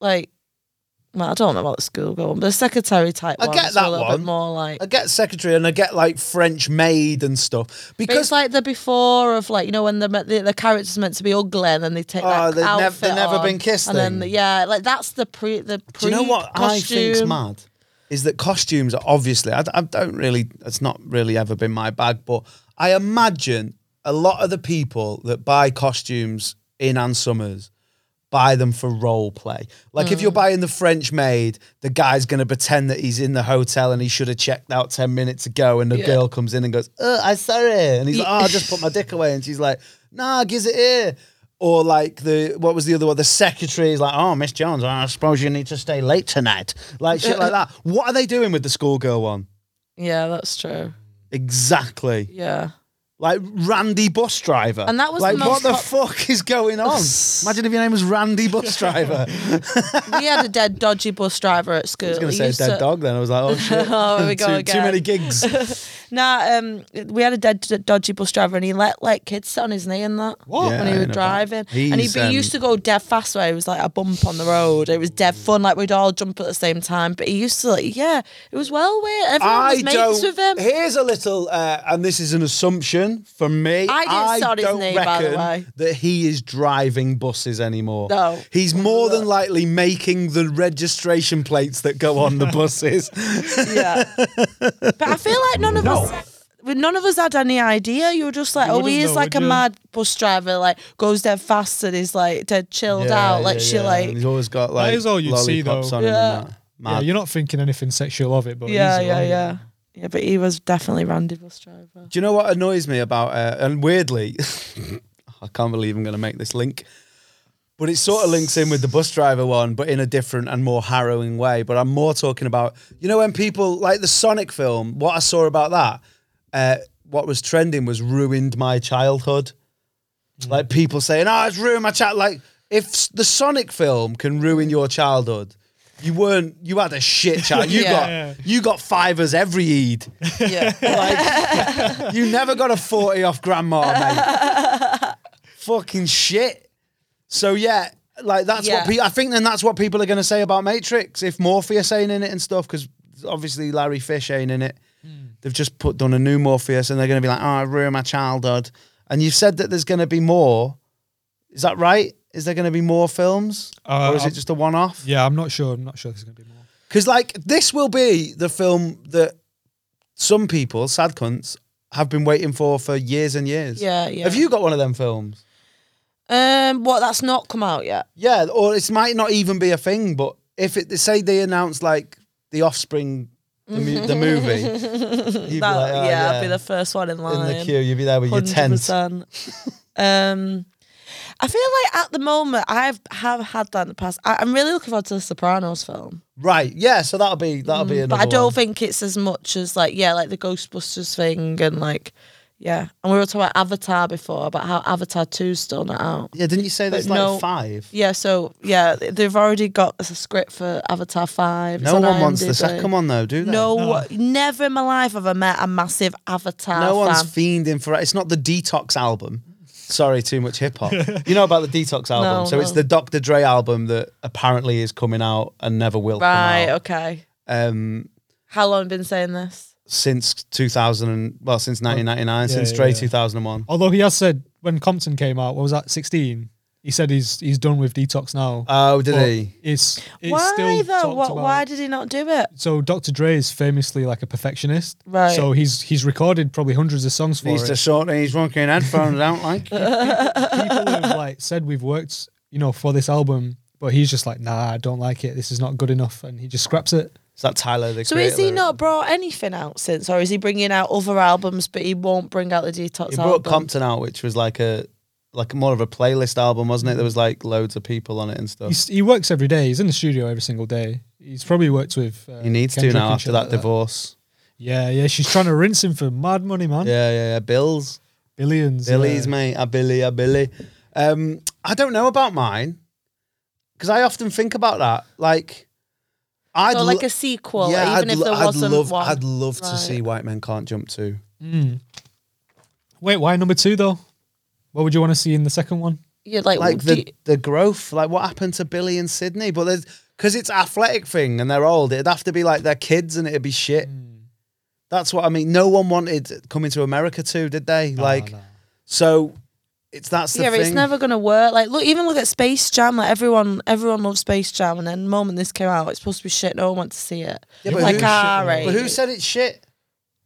Speaker 7: like well, I don't know about the schoolgirl one, but the secretary type
Speaker 1: I
Speaker 7: ones
Speaker 1: get
Speaker 7: are
Speaker 1: that
Speaker 7: a little
Speaker 1: one.
Speaker 7: bit more like.
Speaker 1: I get secretary and I get like French maid and stuff
Speaker 7: Because
Speaker 1: because
Speaker 7: it's like the before of like you know when the the, the character's meant to be ugly and then they take
Speaker 1: Oh,
Speaker 7: that
Speaker 1: they've nev-
Speaker 7: outfit
Speaker 1: they've never
Speaker 7: on,
Speaker 1: been kissed
Speaker 7: and then
Speaker 1: then?
Speaker 7: yeah like that's the pre the
Speaker 1: Do
Speaker 7: pre
Speaker 1: you know what I think's
Speaker 7: costume.
Speaker 1: mad is that costumes are obviously I, d- I don't really it's not really ever been my bag, but I imagine a lot of the people that buy costumes in Ann Summers buy them for role play. Like if you're
Speaker 7: Mm.
Speaker 1: buying the French maid, the guy's going to pretend that he's in the hotel and he should have checked out 10 minutes ago and the
Speaker 13: Yeah.
Speaker 1: girl comes in and goes, "Oh, I'm sorry." And he's like, "Oh, I just put my dick away." And she's like, "Nah, gives it here." Or like the what was the other one? The secretary is like, "Oh, Miss Jones, I suppose you need to stay late tonight." Like shit like that. What are they doing with the schoolgirl one?
Speaker 7: Yeah, that's true.
Speaker 1: Exactly.
Speaker 7: Yeah.
Speaker 1: Like Randy bus driver.
Speaker 7: And that was the
Speaker 1: like what
Speaker 7: most
Speaker 1: the
Speaker 7: pop-
Speaker 1: fuck is going on? Imagine if your name was Randy bus driver.
Speaker 7: we had a dead dodgy bus driver at school.
Speaker 1: I was going to say dead dog. Then I was like, oh shit,
Speaker 7: Oh, here we go
Speaker 1: too,
Speaker 7: again.
Speaker 1: too many gigs.
Speaker 7: nah, um, we had a dead d- dodgy bus driver, and he let like kids sit on his knee and that
Speaker 1: What? Yeah,
Speaker 7: when
Speaker 1: I
Speaker 7: he was
Speaker 1: know
Speaker 7: driving.
Speaker 1: that.
Speaker 7: and
Speaker 1: He's,
Speaker 7: he'd be
Speaker 1: um,
Speaker 7: used to go dead fast where it was like a bump on the road. It was dead fun. Like we'd all jump at the same time. But he used to like, yeah, it was well weird. Everyone was mates with him.
Speaker 1: Here's a little, uh, and this is an assumption from me.
Speaker 7: I didn't start his
Speaker 1: don't
Speaker 7: name, by the
Speaker 1: reckon
Speaker 7: way.
Speaker 1: That he is driving buses anymore.
Speaker 7: No.
Speaker 1: he's more than likely making the registration plates that go on the buses.
Speaker 7: yeah. But I feel like none of us, we- none of us had any idea. You were just like,
Speaker 1: You
Speaker 7: oh,
Speaker 1: wouldn't
Speaker 7: he is
Speaker 1: know,
Speaker 7: like a
Speaker 1: would you?
Speaker 7: mad bus driver, like goes dead fast and is like dead chilled out, like she like.
Speaker 1: he's always got like
Speaker 3: that is all you'd see though.
Speaker 1: lollipops on him
Speaker 7: Yeah.
Speaker 1: and that.
Speaker 3: Yeah, you're not thinking anything sexual of it, but
Speaker 7: Yeah,
Speaker 3: he's
Speaker 7: yeah,
Speaker 3: all-
Speaker 7: yeah, yeah. But he was definitely Randy bus driver.
Speaker 1: Do you know what annoys me about uh, and weirdly, I can't believe I'm going to make this link, but it sort of links in with the bus driver one, but in a different and more harrowing way. But I'm more talking about you know when people like the Sonic film. What I saw about that, uh, what was trending was ruined my childhood.
Speaker 13: Mm.
Speaker 1: Like people saying, "Oh, it's ruined my child." Like if s- the Sonic film can ruin your childhood. you weren't. You had a shit child. You
Speaker 13: Yeah.
Speaker 1: got you got fivers every Eid. you never got a forty off grandma, mate. Fucking shit. So yeah, like that's
Speaker 13: Yeah.
Speaker 1: what pe- I think. Then that's what people are going to say about Matrix if Morpheus ain't in it and stuff because obviously Larry Fish ain't in it. They've just put done a new Morpheus and they're going to be like, oh, I ruined my childhood. And you've said that there's going to be more. Is that right? Is there going to be more films,
Speaker 3: Uh,
Speaker 1: or is
Speaker 3: I'll-
Speaker 1: it just a one-off?
Speaker 3: Yeah, I'm not sure. I'm not sure there's going to be more.
Speaker 1: Because like this will be the film that some people, sad cunts, have been waiting for for years and years.
Speaker 7: Yeah, yeah.
Speaker 1: Have you got one of them films?
Speaker 7: Um, what? That's not come out yet.
Speaker 1: Yeah, or it might not even be a thing. But if it say they announce like the Offspring, the, mu- the movie, be
Speaker 7: That-
Speaker 1: like, oh,
Speaker 7: yeah,
Speaker 1: yeah.
Speaker 7: I'd be the first one in
Speaker 1: the
Speaker 7: line.
Speaker 1: queue, you'd be there with your tent.
Speaker 7: 100%. um, I feel like at the moment I've have had that in the past. I, I'm really looking forward to the Sopranos film.
Speaker 1: right? Yeah, so that'll be that'll be
Speaker 7: Mm,
Speaker 1: another.
Speaker 7: But I don't
Speaker 1: one.
Speaker 7: think it's as much as like yeah, like the Ghostbusters thing and like yeah. And we were talking about Avatar before about how Avatar 2's still not out.
Speaker 1: Yeah, didn't you say
Speaker 7: But
Speaker 1: that's like five?
Speaker 7: Yeah, so yeah, th- they've already got a script for Avatar Five. It's
Speaker 1: No
Speaker 7: on
Speaker 1: one wants the
Speaker 7: IMDb.
Speaker 1: second one though, do they?
Speaker 7: No,
Speaker 1: No.
Speaker 7: never in my life have I met a massive Avatar.
Speaker 1: no one's
Speaker 7: fan.
Speaker 1: fiending for it. It's not the Detox album. Sorry, too much hip hop. you know about the Detox album,
Speaker 7: No,
Speaker 1: so it's
Speaker 7: no.
Speaker 1: the Dr. Dre album that apparently is coming out and never will
Speaker 7: right.
Speaker 1: come out.
Speaker 7: Okay.
Speaker 1: Um,
Speaker 7: How long have you been saying this?
Speaker 1: since 2000, and, well, since 1999,
Speaker 3: Yeah,
Speaker 1: since
Speaker 3: Oh, yeah,
Speaker 1: Dre
Speaker 3: yeah.
Speaker 1: 2001.
Speaker 3: Although he has said when Compton came out, what was that, 16? He said he's he's done with detox now.
Speaker 1: Oh, did
Speaker 3: But
Speaker 1: he?
Speaker 3: It's, it's
Speaker 7: Why
Speaker 3: still
Speaker 7: though?
Speaker 3: talked
Speaker 7: What,
Speaker 3: about.
Speaker 7: Why did he not do it?
Speaker 3: So Dr. Dre is famously like a perfectionist.
Speaker 7: Right.
Speaker 3: So he's he's recorded probably hundreds of songs for
Speaker 1: He's
Speaker 3: it.
Speaker 1: just short and he's rocking headphones out like.
Speaker 3: People have like said we've worked, you know, for this album, but he's just like, nah, I don't like it. This is not good enough, and he just scraps it.
Speaker 1: Is that Tyler the
Speaker 7: So is he not brought anything out since, or is he bringing out other albums, but he won't bring out the detox
Speaker 1: He
Speaker 7: album?
Speaker 1: brought Compton out, which was like a like more of a playlist album, wasn't it? There was like loads of people on it and stuff.
Speaker 3: He's, he works every day. He's in the studio every single day. He's probably worked with. Uh,
Speaker 1: he needs
Speaker 3: Kendrick
Speaker 1: to now
Speaker 3: and
Speaker 1: after
Speaker 3: shit
Speaker 1: that
Speaker 3: like
Speaker 1: divorce.
Speaker 3: Yeah, yeah. She's trying to rinse him for mad money, man.
Speaker 1: Yeah, yeah, yeah. Bills.
Speaker 3: Billions.
Speaker 1: Billy's
Speaker 3: yeah.
Speaker 1: mate, a Billy, a Billy. Um, I don't know about mine because I often think about that. Like, I'd
Speaker 7: so like
Speaker 1: lo-
Speaker 7: a sequel,
Speaker 1: Yeah,
Speaker 7: even
Speaker 1: I'd,
Speaker 7: if there
Speaker 1: lo- I'd
Speaker 7: wasn't
Speaker 1: love,
Speaker 7: one.
Speaker 1: I'd love to
Speaker 7: Right.
Speaker 1: see White Men Can't Jump too.
Speaker 3: Mm. Wait, why number two though? What would you want to see in the second one?
Speaker 7: Yeah, like,
Speaker 1: the
Speaker 7: do you-
Speaker 1: the growth, like what happened to Billy and Sydney, but there's because it's athletic thing and they're old. It'd have to be like their kids and it'd be shit.
Speaker 7: Hmm.
Speaker 1: That's what I mean. No one wanted coming to America too, did they? like, so it's that's the
Speaker 7: yeah, but
Speaker 1: thing.
Speaker 7: it's never gonna work. Like, look, even look at Space Jam. Like everyone, everyone loves Space Jam, and then the moment this came out, it's supposed to be shit. No one wants to see it.
Speaker 1: Yeah, but
Speaker 7: like,
Speaker 1: who-
Speaker 7: ah,
Speaker 1: but who
Speaker 7: right.
Speaker 1: said it's shit?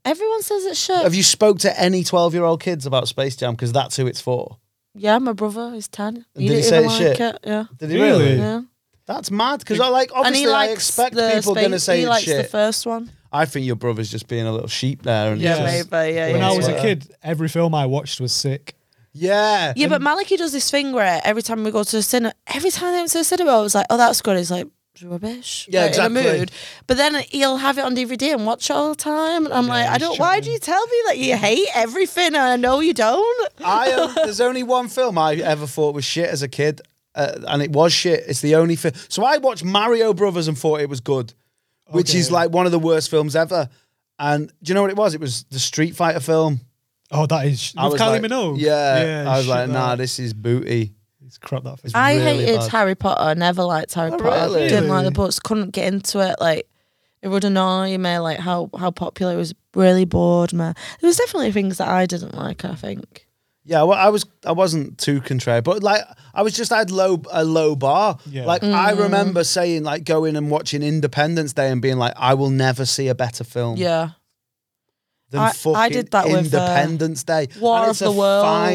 Speaker 7: Everyone says it's shit.
Speaker 1: Have you spoke to any 12 year old kids about Space Jam? Because that's who it's for.
Speaker 7: Yeah, my brother is ten.
Speaker 1: And
Speaker 7: He
Speaker 1: did he
Speaker 7: didn't
Speaker 1: say
Speaker 7: even
Speaker 1: it's
Speaker 7: like
Speaker 1: shit?
Speaker 7: it. Yeah.
Speaker 1: Did he really?
Speaker 7: Yeah.
Speaker 1: That's mad. Because I like, obviously, I expect
Speaker 7: the
Speaker 1: people going to
Speaker 7: space-
Speaker 1: say
Speaker 7: he
Speaker 1: it's
Speaker 7: likes
Speaker 1: shit.
Speaker 7: the first one.
Speaker 1: I think your brother's just being a little sheep there. And
Speaker 3: Yeah,
Speaker 1: just-
Speaker 7: maybe, yeah,
Speaker 3: When
Speaker 7: yeah,
Speaker 3: I was a
Speaker 1: yeah.
Speaker 3: kid, every film I watched was sick.
Speaker 1: Yeah.
Speaker 7: Yeah, but Maliki does this thing where every time we go to the cinema, every time I went to the cinema, I was like, oh, that's good. It's like, it's rubbish.
Speaker 1: Yeah,
Speaker 7: like, In a
Speaker 1: exactly.
Speaker 7: mood. But then he'll have it on DVD and watch it all the time. And I'm like, I don't, why do you tell me that you hate everything? And I know you don't.
Speaker 1: I um, there's only one film I ever thought was shit as a kid, uh, and it was shit. It's the only film. So I watched Mario Brothers and thought it was good, which is
Speaker 3: Okay.
Speaker 1: like one of the worst films ever. And do you know what it was? It was the Street Fighter film.
Speaker 3: Oh, that is
Speaker 1: I
Speaker 3: with
Speaker 1: was
Speaker 3: Kylie
Speaker 1: like,
Speaker 3: Minogue.
Speaker 1: Yeah, I was
Speaker 3: shit,
Speaker 1: like, nah,
Speaker 3: that-
Speaker 1: this is booty.
Speaker 3: it's crap. That film.
Speaker 7: I
Speaker 1: really
Speaker 7: hated
Speaker 1: bad. Oh,
Speaker 7: Harry Potter. Never liked Harry Potter.
Speaker 1: really?
Speaker 7: Didn't like the books. Couldn't get into it. Like it would annoy me. Like how how popular it was. Really bored me. There was definitely things that I didn't like. I think.
Speaker 1: Yeah, well, I was I wasn't too contrary, but like I was just I had low a low bar.
Speaker 3: Yeah.
Speaker 1: Like I
Speaker 7: Mm.
Speaker 1: remember saying like going and watching Independence Day and being like, I will never see a better film
Speaker 7: Yeah.
Speaker 1: than
Speaker 7: I-
Speaker 1: fucking
Speaker 7: I did that with, uh,
Speaker 1: Independence Day.
Speaker 7: War
Speaker 1: And
Speaker 7: of
Speaker 1: it's
Speaker 7: the
Speaker 1: a fine-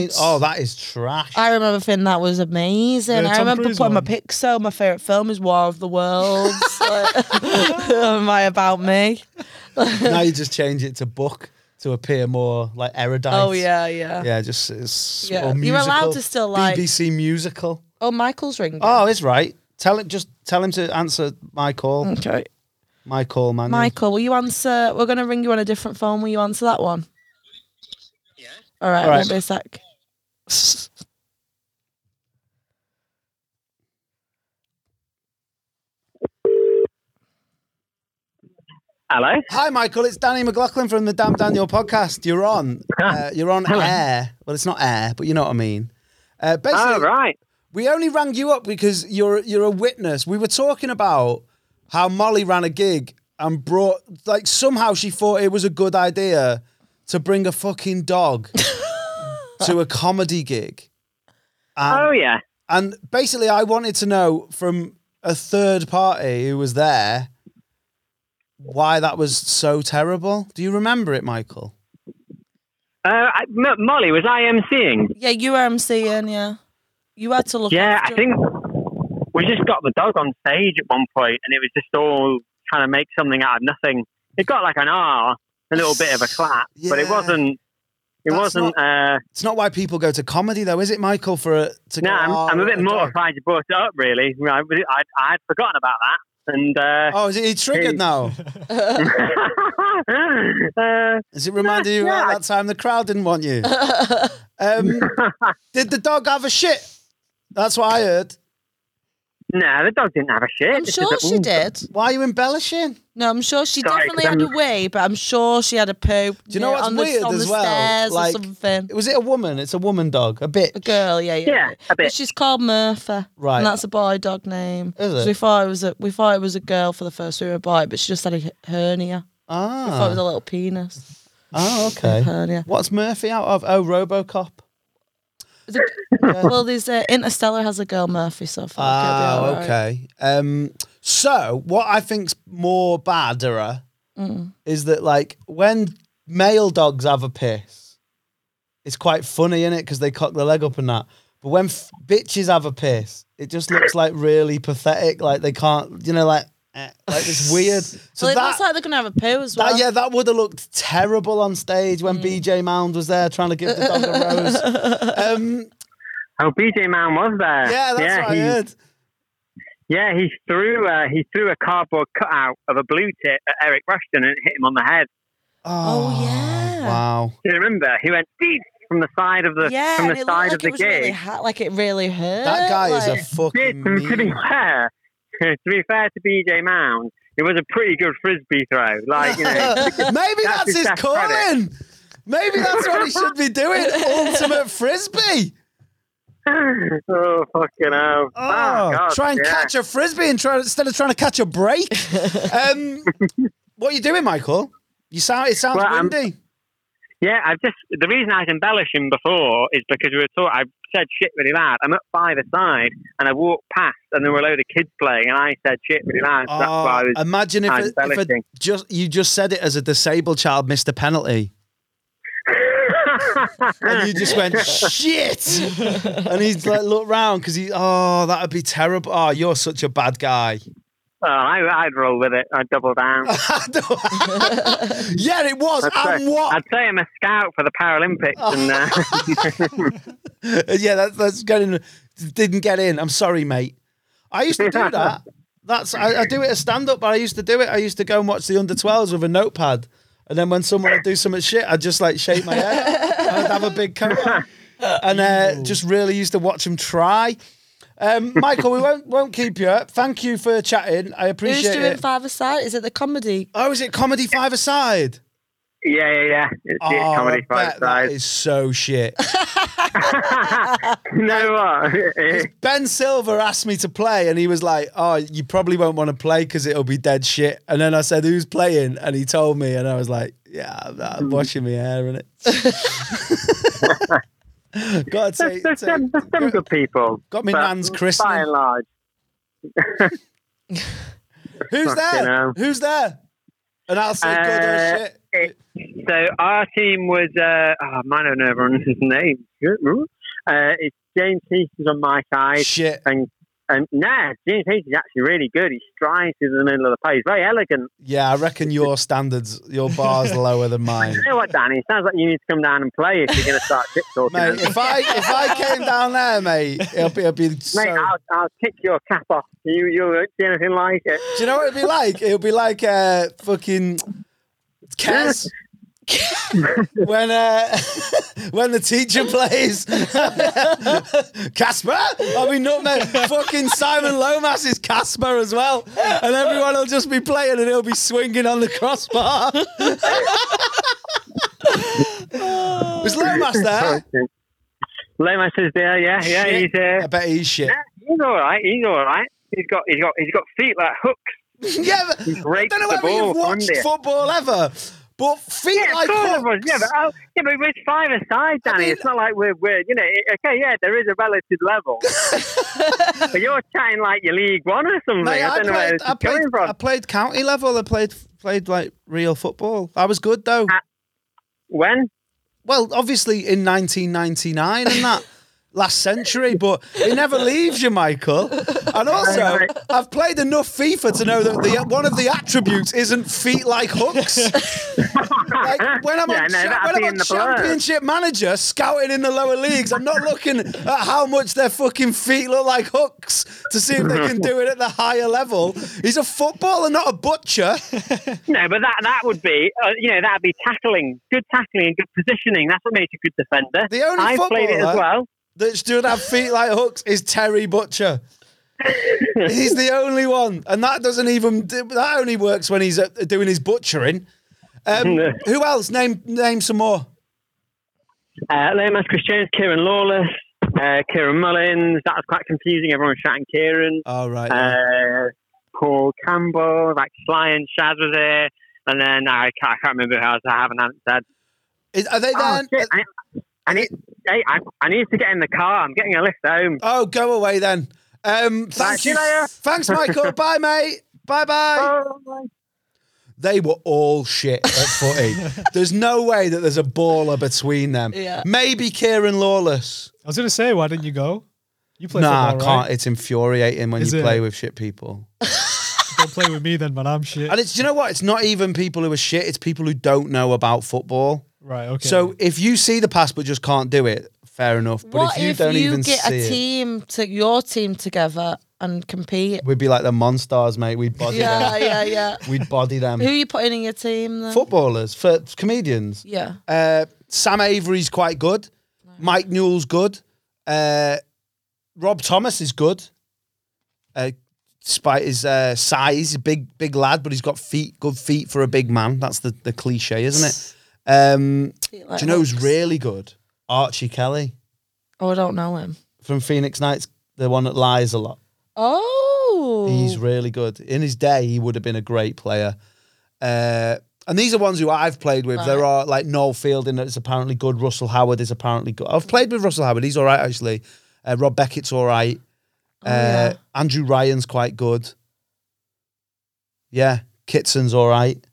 Speaker 7: Worlds.
Speaker 1: oh, that is trash.
Speaker 7: I remember thinking that was amazing.
Speaker 3: The
Speaker 7: I
Speaker 3: Tom
Speaker 7: remember
Speaker 3: Cruise
Speaker 7: putting my
Speaker 3: one.
Speaker 7: Pixel. My favorite film is War of the Worlds. Am I about me?
Speaker 1: now you just change it to book to appear more like erudite.
Speaker 7: Oh yeah, yeah.
Speaker 1: Yeah, just it's
Speaker 7: Yeah.
Speaker 1: or
Speaker 7: You're allowed
Speaker 1: musical.
Speaker 7: to still like-
Speaker 1: BBC musical.
Speaker 7: Oh, Michael's ringing.
Speaker 1: Oh, it's right. Tell it just tell him to answer my call.
Speaker 7: Okay.
Speaker 1: My call, man.
Speaker 7: Michael, will you answer? We're going to ring you on a different phone. Will you answer that one? Yeah. All right.
Speaker 1: All right.
Speaker 7: Won't be a sec.
Speaker 12: Hello.
Speaker 1: Hi, Michael. It's Danny McLaughlin from the Damn Daniel podcast. You're on. Uh, you're on air. Well, it's not air, but you know what I mean. Uh, basically,
Speaker 12: Oh, right.
Speaker 1: We only rang you up because you're you're a witness. We were talking about how Molly ran a gig and brought like somehow she thought it was a good idea to bring a fucking dog to a comedy gig.
Speaker 12: oh yeah.
Speaker 1: And basically, I wanted to know from a third party who was there why that was so terrible. Do you remember it, Michael?
Speaker 12: Uh, I- M- Molly, was I emceeing?
Speaker 7: Yeah, you were MCing, yeah. You had to look
Speaker 12: Yeah,
Speaker 7: after
Speaker 12: I think we just got the dog on stage at one point, and it was just all trying to make something out of nothing. It got like an R, a little bit of a clap, but it
Speaker 1: Yeah.
Speaker 12: wasn't. It
Speaker 1: That's
Speaker 12: wasn't. uh,
Speaker 1: It's not why people go to comedy, though, is it, Michael? For a, to
Speaker 12: no,
Speaker 1: go,
Speaker 12: I'm,
Speaker 1: "Oh,
Speaker 12: I'm a bit
Speaker 1: dog."
Speaker 12: mortified you brought it up. Really, I, I, I'd forgotten about that. And uh,
Speaker 1: Oh, is it he triggered
Speaker 12: it-
Speaker 1: now?
Speaker 12: uh,
Speaker 1: Is it reminding you about that time the crowd didn't want you? um, did the dog have a shit? That's what I heard.
Speaker 12: No, the dog didn't have a shit.
Speaker 7: I'm sure she did.
Speaker 1: Why are you embellishing?
Speaker 7: No, I'm sure she
Speaker 12: Sorry,
Speaker 7: definitely
Speaker 12: 'cause
Speaker 7: had a
Speaker 12: I'm-
Speaker 7: wee, but I'm sure she had a poo.
Speaker 1: Do you know what's
Speaker 7: on the,
Speaker 1: weird
Speaker 7: on
Speaker 1: as
Speaker 7: the
Speaker 1: well?
Speaker 7: Stairs
Speaker 1: Like-
Speaker 7: or something.
Speaker 1: Was it a woman? It's a woman dog, a bitch.
Speaker 7: A girl, yeah, yeah.
Speaker 12: Yeah, a
Speaker 7: But
Speaker 12: bit.
Speaker 7: she's called Murphy,
Speaker 1: Right.
Speaker 7: And that's a boy dog name.
Speaker 1: Is
Speaker 7: So
Speaker 1: it?
Speaker 7: we thought it was a we thought it was a girl for the first. We were a boy, but she just had a h- hernia. We thought it was a
Speaker 1: Ah.
Speaker 7: little penis.
Speaker 1: Oh, okay.
Speaker 7: Hernia.
Speaker 1: What's Murphy out of? Oh, RoboCop.
Speaker 7: Is it- well, there's uh, Interstellar has a girl Murphy, so I thought it'd
Speaker 1: Oh,
Speaker 7: be all right.
Speaker 1: okay. Um, so what I think's more badder uh,
Speaker 7: Mm.
Speaker 1: is that like when male dogs have a piss, it's quite funny in it because they cock their leg up and that. But when f- bitches have a piss, it just looks like really pathetic. Like they can't, you know, like eh, like it's weird. So
Speaker 7: well, it
Speaker 1: that,
Speaker 7: looks like they're gonna have a poo as well.
Speaker 1: that yeah, that would have looked terrible on stage when
Speaker 7: Mm.
Speaker 1: BJ Mound was there trying to give the dog a rose. Um,
Speaker 12: Oh, BJ Man was there.
Speaker 1: yeah, that's what I
Speaker 12: he,
Speaker 1: heard.
Speaker 12: Yeah, he threw uh, he threw a cardboard cutout of a blue tip at Eric Rushton and it hit him on the head.
Speaker 1: Oh,
Speaker 7: yeah.
Speaker 1: Wow.
Speaker 12: Do you remember? He went deep from the side of the
Speaker 7: yeah,
Speaker 12: from
Speaker 7: and
Speaker 12: the
Speaker 7: it looked
Speaker 12: side
Speaker 7: like
Speaker 12: of the
Speaker 7: it was
Speaker 12: gig.
Speaker 7: really hot, like it really hurt.
Speaker 1: That guy is
Speaker 7: Uh, like-
Speaker 1: a fucking.
Speaker 12: to, to be
Speaker 1: mean-
Speaker 12: fair, to be fair to BJ Mound, it was a pretty good frisbee throw. Like you know,
Speaker 1: Maybe that's,
Speaker 12: That's his
Speaker 1: his
Speaker 12: best
Speaker 1: calling.
Speaker 12: credit.
Speaker 1: Maybe that's what he should be doing. Ultimate frisbee.
Speaker 12: oh fucking hell! Oh, God,
Speaker 1: try and
Speaker 12: yeah.
Speaker 1: catch a frisbee and try, instead of trying to catch a break. um, what are you doing, Michael? You sound it sounds
Speaker 12: Well, I'm-
Speaker 1: windy.
Speaker 12: Yeah, I've just the reason I was embellishing before is because we were taught. I said shit really loud. I'm up by the side and I walked past and there were a load of kids playing and I said shit really loud. So that's why I
Speaker 1: Oh,
Speaker 12: was.
Speaker 1: imagine if,
Speaker 12: I'm
Speaker 1: it, if it
Speaker 12: embellishing.
Speaker 1: just you just said it as a disabled child missed a penalty, Oh, and you just went shit, and he's like look round because he oh that would be terrible. Oh, you're such a bad guy.
Speaker 12: oh, I, I'd roll with it. I'd double down.
Speaker 1: yeah, it was.
Speaker 12: I'd
Speaker 1: and
Speaker 12: say,
Speaker 1: what?
Speaker 12: I'd say I'm a scout for the Paralympics and uh,
Speaker 1: yeah, that, that's getting didn't get in. I'm sorry, mate. I used to do that. That's I, I do it as stand up, but I used to do it. I used to go and watch the under 12s with a notepad, and then when someone would do something shit, I'd just like shake my head. and I'd have a big coat, on. and uh, just really used to watch them try. Um, Michael, we won't won't keep you. up. Thank you for chatting. I
Speaker 7: Who's
Speaker 1: appreciate
Speaker 7: doing
Speaker 1: it.
Speaker 7: five aside? Is it the comedy?
Speaker 1: oh, is it comedy five aside?
Speaker 12: yeah, yeah, yeah. It's,
Speaker 1: Oh,
Speaker 12: it's
Speaker 1: I
Speaker 12: comedy five
Speaker 1: bet that
Speaker 12: sides.
Speaker 1: is so shit.
Speaker 12: You know what?
Speaker 1: 'Cause Ben Silver asked me to play, and he was like, "Oh, you probably won't want to play because it'll be dead shit." And then I said, "Who's playing?" And he told me, and I was like, "Yeah, I'm,
Speaker 12: Hmm.
Speaker 1: I'm washing my hair in it." God, say,
Speaker 12: there's, there's,
Speaker 1: say,
Speaker 12: some, there's some good people.
Speaker 1: Got me
Speaker 12: but
Speaker 1: nan's
Speaker 12: By
Speaker 1: christening.
Speaker 12: and large,
Speaker 1: who's
Speaker 12: fucking
Speaker 1: there?
Speaker 12: hell.
Speaker 1: Who's there? And I'll say, "Good or
Speaker 12: Uh,
Speaker 1: shit."
Speaker 12: it- so our team was, uh, oh, man, I don't know everyone's name. Uh, it's James Heath is on my side.
Speaker 1: Shit.
Speaker 12: And, and nah, James Heath is actually really good. He strides through the middle of the page. Very elegant.
Speaker 1: Yeah, I reckon your standards, your bar's lower than mine.
Speaker 12: You know what, Danny? It sounds like you need to come down and play if you're going to start shit talking.
Speaker 1: Mate, if I if I came down there, mate, it'll be, it'll be so
Speaker 12: Mate, I'll, I'll kick your cap off. You, you won't see anything like it.
Speaker 1: Do you know what it'd be like? It'd be like uh, fucking Kes. when uh,
Speaker 13: when the teacher plays. Casper? I mean, nutmeg. Fucking Simon Lomas is Casper as well. And everyone will just be playing and he'll be swinging on the crossbar. Was Lomas there?
Speaker 12: Lomas is there, yeah, yeah.
Speaker 13: Shit.
Speaker 12: He's uh,
Speaker 13: I bet he's shit.
Speaker 12: he's all right. He's all right. He's got he's got he's got feet like hooks.
Speaker 13: Yeah, but
Speaker 12: he's
Speaker 13: I
Speaker 12: raked
Speaker 13: don't know
Speaker 12: the
Speaker 13: whether
Speaker 12: ball
Speaker 13: you've
Speaker 12: from
Speaker 13: watched
Speaker 12: under you.
Speaker 13: football ever, but feet
Speaker 12: Yeah,
Speaker 13: like
Speaker 12: of course it was.
Speaker 13: hooks.
Speaker 12: yeah, but oh, yeah, but it's five aside, Danny. it's not like we're we're you know it- okay, yeah, there is a relative level. but you're chatting like your League One or something.
Speaker 1: Mate,
Speaker 12: I don't know where this
Speaker 1: I
Speaker 12: is
Speaker 1: played,
Speaker 12: coming from.
Speaker 1: I played county level. I played played like real football. I was good though.
Speaker 12: Ah. when?
Speaker 1: Well, obviously in 1999 and that last century, but it never leaves you, Michael. And also, I've played enough FIFA to know that the one of the attributes isn't feet like hooks. like when I'm
Speaker 12: Ah,
Speaker 1: on,
Speaker 12: Yeah, no,
Speaker 1: cha-
Speaker 12: that'd
Speaker 1: when I'm
Speaker 12: be in
Speaker 1: on
Speaker 12: the blur.
Speaker 1: championship manager scouting in the lower leagues, I'm not looking at how much their fucking feet look like hooks to see if they can do it at the higher level. He's a footballer, not a butcher.
Speaker 12: No, but that that would be uh, you know that'd be tackling, good tackling and good positioning. That's what makes a good defender.
Speaker 1: The only
Speaker 12: I've
Speaker 1: footballer
Speaker 12: played it as well.
Speaker 1: that should have feet like hooks is Terry Butcher. he's the only one, and that doesn't even that only works when he's uh, doing his butchering. Um,
Speaker 12: Yeah.
Speaker 1: who else? Name name some more.
Speaker 12: Uh, Lomas, Chris Jones, Kieran Lawless, uh, Kieran Mullins. That was quite confusing. Everyone was shouting Kieran.
Speaker 1: All right.
Speaker 12: Uh, Paul Campbell, like Sly and Shaz was there. And then I can't, I can't remember who else I haven't answered.
Speaker 1: Is, are they there?
Speaker 12: Oh, shit. I, I, need, hey, I, I need to get in the car. I'm getting a lift home.
Speaker 1: Oh, go away then. Um,
Speaker 12: Right,
Speaker 1: thank
Speaker 12: see
Speaker 1: you.
Speaker 12: you later.
Speaker 1: Thanks, Michael. bye, mate. Bye, bye. They were all shit at footy. there's no way that there's a baller between them.
Speaker 7: Yeah.
Speaker 1: Maybe Kieran Lawless.
Speaker 3: I was gonna say, why didn't you go? You play
Speaker 1: nah, I
Speaker 3: football,
Speaker 1: can't.
Speaker 3: right?
Speaker 1: It's infuriating when
Speaker 3: Is
Speaker 1: you
Speaker 3: it?
Speaker 1: play with shit people.
Speaker 3: Don't play with me then, man. I'm shit.
Speaker 1: And it's you know what? It's not even people who are shit. It's people who don't know about football.
Speaker 3: Right. Okay.
Speaker 1: So if you see the pass but just can't do it, fair enough. But
Speaker 7: what
Speaker 1: if you don't even
Speaker 7: get
Speaker 1: see
Speaker 7: a team to your team together and compete?
Speaker 1: it, we'd be like the monsters, mate. We'd body
Speaker 7: Yeah,
Speaker 1: them.
Speaker 7: yeah, yeah.
Speaker 1: We'd body them.
Speaker 7: Who are you putting in your team then?
Speaker 1: Footballers for comedians.
Speaker 7: Yeah.
Speaker 1: Uh, Sam Avery's quite good. Mike Newell's good. Uh, Rob Thomas is good. Uh, despite his uh, size, he's a big, big lad, but he's got feet, good feet for a big man. That's the, the cliche, isn't it? Um,
Speaker 7: Feet like
Speaker 1: do you know who's
Speaker 7: hooks.
Speaker 1: really good? Archie Kelly
Speaker 7: Oh, I don't know him.
Speaker 1: from Phoenix Knights, the one that lies a lot.
Speaker 7: Oh.
Speaker 1: He's really good. In his day, he would have been a great player. Uh, and these are ones who I've played with. There are like Noel Fielding is apparently good. Russell Howard is apparently good. I've played with Russell Howard. He's all right actually. Uh, Rob Beckett's all right. Uh,
Speaker 7: yeah.
Speaker 1: Andrew Ryan's quite good. Yeah, Kitson's all right.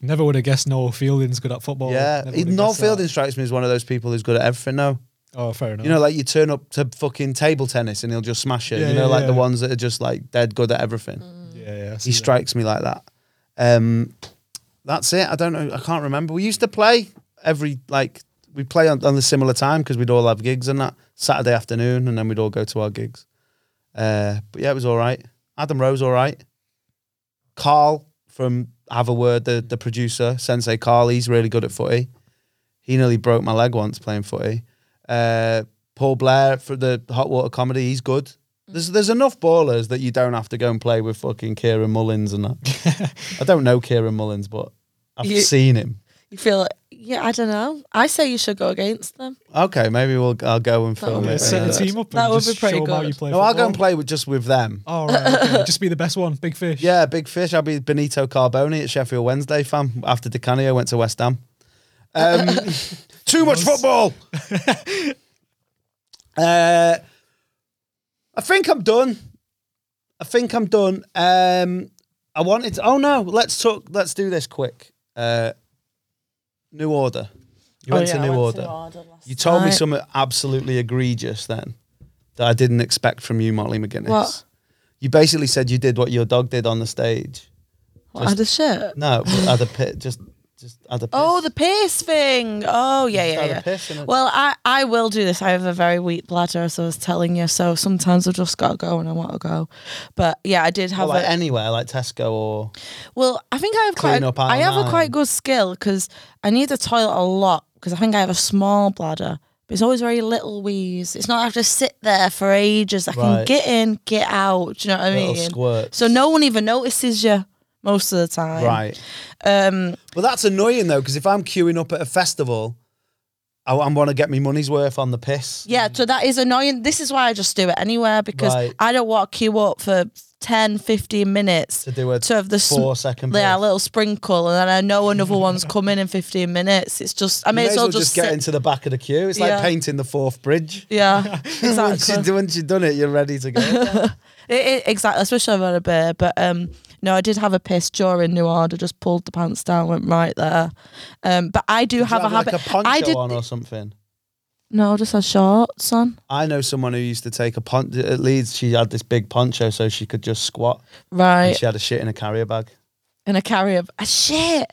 Speaker 3: never would have guessed Noel Fielding's good at football.
Speaker 1: yeah,
Speaker 3: Oh, Never
Speaker 1: He-
Speaker 3: would have
Speaker 1: Noel
Speaker 3: guessed that.
Speaker 1: Fielding strikes me as one of those people who's good at everything. though.
Speaker 3: Oh, fair enough.
Speaker 1: You know, like you turn up to fucking table tennis and he'll just smash it.
Speaker 3: Yeah,
Speaker 1: you know,
Speaker 3: yeah,
Speaker 1: like the
Speaker 3: yeah.
Speaker 1: ones that are just like dead good at everything.
Speaker 7: Mm.
Speaker 3: yeah, yeah. I see
Speaker 1: He
Speaker 3: that.
Speaker 1: strikes me like that. Um, that's it. I don't know. I can't remember. We used to play every like we play on, on the similar time because we'd all have gigs and that Saturday afternoon, and then we'd all go to our gigs. Uh, but yeah, it was all right. Adam Rose, all right. Carl from Have a Word, the the producer, Sensei Carl, he's really good at footy. He nearly broke my leg once playing footy. Uh, Paul Blair for the Hot Water Comedy, he's good. There's there's enough ballers that you don't have to go and play with fucking Kieran Mullins and that. I don't know Kieran Mullins, but I've
Speaker 7: You-
Speaker 1: seen him.
Speaker 7: You feel like, yeah, I don't know. I say you should go against them.
Speaker 1: Okay, maybe we'll I'll go and film
Speaker 7: would
Speaker 3: Yeah,
Speaker 1: it.
Speaker 7: be
Speaker 3: set a
Speaker 7: Yeah.
Speaker 3: team up. And
Speaker 7: That would
Speaker 3: just
Speaker 7: be pretty
Speaker 3: show 'em how
Speaker 7: good.
Speaker 3: you play
Speaker 1: No, I'll go and
Speaker 3: football.
Speaker 1: play with just with them.
Speaker 3: All right. okay. just be the best one. Big fish.
Speaker 1: Yeah, big fish. I'll be Benito Carboni at Sheffield Wednesday, fam. After Di Canio went to West Ham. Um, too much football. uh, I think I'm done. I think I'm done. Um, I wanted. To, oh no, let's talk. Let's do this quick. Uh, new order. You Oh, went to new order. you told me
Speaker 7: night.
Speaker 1: something absolutely egregious then that I didn't expect from you, Motley McGuinness.
Speaker 7: What?
Speaker 1: You basically said you did what your dog did on the stage.
Speaker 7: What, had a shit?
Speaker 1: No, but had a pit. Just, just had a piss.
Speaker 7: Oh, the piss thing. Oh, yeah,
Speaker 1: Just
Speaker 7: yeah,
Speaker 1: had a
Speaker 7: yeah.
Speaker 1: piss in it.
Speaker 7: Well, I, I will do this. I have a very weak bladder, as I was telling you. So sometimes I've just got to go and I want to go. But yeah, I did
Speaker 1: Or
Speaker 7: have
Speaker 1: like
Speaker 7: a.
Speaker 1: anywhere, like Tesco or
Speaker 7: Well, I think I have
Speaker 1: Clean
Speaker 7: quite.
Speaker 1: up
Speaker 7: I have a
Speaker 1: online.
Speaker 7: quite good skill because I need the toilet a lot because I think I have a small bladder. But it's always very little wheeze. It's not I have to sit there for ages. I can
Speaker 14: Right.
Speaker 7: get in, get out. Do you know what I
Speaker 14: Little
Speaker 7: mean?
Speaker 14: squirts.
Speaker 7: So no one even notices you most of the time.
Speaker 1: Right.
Speaker 7: Um,
Speaker 1: well, that's annoying though, because if I'm queuing up at a festival, I, I want to get my money's worth on the piss.
Speaker 7: Yeah, so that is annoying. This is why I just do it anywhere because
Speaker 1: Right.
Speaker 7: I don't want to queue up for 10, 15 minutes
Speaker 1: To do a
Speaker 7: to have the sm-
Speaker 1: four-second
Speaker 7: yeah,
Speaker 1: break.
Speaker 7: little sprinkle, and then I know another one's coming in 15 minutes. It's just, I may,
Speaker 1: You
Speaker 7: as well just,
Speaker 1: get
Speaker 7: sit-
Speaker 1: into the back of the queue. It's
Speaker 7: Yeah.
Speaker 1: like painting the fourth bridge.
Speaker 7: Yeah,
Speaker 1: once,
Speaker 7: exactly.
Speaker 1: you, once you've done it, you're ready to go.
Speaker 7: It- it- exactly, especially if I've had a beer. But um, no, I did have a piss during New Order, just pulled the pants down, went right there. Um, but I
Speaker 1: Did
Speaker 7: do
Speaker 1: you
Speaker 7: have, a
Speaker 1: like,
Speaker 7: habit.
Speaker 1: a poncho
Speaker 7: I did
Speaker 1: on or something.
Speaker 7: no, just a shorts on.
Speaker 1: I know someone who used to take a poncho at Leeds. She had this big poncho so she could just squat.
Speaker 7: Right.
Speaker 1: And she had a shit in a carrier bag.
Speaker 7: and a carrier. A shit,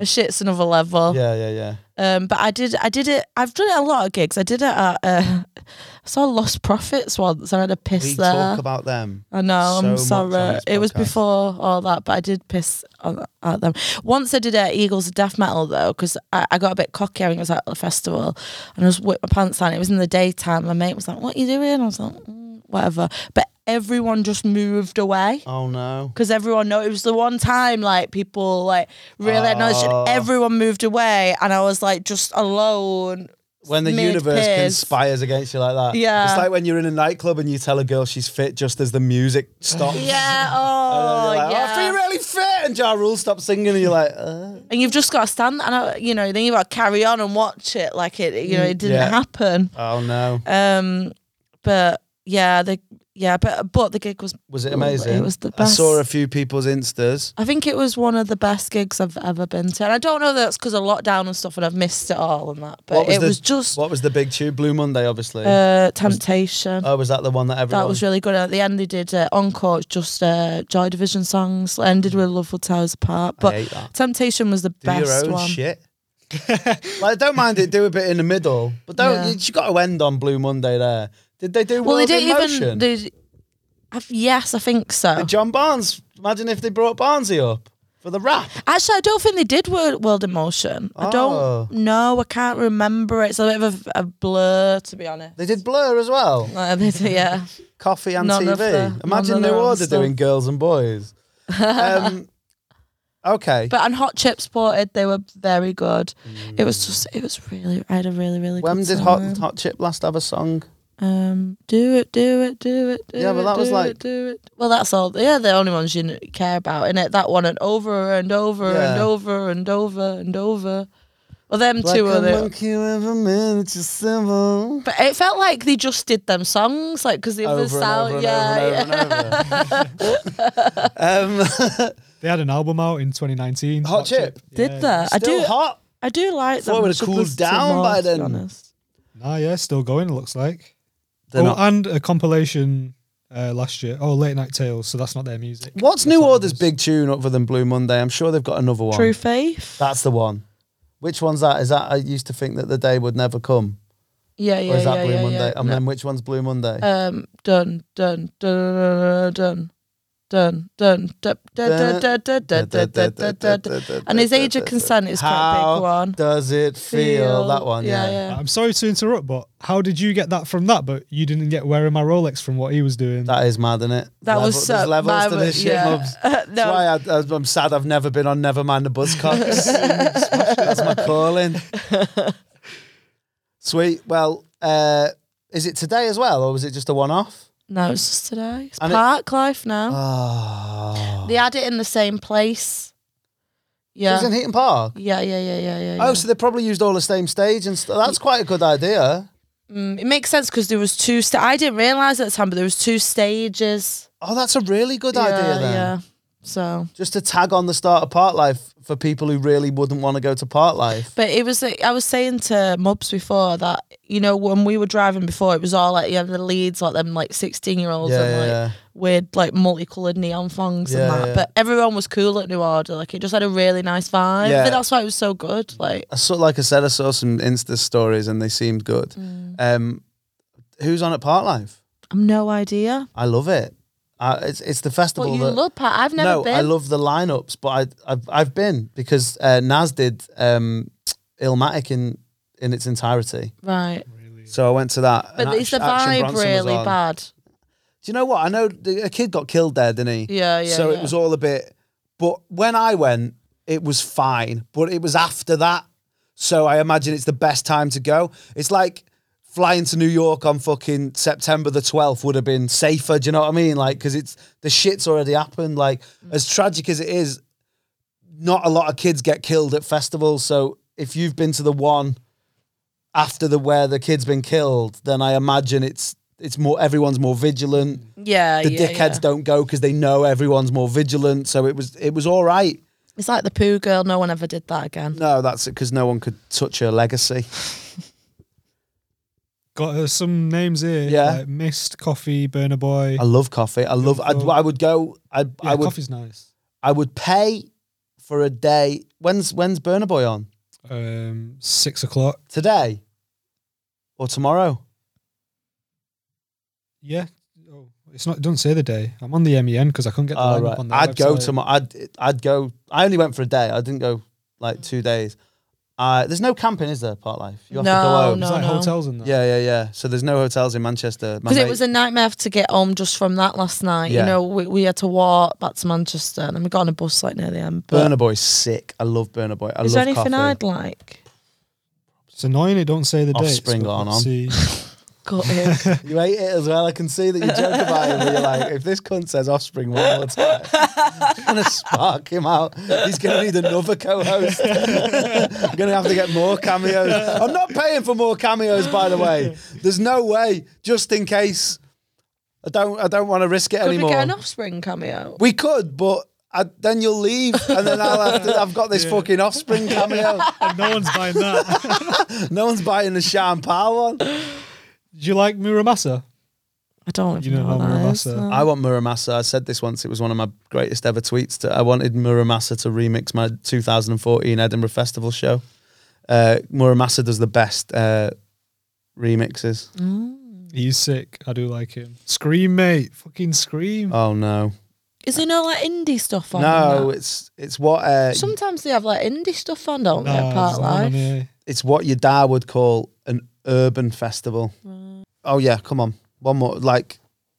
Speaker 7: a shit's another level.
Speaker 1: Mm. Yeah, yeah, yeah.
Speaker 7: Um, but I did, I did it. I've done it at a lot of gigs. I did it at, uh, I saw Lost Profits once. and I had a piss
Speaker 1: We
Speaker 7: there.
Speaker 1: talk about them
Speaker 7: I
Speaker 1: so
Speaker 7: know. I'm
Speaker 1: much on
Speaker 7: sorry.
Speaker 1: this
Speaker 7: It was
Speaker 1: podcast.
Speaker 7: before all that, but I did piss on, at them. Once I did it at Eagles of Death Metal though, because I, I got a bit cocky. I think it was at the festival, and I was whipped my pants down. It was in the daytime. My mate was like, "What are you doing?" I was like, "Mm, "Whatever." But everyone just moved away.
Speaker 1: Oh no.
Speaker 7: because everyone know it was the one time like people like really acknowledged
Speaker 1: Oh.
Speaker 7: it. Everyone moved away, and I was like just alone.
Speaker 1: When the
Speaker 7: mid
Speaker 1: universe
Speaker 7: piss.
Speaker 1: conspires against you like that.
Speaker 7: Yeah.
Speaker 1: It's like when you're in a nightclub and you tell a girl she's fit just as the music stops.
Speaker 7: Yeah. Oh,
Speaker 1: You're like,
Speaker 7: yeah.
Speaker 1: I feel really fit. And Ja Rule stops singing and you're like, uh.
Speaker 7: and you've just got to stand and uh, you know then you've got to carry on and watch it like it you know it didn't
Speaker 1: Mm, Yeah.
Speaker 7: happen
Speaker 1: oh no.
Speaker 7: um but yeah the yeah but but the gig was
Speaker 1: Was it amazing?
Speaker 7: it was the
Speaker 1: I
Speaker 7: best
Speaker 1: saw a few people's instas.
Speaker 7: I think it was one of the best gigs I've ever been to and I don't know if that's because of lockdown and stuff and I've missed it all and that but it
Speaker 1: the,
Speaker 7: was just
Speaker 1: What was the big tube? Blue Monday, obviously.
Speaker 7: uh temptation
Speaker 1: oh, was that the one that everyone.
Speaker 7: that was really good. And at the end, they did uh, encore, just uh, Joy Division songs. Ended with Love Will Tear Us Apart. But
Speaker 1: hate that.
Speaker 7: Temptation was the
Speaker 1: do
Speaker 7: best
Speaker 1: your own
Speaker 7: one.
Speaker 1: shit. like, don't mind it. Do a bit in the middle, but don't.
Speaker 7: Yeah.
Speaker 1: You, you got to end on Blue Monday. There, did they do?
Speaker 7: Well, they
Speaker 1: World in
Speaker 7: didn't even.
Speaker 1: Motion?
Speaker 7: They, I, yes, I think so.
Speaker 1: Did John Barnes. Imagine if they brought Barnsley up for the rap.
Speaker 7: Actually, I don't think they did World, World in Motion. I
Speaker 1: Oh.
Speaker 7: don't know. I can't remember. It's a bit of a, a blur, to be honest.
Speaker 1: They did Blur as well.
Speaker 7: Like, they did- yeah.
Speaker 1: Coffee and
Speaker 7: None
Speaker 1: TV.
Speaker 7: of the- none
Speaker 1: imagine
Speaker 7: of
Speaker 1: New
Speaker 7: their own
Speaker 1: Order
Speaker 7: stuff.
Speaker 1: doing Girls and Boys. Um, okay.
Speaker 7: But on Hot Chips Ported, they were very good. It was just, it was really, I had a really, really
Speaker 1: when
Speaker 7: good
Speaker 1: did
Speaker 7: time.
Speaker 1: Hot, Hot Chip last have a song?
Speaker 7: Um, do it, do it, do it, do
Speaker 1: Yeah, but
Speaker 7: it,
Speaker 1: that was
Speaker 7: do
Speaker 1: like-
Speaker 7: it, do it. Well, that's all. Yeah, the only ones you kn- care about, and it that one and over and over and
Speaker 1: Yeah.
Speaker 7: over and over and over. Well, them
Speaker 1: Like
Speaker 7: two
Speaker 1: a
Speaker 7: are the.
Speaker 1: monkey with a miniature symbol.
Speaker 7: But it felt like they just did them songs, like because they have the
Speaker 1: Over and
Speaker 7: sound.
Speaker 1: over and
Speaker 7: yeah,
Speaker 1: over and
Speaker 7: yeah.
Speaker 1: Um,
Speaker 3: they had an album out in 2019.
Speaker 1: Hot Chip.
Speaker 7: did that? I
Speaker 1: Still
Speaker 7: do.
Speaker 1: hot.
Speaker 7: I do like
Speaker 1: Thought it
Speaker 7: them.
Speaker 1: would have
Speaker 7: should
Speaker 1: cooled
Speaker 7: listen to
Speaker 1: down
Speaker 7: more,
Speaker 1: by
Speaker 7: to be
Speaker 1: then.
Speaker 7: honest.
Speaker 3: Nah, yeah, still going. It looks like.
Speaker 1: They're
Speaker 3: oh,
Speaker 1: not-
Speaker 3: and a compilation uh, last year. Oh, Late Night Tales. So that's not their music.
Speaker 1: What's New Order's big tune other than Blue Monday? I'm sure they've got another one.
Speaker 7: True Faith.
Speaker 1: That's the one. Which one's that? Is that I used to think that the day would never come?
Speaker 7: Yeah, yeah,
Speaker 1: or is that
Speaker 7: yeah,
Speaker 1: Blue
Speaker 7: yeah,
Speaker 1: Monday?
Speaker 7: yeah.
Speaker 1: And
Speaker 7: No.
Speaker 1: then which one's Blue Monday?
Speaker 7: Um, dun dun dun dun dun dun dun dun dun dun dun dun dun dun dun dun dun. And his age of consent is quite a
Speaker 1: How
Speaker 7: big one.
Speaker 1: does it feel?
Speaker 7: Feel.
Speaker 1: That one,
Speaker 7: Yeah,
Speaker 1: yeah.
Speaker 7: yeah.
Speaker 3: I'm sorry to interrupt, but how did you get that from that? But you didn't get wearing my Rolex from what he was doing.
Speaker 1: That is mad, isn't it?
Speaker 7: That was so-
Speaker 1: there's levels
Speaker 7: my-
Speaker 1: to this shit,
Speaker 7: yeah.
Speaker 1: Mubs.
Speaker 7: No.
Speaker 1: That's why I, I'm sad I've never been on Nevermind the Buzzcocks. That's my calling. Sweet. Well, uh, is it today as well, or was it just a one-off?
Speaker 7: No, it's just today. It's
Speaker 1: And it-
Speaker 7: Park Life now.
Speaker 1: Oh.
Speaker 7: They had it in the same place.
Speaker 1: It
Speaker 7: Yeah.
Speaker 1: was in Heaton Park.
Speaker 7: Yeah, yeah, yeah, yeah, yeah.
Speaker 1: Oh,
Speaker 7: yeah.
Speaker 1: so they probably used all the same stage and stuff. That's quite a good idea.
Speaker 7: Mm, it makes sense because there was two. Sta- I didn't realize at the time, but there was two stages.
Speaker 1: Oh, that's a really good
Speaker 7: yeah,
Speaker 1: idea then.
Speaker 7: Yeah. So.
Speaker 1: Just to tag on the start of part life for people who really wouldn't want to go to part life.
Speaker 7: But it was like I was saying to Mubs before that you know when we were driving before it was all like you have the leads like them like sixteen year olds
Speaker 1: Yeah,
Speaker 7: and
Speaker 1: yeah,
Speaker 7: like
Speaker 1: yeah.
Speaker 7: weird like multicolored neon thongs and
Speaker 1: Yeah,
Speaker 7: that.
Speaker 1: yeah.
Speaker 7: But everyone was cool at New Order. Like it just had a really nice vibe.
Speaker 1: Yeah.
Speaker 7: But that's why it was so good. Like
Speaker 1: I saw, like I said, I saw some Insta stories and they seemed good.
Speaker 7: Mm.
Speaker 1: Um, who's on at part life?
Speaker 7: I've no idea.
Speaker 1: I love it. Uh, it's it's the
Speaker 7: But
Speaker 1: festival
Speaker 7: you
Speaker 1: that
Speaker 7: love Pat. I've never
Speaker 1: no,
Speaker 7: been.
Speaker 1: I love the lineups, but I I've, I've been because uh, Nas did um, Illmatic in in its entirety.
Speaker 7: Right.
Speaker 1: So I went to that. and
Speaker 7: But is
Speaker 1: Action-
Speaker 7: the
Speaker 1: Action
Speaker 7: vibe
Speaker 1: Bronson was
Speaker 7: really
Speaker 1: on.
Speaker 7: bad?
Speaker 1: Do you know what? I know the- a kid got killed there, didn't he?
Speaker 7: Yeah, yeah,
Speaker 1: So
Speaker 7: yeah.
Speaker 1: it was all a bit. But when I went, it was fine. But it was after that, so I imagine it's the best time to go. It's like flying to New York on fucking September the twelfth would have been safer. Do you know what I mean? Like, because it's the shit's already happened. Like,
Speaker 7: Mm.
Speaker 1: as tragic as it is, not a lot of kids get killed at festivals. So if you've been to the one after the where the kid's been killed, then I imagine it's it's more everyone's more vigilant.
Speaker 7: Yeah,
Speaker 1: the
Speaker 7: yeah,
Speaker 1: dickheads
Speaker 7: yeah.
Speaker 1: don't go because they know everyone's more vigilant. So it was it was all right.
Speaker 7: It's like the poo girl. No one ever did that again.
Speaker 1: No, that's it because no one could touch her legacy.
Speaker 3: Got uh, some names here.
Speaker 1: Yeah.
Speaker 3: like Mist, Coffee, Burner Boy.
Speaker 1: I love coffee. I love. I'd, I would go. I
Speaker 3: Yeah,
Speaker 1: I would.
Speaker 3: coffee's nice.
Speaker 1: I would pay for a day. When's when's Burner Boy on
Speaker 3: Um, six o'clock.
Speaker 1: today or tomorrow?
Speaker 3: Yeah. Oh, it's not. Don't say the day. I'm on the MEN because I couldn't get the
Speaker 1: Oh,
Speaker 3: lineup
Speaker 1: right.
Speaker 3: on the
Speaker 1: I'd go
Speaker 3: website.
Speaker 1: to my. I'd I'd go. I only went for a day. I didn't go like two days. Uh, there's no camping, is there? Part life. You have to
Speaker 7: No,
Speaker 1: go home.
Speaker 7: no, There's, like, no. hotels
Speaker 3: in
Speaker 1: there. Yeah, yeah, yeah. So there's no hotels in Manchester. My
Speaker 7: Because it
Speaker 1: mate-
Speaker 7: was a nightmare to get home just from that last night.
Speaker 1: Yeah.
Speaker 7: You know, we, we had to walk back to Manchester and then we got on a bus like near the end. But
Speaker 1: Burner Boy's sick. I love Burner Boy. I
Speaker 7: is there
Speaker 1: love
Speaker 7: anything
Speaker 1: coffee.
Speaker 7: I'd like?
Speaker 3: It's annoying. It don't say the date.
Speaker 1: Offspring on, on.
Speaker 7: Got it.
Speaker 1: you ate it as well. I can see that you joke about it, but you're like, if this cunt says offspring one more time, I'm gonna spark him out. He's gonna need another co-host. I'm gonna have to get more cameos. I'm not paying for more cameos, by the way. There's no way. Just in case, I don't. I don't want to risk it
Speaker 7: Could
Speaker 1: anymore.
Speaker 7: we get an offspring cameo?
Speaker 1: We could, but. I, then you'll leave, and then I'll have to, I've got this fucking offspring cameo.
Speaker 3: And no one's buying that.
Speaker 1: no one's buying the champagne one.
Speaker 3: Do you like Muramasa?
Speaker 7: I don't
Speaker 3: You don't know Muramasa.
Speaker 1: I want Muramasa. I said this once. It was one of my greatest ever tweets. To, I wanted Muramasa to remix my 2014 Edinburgh Festival show. Uh, Muramasa does the best uh, remixes.
Speaker 3: He's sick. I do like him. Scream, mate. Fucking scream.
Speaker 1: Oh no,
Speaker 7: Is there no like indie stuff on?
Speaker 1: no,
Speaker 7: that?
Speaker 1: it's it's what uh,
Speaker 7: Sometimes they have like indie stuff on, don't
Speaker 1: No,
Speaker 3: Ah,
Speaker 7: they? Part
Speaker 1: there's none on
Speaker 7: life.
Speaker 1: it's what your dad would call an urban festival. Oh yeah, come on, one more. Like,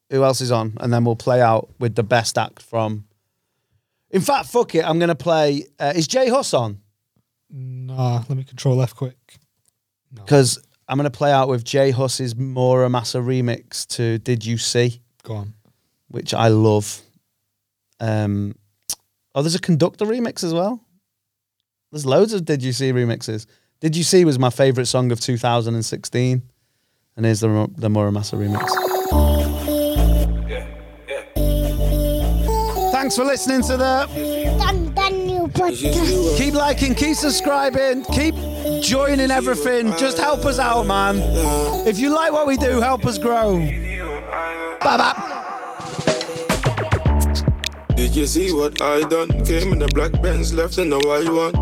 Speaker 1: who else is on? And then we'll play out with the best act from. In fact, fuck it. I'm gonna play. Uh, is Jay Huss on?
Speaker 3: Nah, let me control F quick.
Speaker 1: because I'm going to play out with Jay Huss's Mora Massa remix to "Did You See,"
Speaker 3: Go on.
Speaker 1: which I love. Um, oh, there's a conductor remix as well. There's loads of "Did You See" remixes. "Did You See" was my favorite song of 2016, and here's the Mo- the Mora Massa remix. Thanks for listening to the
Speaker 10: Dun Daniel Podcast.
Speaker 1: Keep liking, keep subscribing, keep joining everything. Just help us out, man. If you like what we do, help us grow. Bye bye.
Speaker 14: Did you see what I done? Came in the black Benz, left in the white one.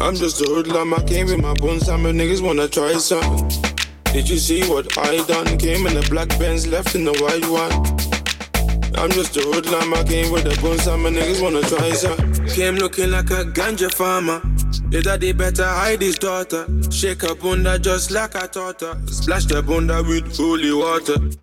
Speaker 14: I'm just a hoodlum, I came with my bones, some of niggas wanna try some. Did you see what I done? Came in the black Benz, left in the white one. I'm just a hoodlum, I came with the bones, some of niggas wanna try some. Came looking like a ganja farmer. Your daddy better hide his daughter. Shake her bunda just like I taught her. Splash the bunda with holy water.